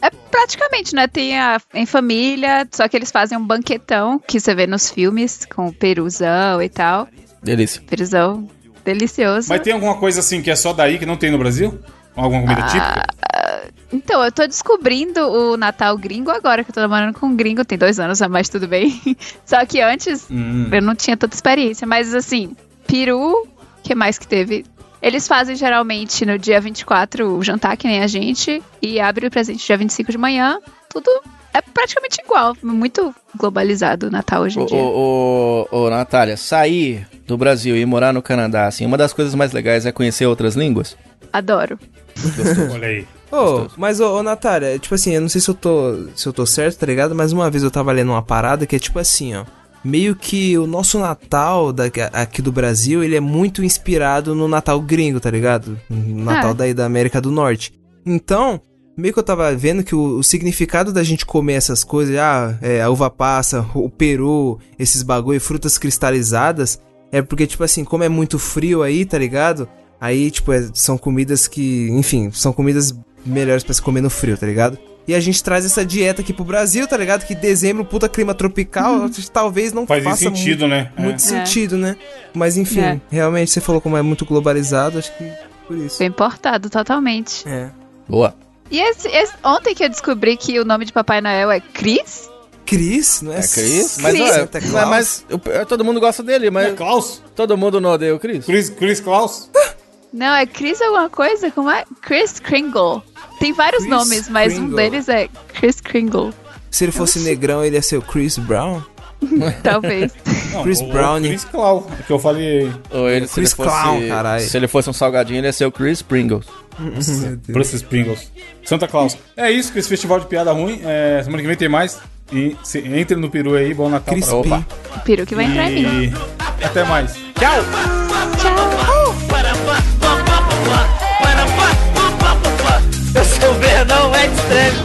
[SPEAKER 4] é praticamente, né? Tem a, em família, só que eles fazem um banquetão que você vê nos filmes, com peruzão e tal.
[SPEAKER 3] Delícia.
[SPEAKER 4] Peruzão delicioso.
[SPEAKER 1] Mas tem alguma coisa assim que é só daí que não tem no Brasil? Alguma comida
[SPEAKER 2] Ah.
[SPEAKER 1] típica?
[SPEAKER 4] Então, eu tô descobrindo o Natal gringo agora, que eu tô namorando com um gringo, tem dois anos, mas tudo bem. [LAUGHS] Só que antes
[SPEAKER 1] Hum.
[SPEAKER 4] eu não tinha tanta experiência. Mas assim, peru, que mais que teve? Eles fazem geralmente no dia 24 o jantar, que nem a gente, e abre o presente dia 25 de manhã. Tudo é praticamente igual, muito globalizado o Natal hoje
[SPEAKER 3] Ô,
[SPEAKER 4] em dia.
[SPEAKER 3] ô, ô, ô, Natália, sair do Brasil e morar no Canadá, assim, uma das coisas mais legais é conhecer outras línguas.
[SPEAKER 4] Adoro.
[SPEAKER 1] Olha aí.
[SPEAKER 2] Ô, mas ô, ô Natália, tipo assim, eu não sei se eu tô. se eu tô certo, tá ligado? Mas uma vez eu tava lendo uma parada que é tipo assim, ó. Meio que o nosso Natal daqui, aqui do Brasil, ele é muito inspirado no Natal gringo, tá ligado? No Natal
[SPEAKER 4] Ah.
[SPEAKER 2] daí da América do Norte. Então, meio que eu tava vendo que o, o significado da gente comer essas coisas, ah, é, a uva passa, o peru, esses bagulho, frutas cristalizadas, é porque, tipo assim, como é muito frio aí, tá ligado? Aí, tipo, é- são comidas que, enfim, são comidas melhores pra se comer no frio, tá ligado? E a gente traz essa dieta aqui pro Brasil, tá ligado? Que dezembro, puta clima tropical, talvez não
[SPEAKER 1] Uhum. Faz
[SPEAKER 2] faça muito-
[SPEAKER 1] sentido, né? É.
[SPEAKER 2] muito
[SPEAKER 4] É.
[SPEAKER 2] sentido, né? Mas enfim,
[SPEAKER 4] É.
[SPEAKER 2] realmente você falou como é muito globalizado, acho que por isso.
[SPEAKER 1] É.
[SPEAKER 4] Foi importado totalmente.
[SPEAKER 2] É.
[SPEAKER 3] Boa.
[SPEAKER 4] E esse- esse- ontem que eu descobri que o nome de Papai Noel é Chris,
[SPEAKER 2] Cris, não é?
[SPEAKER 3] É Cris? Mas,
[SPEAKER 2] Mas
[SPEAKER 3] não é,
[SPEAKER 2] Santa
[SPEAKER 3] não é,
[SPEAKER 2] Claus.
[SPEAKER 3] mas eu- todo mundo gosta dele,
[SPEAKER 1] É
[SPEAKER 3] mas
[SPEAKER 1] Klaus?
[SPEAKER 3] todo mundo não odeia o Cris.
[SPEAKER 1] Chris, Chris Klaus?
[SPEAKER 4] não, é Chris alguma coisa? Como é? Chris Kringle. Tem vários
[SPEAKER 2] Kris
[SPEAKER 4] nomes, mas um
[SPEAKER 2] Kringle.
[SPEAKER 4] deles é Chris Kringle,
[SPEAKER 2] Se ele fosse negrão, ele ia ser o Chris Brown?
[SPEAKER 4] talvez.
[SPEAKER 1] Não,
[SPEAKER 2] Chris
[SPEAKER 1] o- o
[SPEAKER 2] Browning.
[SPEAKER 1] Chris Klaus, é que eu falei.
[SPEAKER 3] Ou ele,
[SPEAKER 2] Chris Clown, caralho.
[SPEAKER 3] se ele fosse um salgadinho, ele ia ser o Chris Pringles.
[SPEAKER 2] Meu Deus.
[SPEAKER 1] Bruce Pringles. Santa Claus. É isso que esse festival de piada ruim. É, semana que vem tem mais. E se, entre no peru aí, bom Natal
[SPEAKER 2] Chris
[SPEAKER 1] pra
[SPEAKER 2] P.
[SPEAKER 4] Peru que vai entrar em mim.
[SPEAKER 1] E até mais.
[SPEAKER 12] Eu sou o Verdão Extreme.